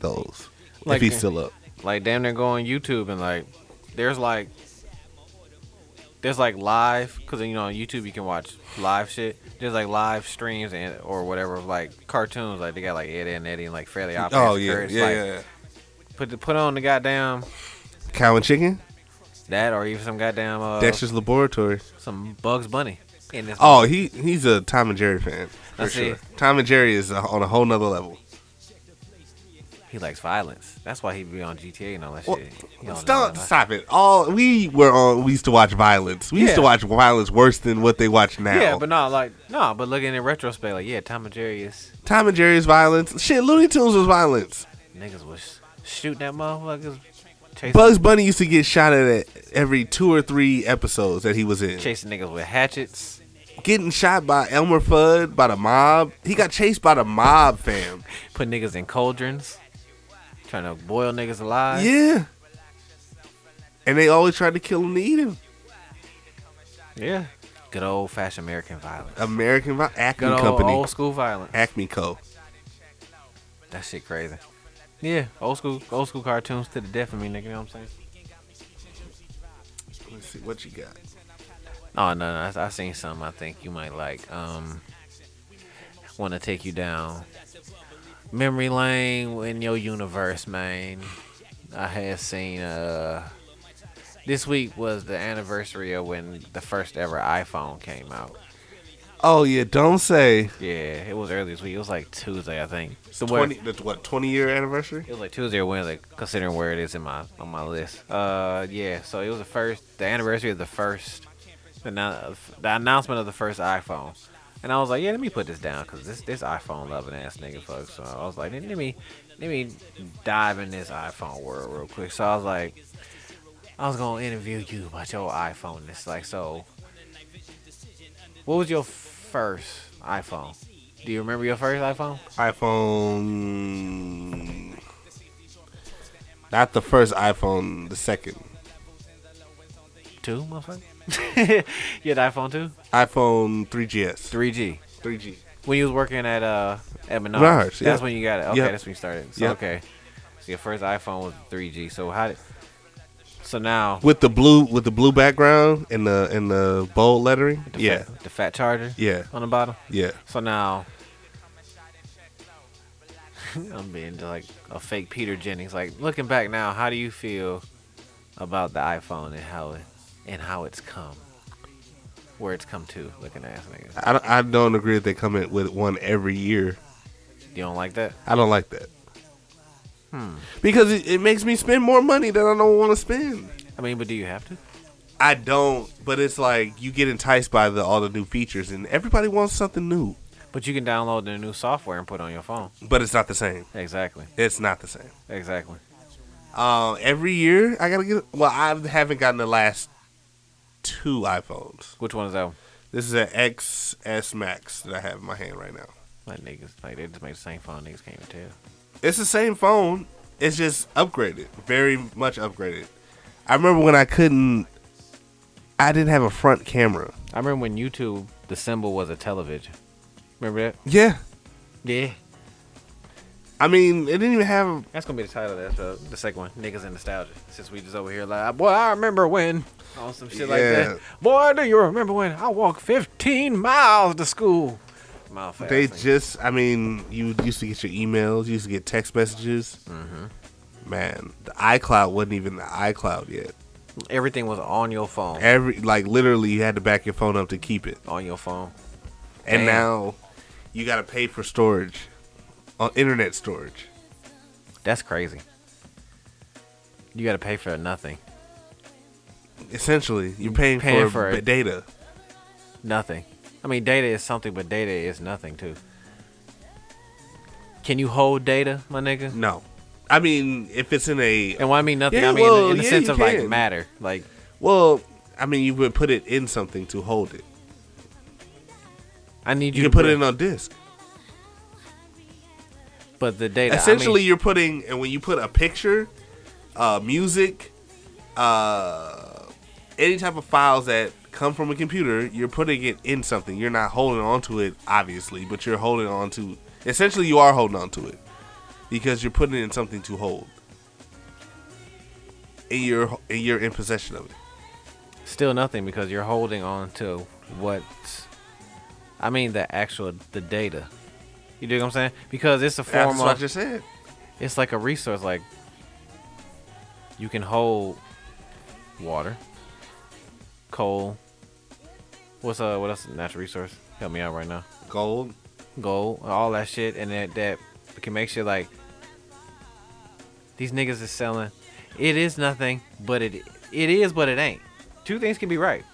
Speaker 2: those
Speaker 1: Like,
Speaker 2: if he's still up.
Speaker 1: like damn near go on YouTube and like there's like there's like live because you know on YouTube you can watch live shit. There's like live streams and or whatever of, like cartoons like they got like Ed and Eddie and like Fairly Odd
Speaker 2: Oh
Speaker 1: Parents,
Speaker 2: yeah,
Speaker 1: Curse,
Speaker 2: yeah,
Speaker 1: like,
Speaker 2: yeah, yeah.
Speaker 1: Put the, put on the goddamn
Speaker 2: Cow and chicken.
Speaker 1: that or even some goddamn uh,
Speaker 2: Dexter's Laboratory.
Speaker 1: some Bugs Bunny. And this
Speaker 2: Oh, he he's a Tom and Jerry fan for
Speaker 1: I see.
Speaker 2: sure. Tom and Jerry is uh, on a whole nother level.
Speaker 1: he likes violence. That's why he be on GTA and all that
Speaker 2: Well,
Speaker 1: shit. He don't
Speaker 2: Stop,
Speaker 1: know.
Speaker 2: stop it! All we were on, we used to watch violence. We used to
Speaker 1: Yeah.
Speaker 2: watch violence worse than what they watch now.
Speaker 1: Yeah, but no, like no, but looking in retrospect, like yeah, Tom and Jerry is
Speaker 2: Tom and Jerry's violence. Shit, Looney Tunes was violence.
Speaker 1: niggas was shooting at motherfuckers, chasing
Speaker 2: Bugs Bunny used to get shot at it every two or three episodes that he was in.
Speaker 1: chasing niggas with hatchets.
Speaker 2: Getting shot by Elmer Fudd by the mob. He got chased by the mob, fam.
Speaker 1: put niggas in cauldrons, trying to boil niggas alive.
Speaker 2: Yeah. And they always tried to kill him to eat him.
Speaker 1: Yeah. Good old fashioned American violence.
Speaker 2: American Vi- Acme
Speaker 1: Good old
Speaker 2: Company.
Speaker 1: old school violence.
Speaker 2: Acme Co.
Speaker 1: That shit crazy. Yeah, old school old school cartoons to the death of me, nigga. You know what I'm saying?
Speaker 2: Let's see what you got.
Speaker 1: Oh no, no, I, I seen something I think you might like. Um, want to take you down memory lane in your universe, man. I had seen uh, this week was the anniversary of when the first ever iPhone came out.
Speaker 2: Oh yeah, don't say
Speaker 1: Yeah, it was early this week. It was like Tuesday, I think. So where-
Speaker 2: twenty. The, what twenty year anniversary?
Speaker 1: it was like Tuesday or Wednesday, considering where it is in my on my list. Uh, yeah. So it was the first, the anniversary of the first, the, annou- the announcement of the first iPhone, and I was like, yeah, let me put this down because this this iPhone loving ass nigga fuck. So I was like, let let me let me dive in this iPhone world real quick. So I was like, I was gonna interview you about your iPhone. It's like, so what was your first iPhone? Do you remember your first iPhone?
Speaker 2: iPhone. Not the first iPhone, the second
Speaker 1: Two, motherfucker. you had iPhone two,
Speaker 2: iPhone 3GS.
Speaker 1: three G.
Speaker 2: 3G.
Speaker 1: When you was working at uh at Menards,
Speaker 2: Menards, yeah.
Speaker 1: that's when you got it. Okay,
Speaker 2: Yep.
Speaker 1: that's when you started. So
Speaker 2: Yep.
Speaker 1: okay, so your first iPhone was three G. So how did? So now
Speaker 2: With the blue, with the blue background and the and the bold lettering.
Speaker 1: the
Speaker 2: Yeah,
Speaker 1: fat, the fat charger
Speaker 2: yeah,
Speaker 1: on the bottom.
Speaker 2: yeah.
Speaker 1: So now I'm being like a fake Peter Jennings. Like looking back now, how do you feel about the iPhone and how it and how it's come, where it's come to? Looking ass niggas,
Speaker 2: I don't, I don't agree that they come in with one every year.
Speaker 1: you don't like that?
Speaker 2: I don't like that. Hmm. Because it, it makes me spend more money that I don't want to spend.
Speaker 1: I mean, but do you have to?
Speaker 2: I don't, but it's like you get enticed by the all the new features, and everybody wants something new.
Speaker 1: But you can download the new software and put it on your phone.
Speaker 2: But it's not the same.
Speaker 1: Exactly.
Speaker 2: It's not the same.
Speaker 1: Exactly.
Speaker 2: Um, every year I gotta get. Well, I haven't gotten the last two iPhones.
Speaker 1: Which one is that one?
Speaker 2: This is an XS Max that I have in my hand right now.
Speaker 1: My niggas, like, they just make the same phone. Niggas can't even tell.
Speaker 2: It's the same phone. It's just upgraded, very much upgraded. I remember when I couldn't. I didn't have a front camera.
Speaker 1: I remember when YouTube, the symbol was a television. Remember that?
Speaker 2: Yeah,
Speaker 1: Yeah.
Speaker 2: I mean it didn't even have.
Speaker 1: That's gonna be the title of that, uh, the second one, niggas and nostalgia. Since we just over here like, boy, I remember when on some shit like
Speaker 2: Yeah.
Speaker 1: that. Boy, do you remember when I walked 15 miles to school? Mile fast.
Speaker 2: They
Speaker 1: nigga.
Speaker 2: just. I mean, you used to get your emails. You used to get text messages. Man, the iCloud wasn't even the iCloud yet.
Speaker 1: everything was on your phone.
Speaker 2: Every like literally, you had to back your phone up to keep it.
Speaker 1: on your phone.
Speaker 2: And
Speaker 1: Damn.
Speaker 2: now you got to pay for storage on internet storage.
Speaker 1: That's crazy. You gotta pay for nothing.
Speaker 2: Essentially, you're paying,
Speaker 1: Paying for
Speaker 2: for, b-
Speaker 1: it.
Speaker 2: data.
Speaker 1: Nothing. I mean, data is something, but data is nothing too. Can you hold data, my nigga?
Speaker 2: No. I mean, if it's in a
Speaker 1: And when I mean nothing,
Speaker 2: Yeah,
Speaker 1: I mean in-
Speaker 2: well,
Speaker 1: in the
Speaker 2: yeah,
Speaker 1: sense
Speaker 2: you
Speaker 1: of like
Speaker 2: can.
Speaker 1: matter. Like,
Speaker 2: well, I mean, you would put it in something to hold it.
Speaker 1: I need you,
Speaker 2: You,
Speaker 1: to
Speaker 2: can put it in on disk.
Speaker 1: but the data. I mean-
Speaker 2: Essentially, you're putting, and when you put a picture, uh, music, uh, any type of files that come from a computer, you're putting it in something. You're not holding on to it, obviously, but you're holding on to. Essentially, you are holding on to it because you're putting it in something to hold, and you're and you're in possession of it.
Speaker 1: still nothing because you're holding on to what I mean the actual the data. You dig what I'm saying? Because it's a
Speaker 2: That's
Speaker 1: form
Speaker 2: what I
Speaker 1: of
Speaker 2: just said.
Speaker 1: it's like a resource. Like you can hold water, coal. What's uh what else? Natural resource. Help me out right now.
Speaker 2: Gold.
Speaker 1: Gold, all that shit, and that that can make shit like these niggas is selling. It is nothing, but it it is, but it ain't. Two things can be right.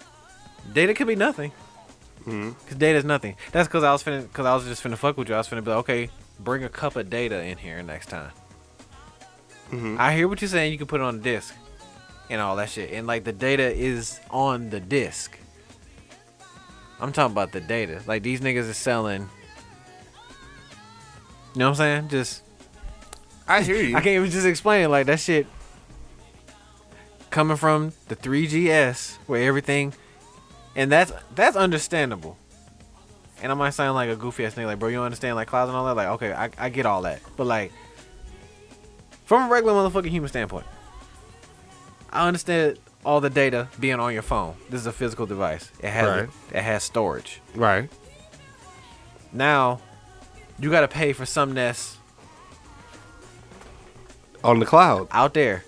Speaker 1: Data could be nothing. Cause data is nothing. That's cause I was finna, cause I was just finna fuck with you. I was finna be like, okay, bring a cup of data in here next time. I hear what you're saying. You can put it on a disk and all that shit, and like the data is on the disk. I'm talking about the data. Like these niggas is selling. You know what I'm saying? Just
Speaker 2: I hear you.
Speaker 1: I can't even just explain it. Like that shit coming from the 3GS where everything and that's that's understandable. And I might sound like a goofy ass thing, like bro, you don't understand like clouds and all that. Like, okay, I, I get all that. But like from a regular motherfucking human standpoint, I understand all the data being on your phone. This is a physical device. It has
Speaker 2: Right.
Speaker 1: it has storage
Speaker 2: Right.
Speaker 1: now you gotta pay for something that's
Speaker 2: On the cloud.
Speaker 1: out there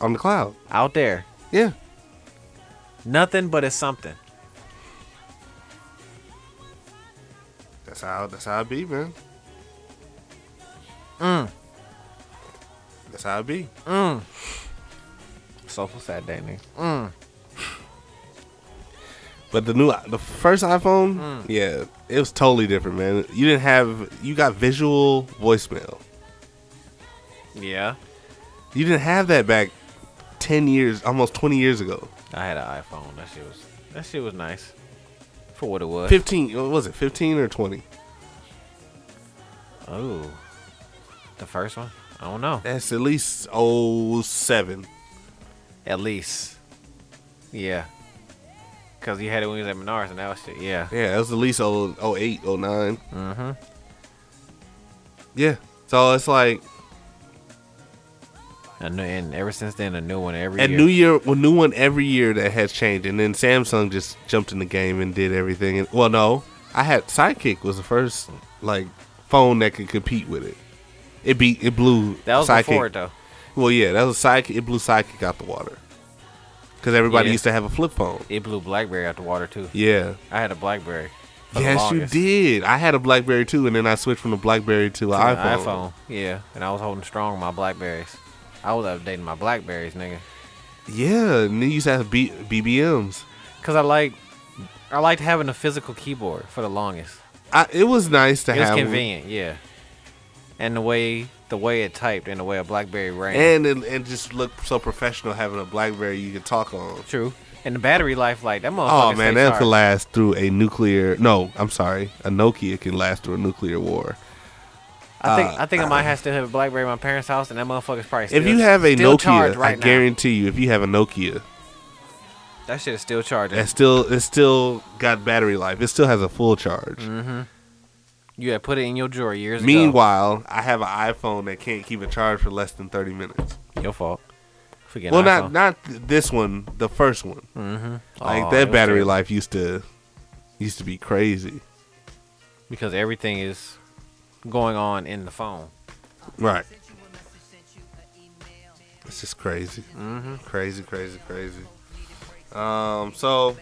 Speaker 2: On the cloud.
Speaker 1: out there
Speaker 2: Yeah.
Speaker 1: nothing but it's something
Speaker 2: That's how. That's how it be, man.
Speaker 1: Mm.
Speaker 2: That's how it be.
Speaker 1: mm. soulful sad day nigga mm.
Speaker 2: But the new, the first iPhone,
Speaker 1: Mm.
Speaker 2: yeah, it was totally different, man. You didn't have, you got visual voicemail.
Speaker 1: yeah
Speaker 2: You didn't have that back ten years, almost twenty years ago.
Speaker 1: i had an iphone that shit was that shit was nice for what it was
Speaker 2: Fifteen, what was it fifteen or twenty?
Speaker 1: oh the first one i don't know
Speaker 2: That's at least oh seven.
Speaker 1: at least yeah because you had it when you was at menards and that was shit yeah
Speaker 2: Yeah, that was at least oh oh eight, oh nine.
Speaker 1: mm-hmm
Speaker 2: Yeah. So it's like
Speaker 1: and, and ever since then a new one every
Speaker 2: a
Speaker 1: year
Speaker 2: new year, well, new one every year that has changed, and then Samsung just jumped in the game and did everything. And, well, no, I had Sidekick was the first like phone that could compete with it. It beat it blew
Speaker 1: that was
Speaker 2: Sidekick.
Speaker 1: before it though
Speaker 2: Well, yeah, that was Sidekick. It blew Sidekick out the water because everybody
Speaker 1: Yeah.
Speaker 2: used to have a flip phone.
Speaker 1: it blew blackberry out the water too
Speaker 2: Yeah.
Speaker 1: i had a blackberry for the
Speaker 2: Yes, you
Speaker 1: longest.
Speaker 2: did. I had a BlackBerry too, and then I switched from the BlackBerry to an
Speaker 1: an
Speaker 2: iPhone.
Speaker 1: iPhone. Yeah, and I was holding strong my Blackberries. I was updating my Blackberries, nigga,
Speaker 2: Yeah, and then you used to have B- BBMs.
Speaker 1: cause I like I liked having a physical keyboard for the longest.
Speaker 2: I, it was nice to
Speaker 1: It was
Speaker 2: have.
Speaker 1: convenient, yeah. And the way the way it typed and the way a BlackBerry ran.
Speaker 2: And it, and just looked so professional having a BlackBerry you could talk on.
Speaker 1: True. And the battery life, like that motherfucker.
Speaker 2: Oh man,
Speaker 1: stay
Speaker 2: that could
Speaker 1: charged.
Speaker 2: last through a nuclear. No, I'm sorry, a Nokia can last through a nuclear war.
Speaker 1: I think I think I might have still have a BlackBerry at my parents' house, and that motherfucker's probably still
Speaker 2: uh, If you have a
Speaker 1: still
Speaker 2: Nokia,
Speaker 1: charged right
Speaker 2: I
Speaker 1: now.
Speaker 2: guarantee you, if you have a Nokia,
Speaker 1: that shit is still charging.
Speaker 2: it's still it's still got battery life. It still has a full charge.
Speaker 1: Mm-hmm. You had put it in your drawer years ago.
Speaker 2: Meanwhile, I have an iPhone that can't keep a charge for less than thirty minutes.
Speaker 1: Meanwhile, your fault. Forget
Speaker 2: well,
Speaker 1: iPhone.
Speaker 2: not not th- this one, the first one. Like
Speaker 1: Aw, it
Speaker 2: that
Speaker 1: was
Speaker 2: battery
Speaker 1: terrible.
Speaker 2: life used to used to be crazy.
Speaker 1: because everything is going on in the phone.
Speaker 2: Right. It's just crazy. Mm-hmm. Crazy, crazy, crazy. Um, so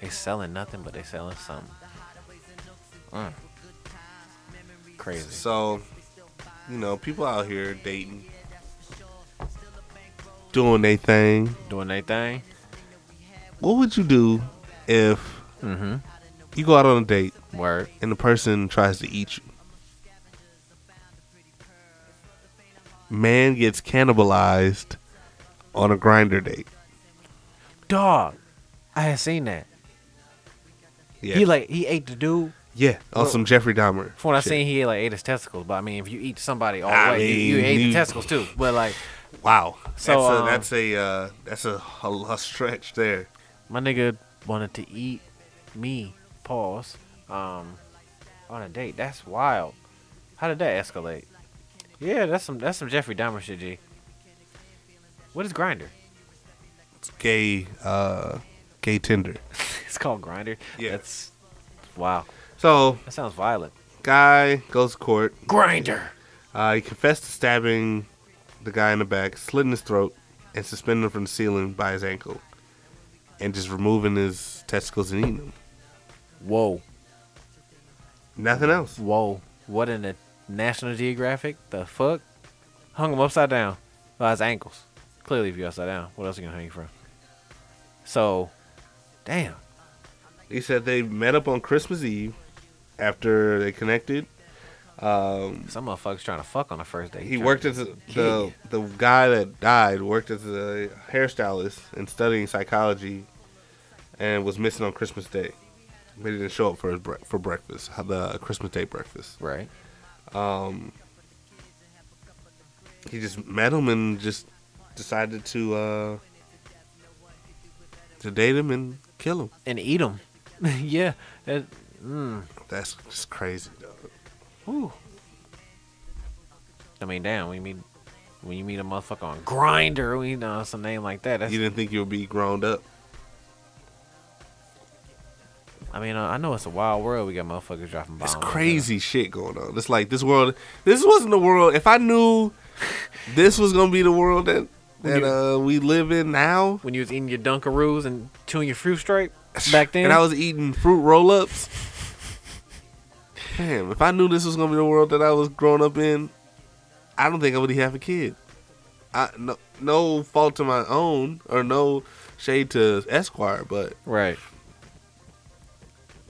Speaker 1: They selling nothing, but they selling something. Mm. Crazy.
Speaker 2: so you know, people out here dating doing their thing.
Speaker 1: Doing their thing.
Speaker 2: What would you do if
Speaker 1: Mm-hmm.
Speaker 2: you go out on a date
Speaker 1: Word.
Speaker 2: and the person tries to eat you? Man gets cannibalized on a grinder date.
Speaker 1: Dog. I had seen that.
Speaker 2: Yeah.
Speaker 1: He like he ate the dude.
Speaker 2: yeah, on some Jeffrey Dahmer.
Speaker 1: From what I
Speaker 2: shit.
Speaker 1: seen, he like ate his testicles. But I mean, if you eat somebody all
Speaker 2: I
Speaker 1: the way, you, you
Speaker 2: mean,
Speaker 1: ate
Speaker 2: you-
Speaker 1: the testicles too. But like,
Speaker 2: Wow.
Speaker 1: So, um,
Speaker 2: that's a that's a that's a, a, a stretch there.
Speaker 1: my nigga wanted to eat me. Pause. Um, on a date. That's wild. How did that escalate? Yeah, that's some that's some Jeffrey Dahmer shit, G. What is Grinder?
Speaker 2: It's gay uh gay Tinder.
Speaker 1: It's called Grinder.
Speaker 2: Yeah.
Speaker 1: That's wow.
Speaker 2: So
Speaker 1: That sounds violent.
Speaker 2: guy goes to court.
Speaker 1: Grinder.
Speaker 2: Uh, he confessed to stabbing the guy in the back, slitting his throat, and suspending him from the ceiling by his ankle, and just removing his testicles and eating them.
Speaker 1: Whoa.
Speaker 2: Nothing else.
Speaker 1: Whoa. What in the National Geographic? The fuck? Hung him upside down. Well, his ankles. Clearly, if you're upside down, what else are you gonna hang you from? So, damn.
Speaker 2: He said they met up on Christmas Eve after they connected.
Speaker 1: Some motherfuckers trying to fuck on the first day.
Speaker 2: He worked
Speaker 1: at
Speaker 2: as a, the the guy that died worked as a hairstylist and studying psychology, and was missing on Christmas Day. But he didn't show up for his bre- for breakfast, the Christmas Day breakfast.
Speaker 1: right.
Speaker 2: He just met him and just decided to uh, to date him and kill him.
Speaker 1: And eat them. yeah. That, mm.
Speaker 2: That's just crazy, dog.
Speaker 1: Whew. I mean, damn. When you meet when you meet a motherfucker on Grinder, we know some name like that. That's
Speaker 2: You didn't think you would be grown up.
Speaker 1: I mean, uh, I know it's a wild world. We got motherfuckers dropping bombs.
Speaker 2: It's crazy shit going on. It's like this world. This wasn't the world. If I knew this was gonna be the world that that uh, we live in now,
Speaker 1: When you was eating your Dunkaroos and chewing your fruit stripe back then,
Speaker 2: and I was eating fruit roll ups. Damn! If I knew this was gonna be the world that I was growing up in, I don't think I would have a kid. I no no fault to my own or no shade to Esquire, but
Speaker 1: right.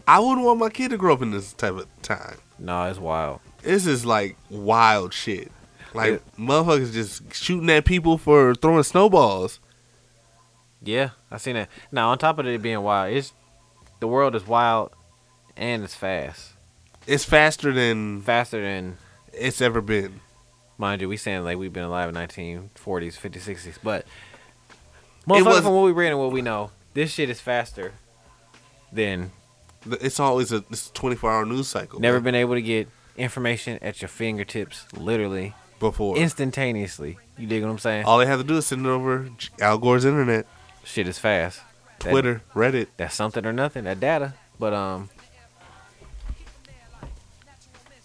Speaker 2: I wouldn't want my kid to grow up in this type of time.
Speaker 1: No, it's wild.
Speaker 2: This is like wild shit. Like motherfuckers just shooting at people for throwing snowballs.
Speaker 1: Yeah, I seen that. Now, on top of it being wild, it's the world is wild and it's fast,
Speaker 2: It's faster than
Speaker 1: faster than
Speaker 2: it's ever been.
Speaker 1: mind you. We saying like we've been alive in 1940s, 50s, 60s, but
Speaker 2: It was-
Speaker 1: motherfucker, from what we read and what we know, this shit is faster than
Speaker 2: Th- It's always a it's twenty four hour news cycle.
Speaker 1: never
Speaker 2: man,
Speaker 1: been able to get information at your fingertips, literally.
Speaker 2: before.
Speaker 1: instantaneously. You dig what I'm saying?
Speaker 2: All they have to do is send it over J- Al Gore's internet,
Speaker 1: Shit is fast. That-
Speaker 2: Twitter, Reddit.
Speaker 1: that's something or nothing. That data, but um,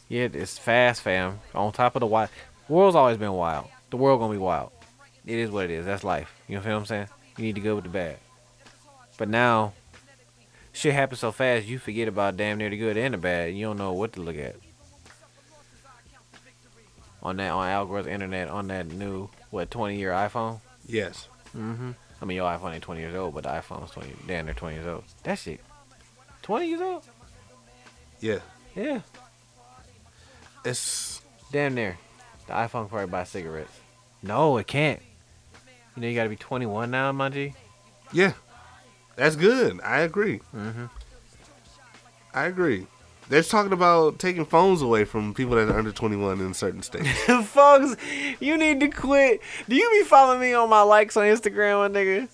Speaker 1: yeah, it's fast, fam. On top of the wild, world's always been wild. The world gonna be wild. It is what it is. That's life. You know what I'm saying? You need to go with the bad. But now, shit happens so fast, you forget about damn near the good and the bad. You don't know what to look at. On that, on Al Gore's internet, on that new what 20 year iPhone.
Speaker 2: Yes.
Speaker 1: I mean, your iPhone ain't 20 years old, but the iPhone's 20, damn, they're 20 years old. That shit. 20 years old?
Speaker 2: Yeah.
Speaker 1: Yeah,
Speaker 2: It's
Speaker 1: damn near. The iPhone probably buy cigarettes. No, it can't. You know you gotta be 21 now, my G.
Speaker 2: yeah. That's good. I agree. I agree. They're talking about taking phones away from people that are under 21 in certain states.
Speaker 1: Folks, you need to quit. Do you be following me on my likes on Instagram, my nigga?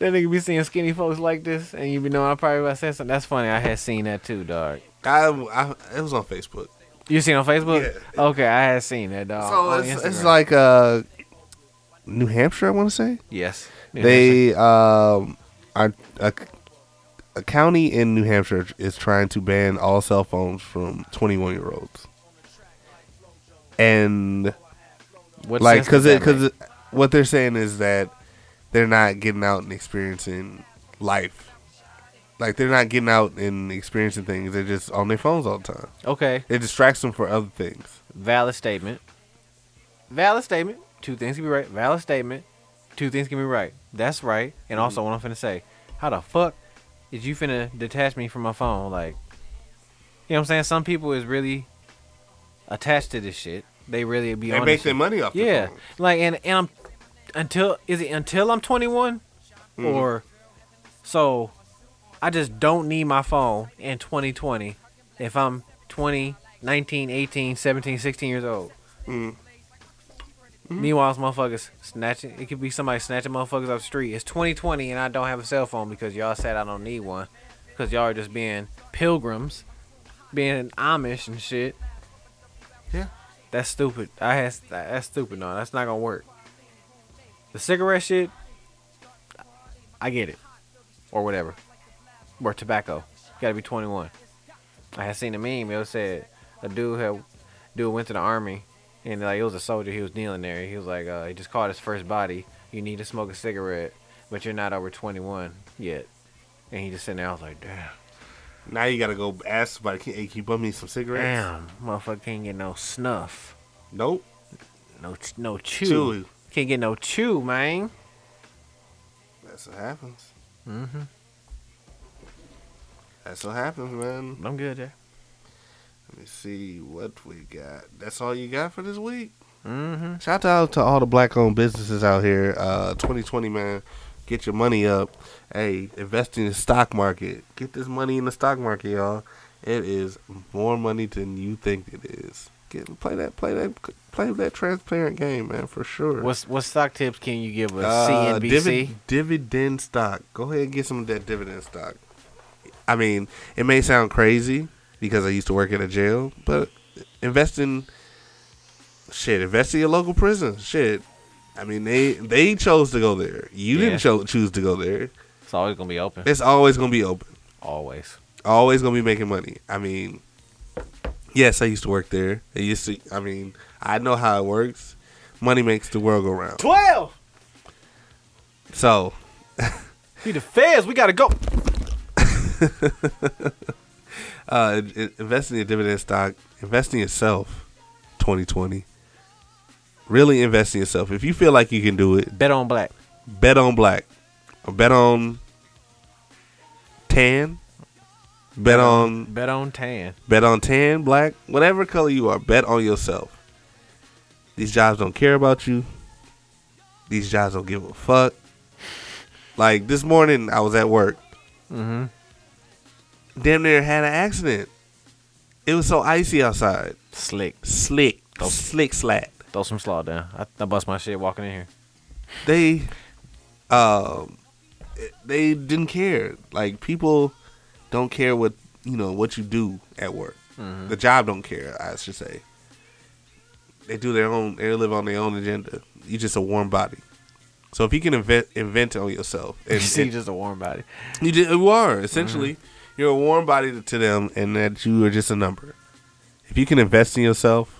Speaker 1: That nigga be seeing skinny folks like this, and you be knowing I probably about saying something. That's funny. I had seen that too, dog.
Speaker 2: I, I it was on Facebook.
Speaker 1: You seen on Facebook?
Speaker 2: Yeah.
Speaker 1: Okay, I had seen that, dog.
Speaker 2: So
Speaker 1: on
Speaker 2: it's, it's
Speaker 1: Oh, Instagram.
Speaker 2: like uh, New Hampshire, I want to say.
Speaker 1: yes,
Speaker 2: They um, are a, a county in New Hampshire is trying to ban all cell phones from 21 year olds, and
Speaker 1: What
Speaker 2: like
Speaker 1: sense
Speaker 2: because
Speaker 1: does
Speaker 2: it
Speaker 1: that make?
Speaker 2: because what they're saying is that they're not getting out and experiencing life, like they're not getting out and experiencing things. They're just on their phones all the time.
Speaker 1: okay,
Speaker 2: It distracts them for other things.
Speaker 1: valid statement. Valid statement. Two things can be right. Valid statement. Two things can be right. That's right. And also, what I'm finna say. How the fuck is you finna detach me from my phone? Like, you know what I'm saying? Some people is really attached to this shit. They really be
Speaker 2: They
Speaker 1: on
Speaker 2: make
Speaker 1: this
Speaker 2: their
Speaker 1: shit.
Speaker 2: money off. their
Speaker 1: Yeah.
Speaker 2: phones.
Speaker 1: Like, and and I'm until is it until I'm 21 or so I just don't need my phone in 2020 if I'm 20, 19, 18, 17, 16 years old. Meanwhile, it's motherfuckers snatching. It could be somebody snatching motherfuckers off the street. It's 2020 and I don't have a cell phone because y'all said I don't need one. Because y'all are just being pilgrims, being Amish and shit.
Speaker 2: Yeah.
Speaker 1: That's stupid. I has that- that's stupid. No, that's not gonna work. The cigarette shit, I get it, or whatever, or tobacco. You gotta be 21. I had seen a meme. It said a dude had dude went to the army, and like it was a soldier. He was kneeling there. He was like, uh, he just caught his first body. You need to smoke a cigarette, but you're not over 21 yet. And he just sitting there. I was like, damn,
Speaker 2: Now you gotta go ask somebody. Can, hey, can you bum me some cigarettes?
Speaker 1: damn, motherfucker can't get no snuff.
Speaker 2: Nope.
Speaker 1: No, ch- no chew.
Speaker 2: Chewy.
Speaker 1: Can't get no chew, man.
Speaker 2: That's what happens. Mm-hmm. That's what happens, man.
Speaker 1: I'm good, Jay.
Speaker 2: Let me see what we got. That's all you got for this week.
Speaker 1: Mm-hmm.
Speaker 2: Shout out to all the black-owned businesses out here. Uh, 2020, man, get your money up. Hey, invest in the stock market. Get this money in the stock market, y'all. It is more money than you think it is. Get play that, play that, play that transparent game, man, for sure.
Speaker 1: What's what stock tips can you give us?
Speaker 2: Uh,
Speaker 1: CNBC.
Speaker 2: divi- dividend stock. Go ahead and get some of that dividend stock. I mean, it may sound crazy because I used to work at a jail, but invest in shit. Invest in your local prison. Shit. I mean, they they chose to go there. You
Speaker 1: Yeah.
Speaker 2: didn't cho- choose to go there.
Speaker 1: It's always gonna be open.
Speaker 2: It's always gonna be open.
Speaker 1: Always.
Speaker 2: Always gonna be making money. I mean, yes, I used to work there. I used to. I mean, I know how it works. Money makes the world go round.
Speaker 1: Twelve.
Speaker 2: So
Speaker 1: We the feds. We gotta go.
Speaker 2: uh, in- invest in your dividend stock. Invest in yourself. 2020. Really invest in yourself. If you feel like you can do it,
Speaker 1: Bet on black.
Speaker 2: bet on black, or bet on tan, bet on
Speaker 1: Bet on tan.
Speaker 2: bet on tan, black, whatever color you are. Bet on yourself. These jobs don't care about you. These jobs don't give a fuck. Like this morning, I was at work
Speaker 1: Mm-hmm.
Speaker 2: damn near had an accident. It was so icy outside.
Speaker 1: Slick.
Speaker 2: Slick.
Speaker 1: Oh.
Speaker 2: Slick slat.
Speaker 1: Throw some slaw down. I, I bust my shit walking in here.
Speaker 2: They um it- they didn't care. Like people don't care what you know, what you do at work.
Speaker 1: Mm-hmm.
Speaker 2: The job don't care, I should say. They do their own they live on their own agenda. You just a warm body. So if you can invent invent on yourself
Speaker 1: you
Speaker 2: and,
Speaker 1: see,
Speaker 2: and-
Speaker 1: just a warm body.
Speaker 2: You did, you are essentially you're a warm body to- to them, and that you are just a number. If you can invest in yourself,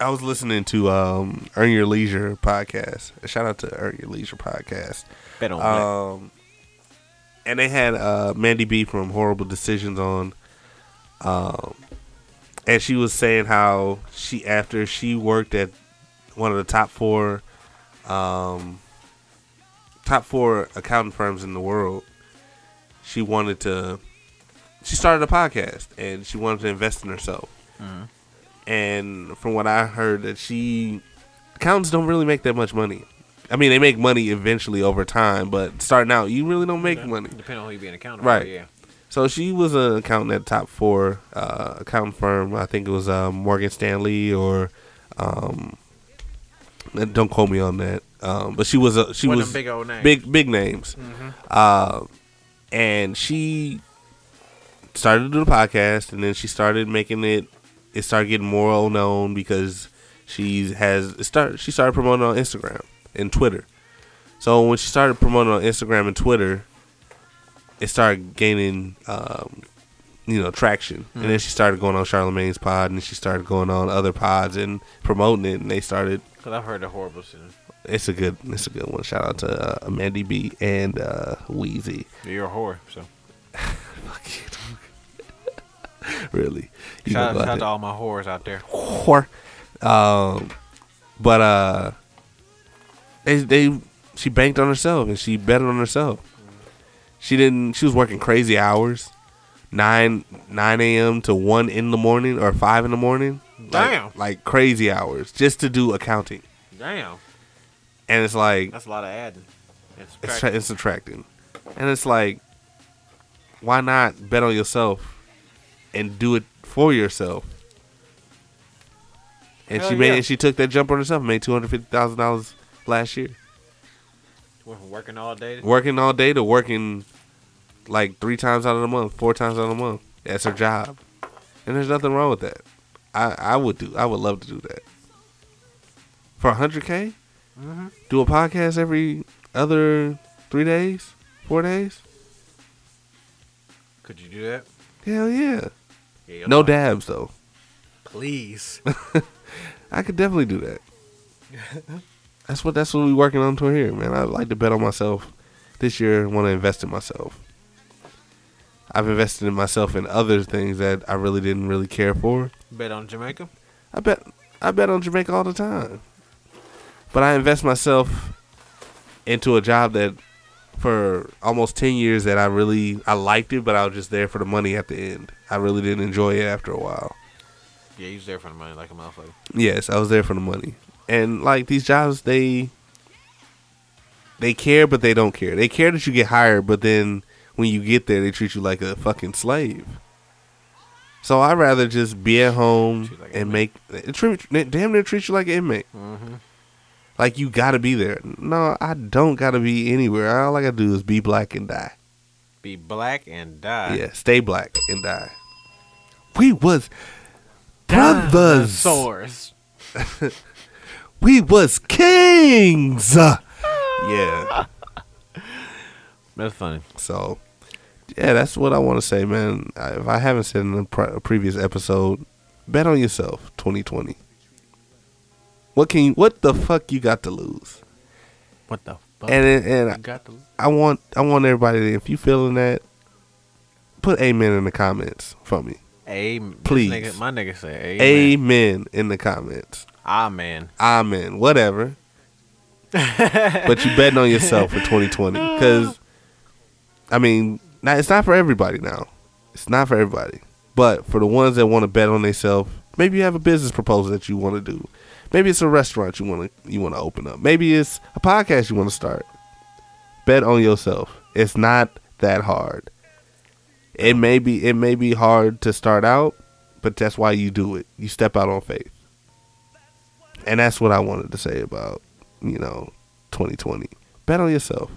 Speaker 2: I was listening to um, Earn Your Leisure podcast. Shout out to Earn Your Leisure podcast.
Speaker 1: Bet on black.
Speaker 2: Um, and they had uh, Mandy B from Horrible Decisions on, um, and she was saying how she after she worked at one of the top four, um, top four accounting firms in the world, she wanted to she started a podcast and she wanted to invest in herself.
Speaker 1: Mm-hmm.
Speaker 2: And from what I heard, that she accountants don't really make that much money. I mean, they make money eventually over time, but starting out, you really don't make Uh, money.
Speaker 1: Depending on who you be an accountant.
Speaker 2: Right.
Speaker 1: Yeah.
Speaker 2: So she was an accountant at top four uh, accountant firm. I think it was uh, Morgan Stanley or um, don't quote me on that. Um, but she was a she
Speaker 1: One of
Speaker 2: was
Speaker 1: them big old names.
Speaker 2: big big names. Uh, and she started to do the podcast, and then she started making it. It started getting more well known because she has it start. She started promoting on Instagram and Twitter. So when she started promoting on Instagram and Twitter, it started gaining, um, you know, traction. And then she started going on Charlemagne's pod, and then she started going on other pods and promoting it. And they started
Speaker 1: Because I've heard the horrible shit.
Speaker 2: it's a good, it's a good one. Shout out to uh, Mandy B and uh, Wheezy.
Speaker 1: You're a whore. So
Speaker 2: Fuck you. really,
Speaker 1: shout,
Speaker 2: you know
Speaker 1: out, shout
Speaker 2: about
Speaker 1: out to
Speaker 2: that.
Speaker 1: all my whores out there.
Speaker 2: whore. Um, but uh, they they she banked on herself and she bet on herself. She didn't. She was working crazy hours, nine nine a.m. to one in the morning or five in the morning. Like-
Speaker 1: Damn.
Speaker 2: like crazy hours just to do accounting,
Speaker 1: Damn,
Speaker 2: and it's like
Speaker 1: that's a lot of adding. It's
Speaker 2: it's,
Speaker 1: crack-
Speaker 2: tra- it's attracting. And it's like, why not bet on yourself and do it for yourself? And she
Speaker 1: Hell
Speaker 2: made
Speaker 1: yeah.
Speaker 2: and she took that jump on herself and made two hundred fifty thousand dollars last year.
Speaker 1: Went from working all day.
Speaker 2: Working all day to working like three times out of the month, four times out of the month. That's her job. And there's nothing wrong with that. I, I would do I would love to do that. For hundred K?
Speaker 1: Mm-hmm.
Speaker 2: Do a podcast every other three days? Four days?
Speaker 1: Could you do that?
Speaker 2: Hell yeah.
Speaker 1: Yeah, you're
Speaker 2: No
Speaker 1: lying.
Speaker 2: dabs though.
Speaker 1: Please.
Speaker 2: I could definitely do that. that's what that's what we working on toward here, man. I like to bet on myself this year. Want to invest in myself. I've invested in myself in other things that I really didn't really care for.
Speaker 1: Bet on Jamaica.
Speaker 2: I bet I bet on Jamaica all the time, but I invest myself into a job that for almost ten years that I really I liked it, but I was just there for the money at the end. I really didn't enjoy it after a while.
Speaker 1: Yeah, you was there for the money like a motherfucker.
Speaker 2: Yes, I was there for the money. And like these jobs, they they care, but they don't care. They care that you get hired, but then when you get there, they treat you like a fucking slave. So I'd rather just be at home
Speaker 1: Treat you like an Mm-hmm.
Speaker 2: and make they treat, they damn near treat you like an inmate. Like you gotta be there. No, I don't gotta be anywhere. All I gotta do is be black and die.
Speaker 1: Be black and die.
Speaker 2: Yeah, stay black and die. We was brothers.
Speaker 1: Dinosaurs.
Speaker 2: We was kings. Yeah.
Speaker 1: That's funny.
Speaker 2: So, yeah, that's what I want to say, man. I- If I haven't said in a, pre- a previous episode, bet on yourself, 2020. What can you? What the fuck you got to lose?
Speaker 1: What the fuck?
Speaker 2: And and, and I-
Speaker 1: got the
Speaker 2: I want I want everybody. To, if you feeling that, put amen in the comments for me.
Speaker 1: amen. This
Speaker 2: Please.
Speaker 1: nigga, my nigga said ah, amen.
Speaker 2: Amen, in the comments.
Speaker 1: Amen.
Speaker 2: Amen. Whatever. but you betting on yourself for 2020 because I mean, now it's not for everybody now. It's not for everybody. But for the ones that want to bet on themselves, maybe you have a business proposal that you want to do. Maybe it's a restaurant you want to you want to open up. Maybe it's a podcast you want to start. Bet on yourself. It's not that hard. It may be it may be hard to start out, but that's why you do it. You step out on faith. And that's what I wanted to say about, you know, 2020. Bet on yourself.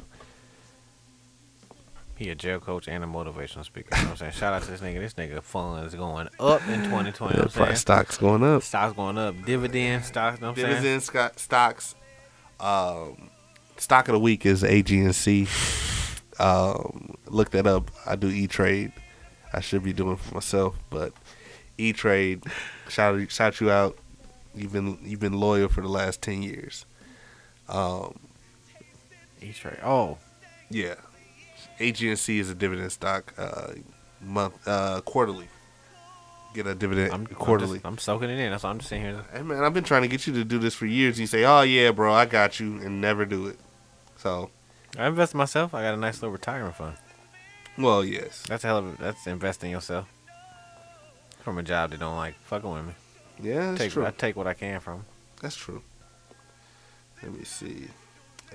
Speaker 1: He a jail coach and a motivational speaker. You know what I'm saying? Shout out to this nigga. This nigga fun is going up in 2020. Oh, You know
Speaker 2: Yeah,
Speaker 1: what I'm saying?
Speaker 2: stocks going up.
Speaker 1: Stocks going up. Dividend stocks. You know what I'm saying?
Speaker 2: Dividends, sco- stocks. Um, stock of the week is AGNC. Um, look that up. I do E Trade. I should be doing it for myself, but E Trade, shout out- shout you out. You've been you've been loyal for the last ten years.
Speaker 1: Each trade. Oh,
Speaker 2: Yeah, AGNC is a dividend stock. Uh, month uh, quarterly. Get a dividend
Speaker 1: I'm
Speaker 2: quarterly.
Speaker 1: I'm, just- I'm soaking it in. That's why I'm just sitting here.
Speaker 2: Hey man, I've been trying to get you to do this for years. And you say, "Oh yeah, bro, I got you," and never do it. So
Speaker 1: I invest in myself. I got a nice little retirement fund.
Speaker 2: Well, yes.
Speaker 1: That's a hell of a, that's investing yourself from a job that don't like fucking with me.
Speaker 2: Yeah, that's
Speaker 1: Take
Speaker 2: true.
Speaker 1: I take what I can from.
Speaker 2: That's true. Let me see.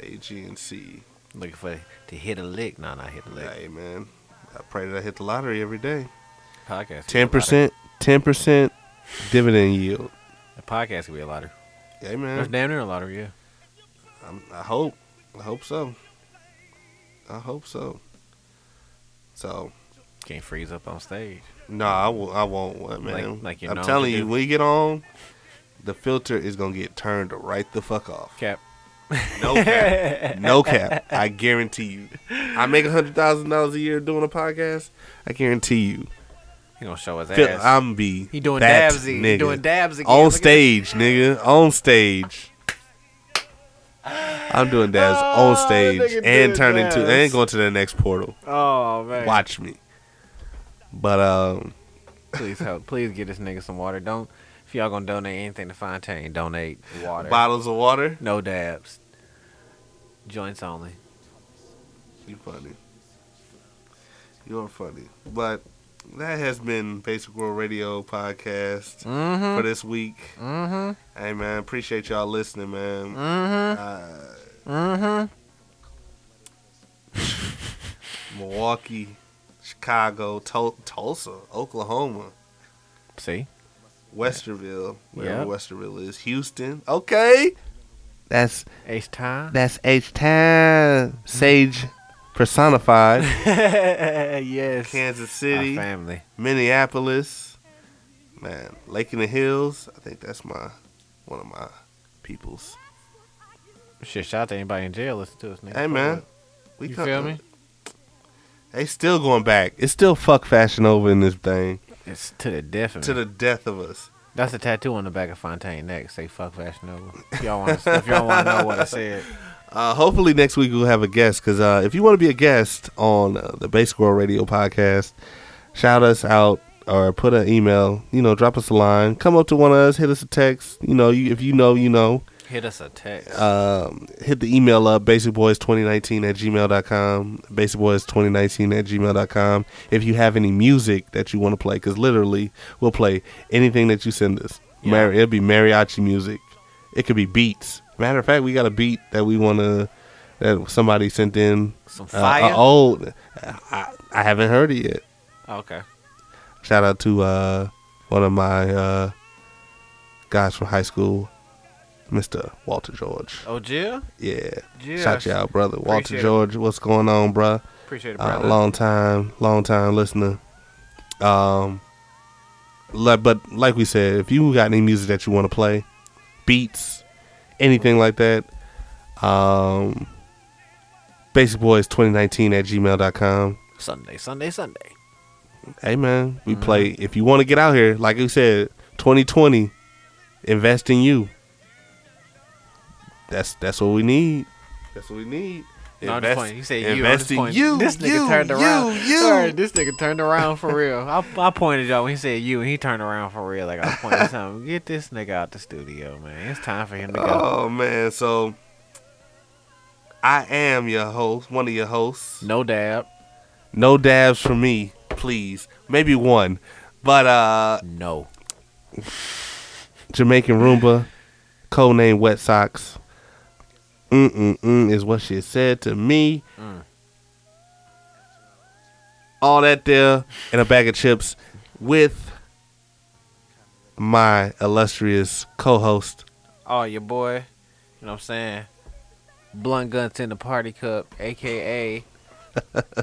Speaker 2: A, G, and C.
Speaker 1: Looking for to hit a lick. No, not hit a lick.
Speaker 2: Hey, man. I pray that I hit the lottery every day.
Speaker 1: Podcast. could be a
Speaker 2: Ten percent, ten percent dividend yield.
Speaker 1: lottery. A podcast could be a lottery.
Speaker 2: Hey,
Speaker 1: That's
Speaker 2: man.
Speaker 1: damn near a lottery. Yeah.
Speaker 2: I'm, I hope. I hope so. I hope so. So,
Speaker 1: Can't freeze up on stage.
Speaker 2: no, I will. I won't. What,
Speaker 1: Like-
Speaker 2: man?
Speaker 1: like you're
Speaker 2: I'm
Speaker 1: known
Speaker 2: telling
Speaker 1: to
Speaker 2: you,
Speaker 1: do.
Speaker 2: when you get on, the filter is gonna get turned right the fuck off.
Speaker 1: Cap.
Speaker 2: No cap. no cap. I guarantee you. I make a hundred thousand dollars a year doing a podcast. I guarantee you.
Speaker 1: He gonna show his
Speaker 2: Phil,
Speaker 1: ass.
Speaker 2: I'm be.
Speaker 1: He doing
Speaker 2: that
Speaker 1: dabs again. He
Speaker 2: Nigga.
Speaker 1: doing dabs again.
Speaker 2: On
Speaker 1: Look at
Speaker 2: stage, nigga. On stage. I'm doing dabs on stage
Speaker 1: Oh, nigga doing
Speaker 2: and turning to
Speaker 1: dabs.
Speaker 2: and going to the next portal.
Speaker 1: oh man.
Speaker 2: Watch me. But um,
Speaker 1: Please help. Please get this nigga some water. Don't. If y'all gonna donate anything to Fontaine, donate water.
Speaker 2: bottles of water.
Speaker 1: No dabs. Joints only.
Speaker 2: You funny. You're funny. But that has been Basic World Radio podcast for this week. Mm-hmm. Hey man, appreciate y'all listening, man. Mm-hmm. Uh, mm-hmm. Milwaukee, Chicago, Tul Tulsa, Oklahoma,
Speaker 1: See.
Speaker 2: Westerville, wherever
Speaker 1: Yeah.
Speaker 2: Westerville is, Houston. Okay, that's
Speaker 1: Ace time.
Speaker 2: that's H Town Sage personified.
Speaker 1: yes.
Speaker 2: Kansas
Speaker 1: Our
Speaker 2: City.
Speaker 1: family.
Speaker 2: Minneapolis, man, Lake in the Hills. I think that's my one of my peoples.
Speaker 1: Shit, shout out to anybody in jail. Listen to us, nigga.
Speaker 2: Hey man, we
Speaker 1: You
Speaker 2: come-
Speaker 1: feel me?
Speaker 2: They still going back. It's still fuck fashion over in this thing
Speaker 1: It's to the death of
Speaker 2: to
Speaker 1: me.
Speaker 2: the death of us.
Speaker 1: That's a tattoo on the back of Fontaine neck. Say fuck Fashion Nova. If y'all want to, if y'all want to know what I said,
Speaker 2: Uh, hopefully next week we'll have a guest because uh, if you want to be a guest on uh, the Basic World Radio podcast, shout us out or put an email. You know, drop us a line. Come up to one of us, hit us a text. You know, you, if you know, you know.
Speaker 1: hit us a text.
Speaker 2: um, hit the email up basicboys2019 at gmail.com basicboys2019 at gmail.com if you have any music that you want to play because literally we'll play anything that you send us
Speaker 1: Yeah.
Speaker 2: Mari- it'll be mariachi music it could be beats matter of fact we got a beat that we want to that somebody sent in
Speaker 1: Some
Speaker 2: Uh, a
Speaker 1: fire.
Speaker 2: old I, I haven't heard it yet
Speaker 1: Oh, okay.
Speaker 2: shout out to uh, one of my uh, guys from high school mr walter george
Speaker 1: Oh, Jill.
Speaker 2: yeah.
Speaker 1: Yes.
Speaker 2: Shout you out, brother. Walter
Speaker 1: Appreciate it.
Speaker 2: George, what's going on, bruh?
Speaker 1: Appreciate it,
Speaker 2: Uh,
Speaker 1: brother.
Speaker 2: long time, long time listener. Um, like, but like we said, if you got any music that you want to play, beats, anything like that, um, basicboys2019 at gmail.com.
Speaker 1: Sunday, Sunday, Sunday.
Speaker 2: Hey, man,
Speaker 1: Mm-hmm.
Speaker 2: we play. If you want to get out here, like we said, 2020, invest in you. That's that's what we need. That's what we need.
Speaker 1: No, I'm just playing. He said you. I'm
Speaker 2: invest
Speaker 1: just
Speaker 2: in
Speaker 1: pointing.
Speaker 2: you.
Speaker 1: This nigga
Speaker 2: you,
Speaker 1: turned around.
Speaker 2: You, you.
Speaker 1: Sorry, this nigga turned around for real. I, I pointed y'all when he said you, and he turned around for real. Like I was pointing at something. Get this nigga out the studio, man. It's time for him to go.
Speaker 2: Oh man, so I am your host, one of your hosts.
Speaker 1: No dab.
Speaker 2: No dabs for me, please. Maybe one, but uh,
Speaker 1: No.
Speaker 2: Jamaican Roomba, codename Wet Socks. Mm mm mm is what she said to me.
Speaker 1: Mm.
Speaker 2: All that there and a bag of chips with my illustrious co-host.
Speaker 1: Oh, your boy. You know what I'm saying? Blunt guns in the party cup, aka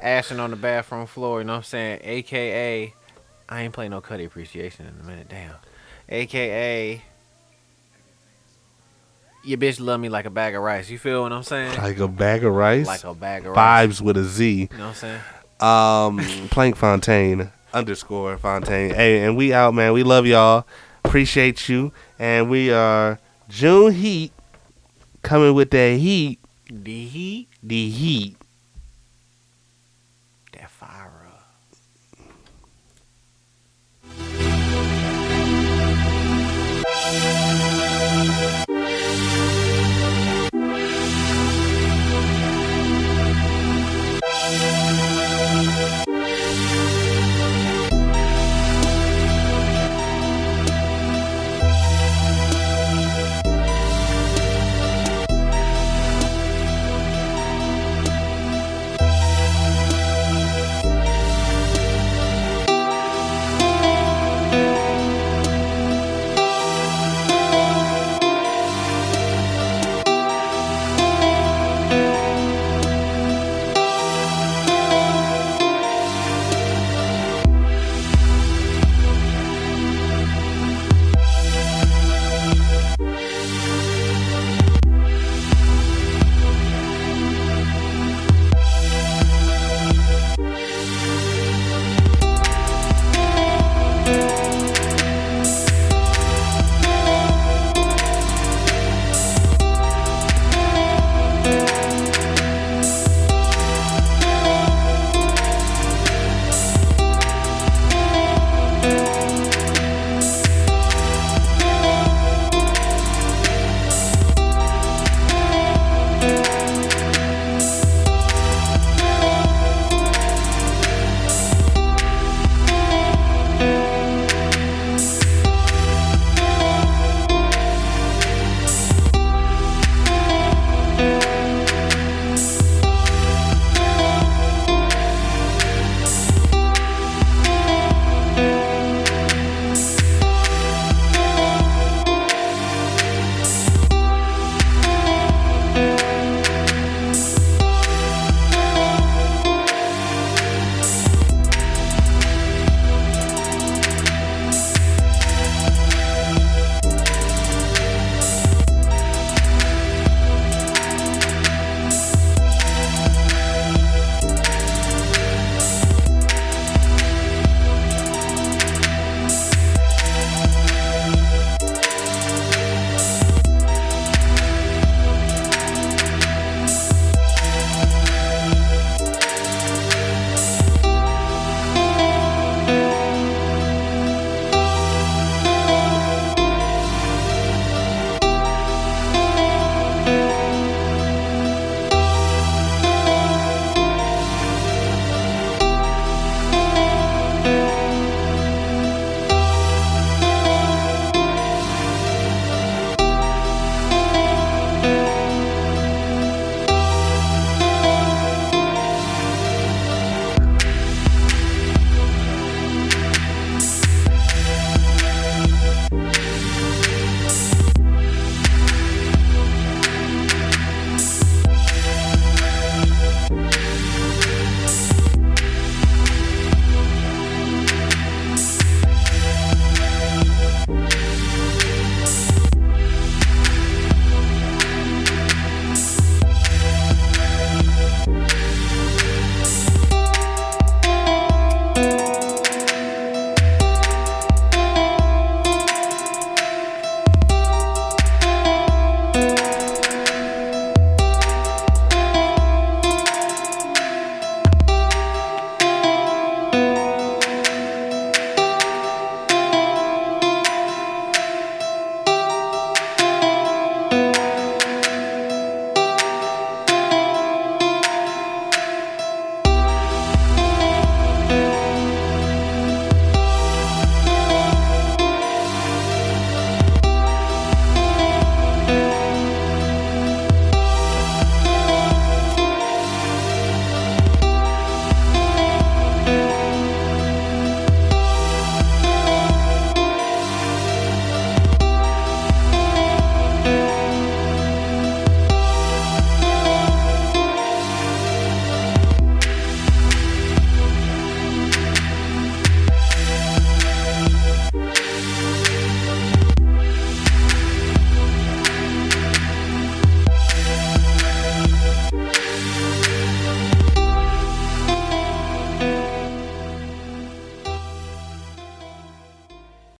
Speaker 1: ashing on the bathroom floor. You know what I'm saying? Aka I ain't playing no Cuddy appreciation in a minute. Damn. Aka your bitch love me like a bag of rice. You feel what I'm saying?
Speaker 2: Like a bag of rice.
Speaker 1: Like a bag of rice.
Speaker 2: vibes with a Z.
Speaker 1: You know what I'm saying?
Speaker 2: Um, Plank Fontaine underscore Fontaine. Hey, and we out, man. We love y'all. Appreciate you. And we are June Heat coming with that heat.
Speaker 1: The heat.
Speaker 2: The heat.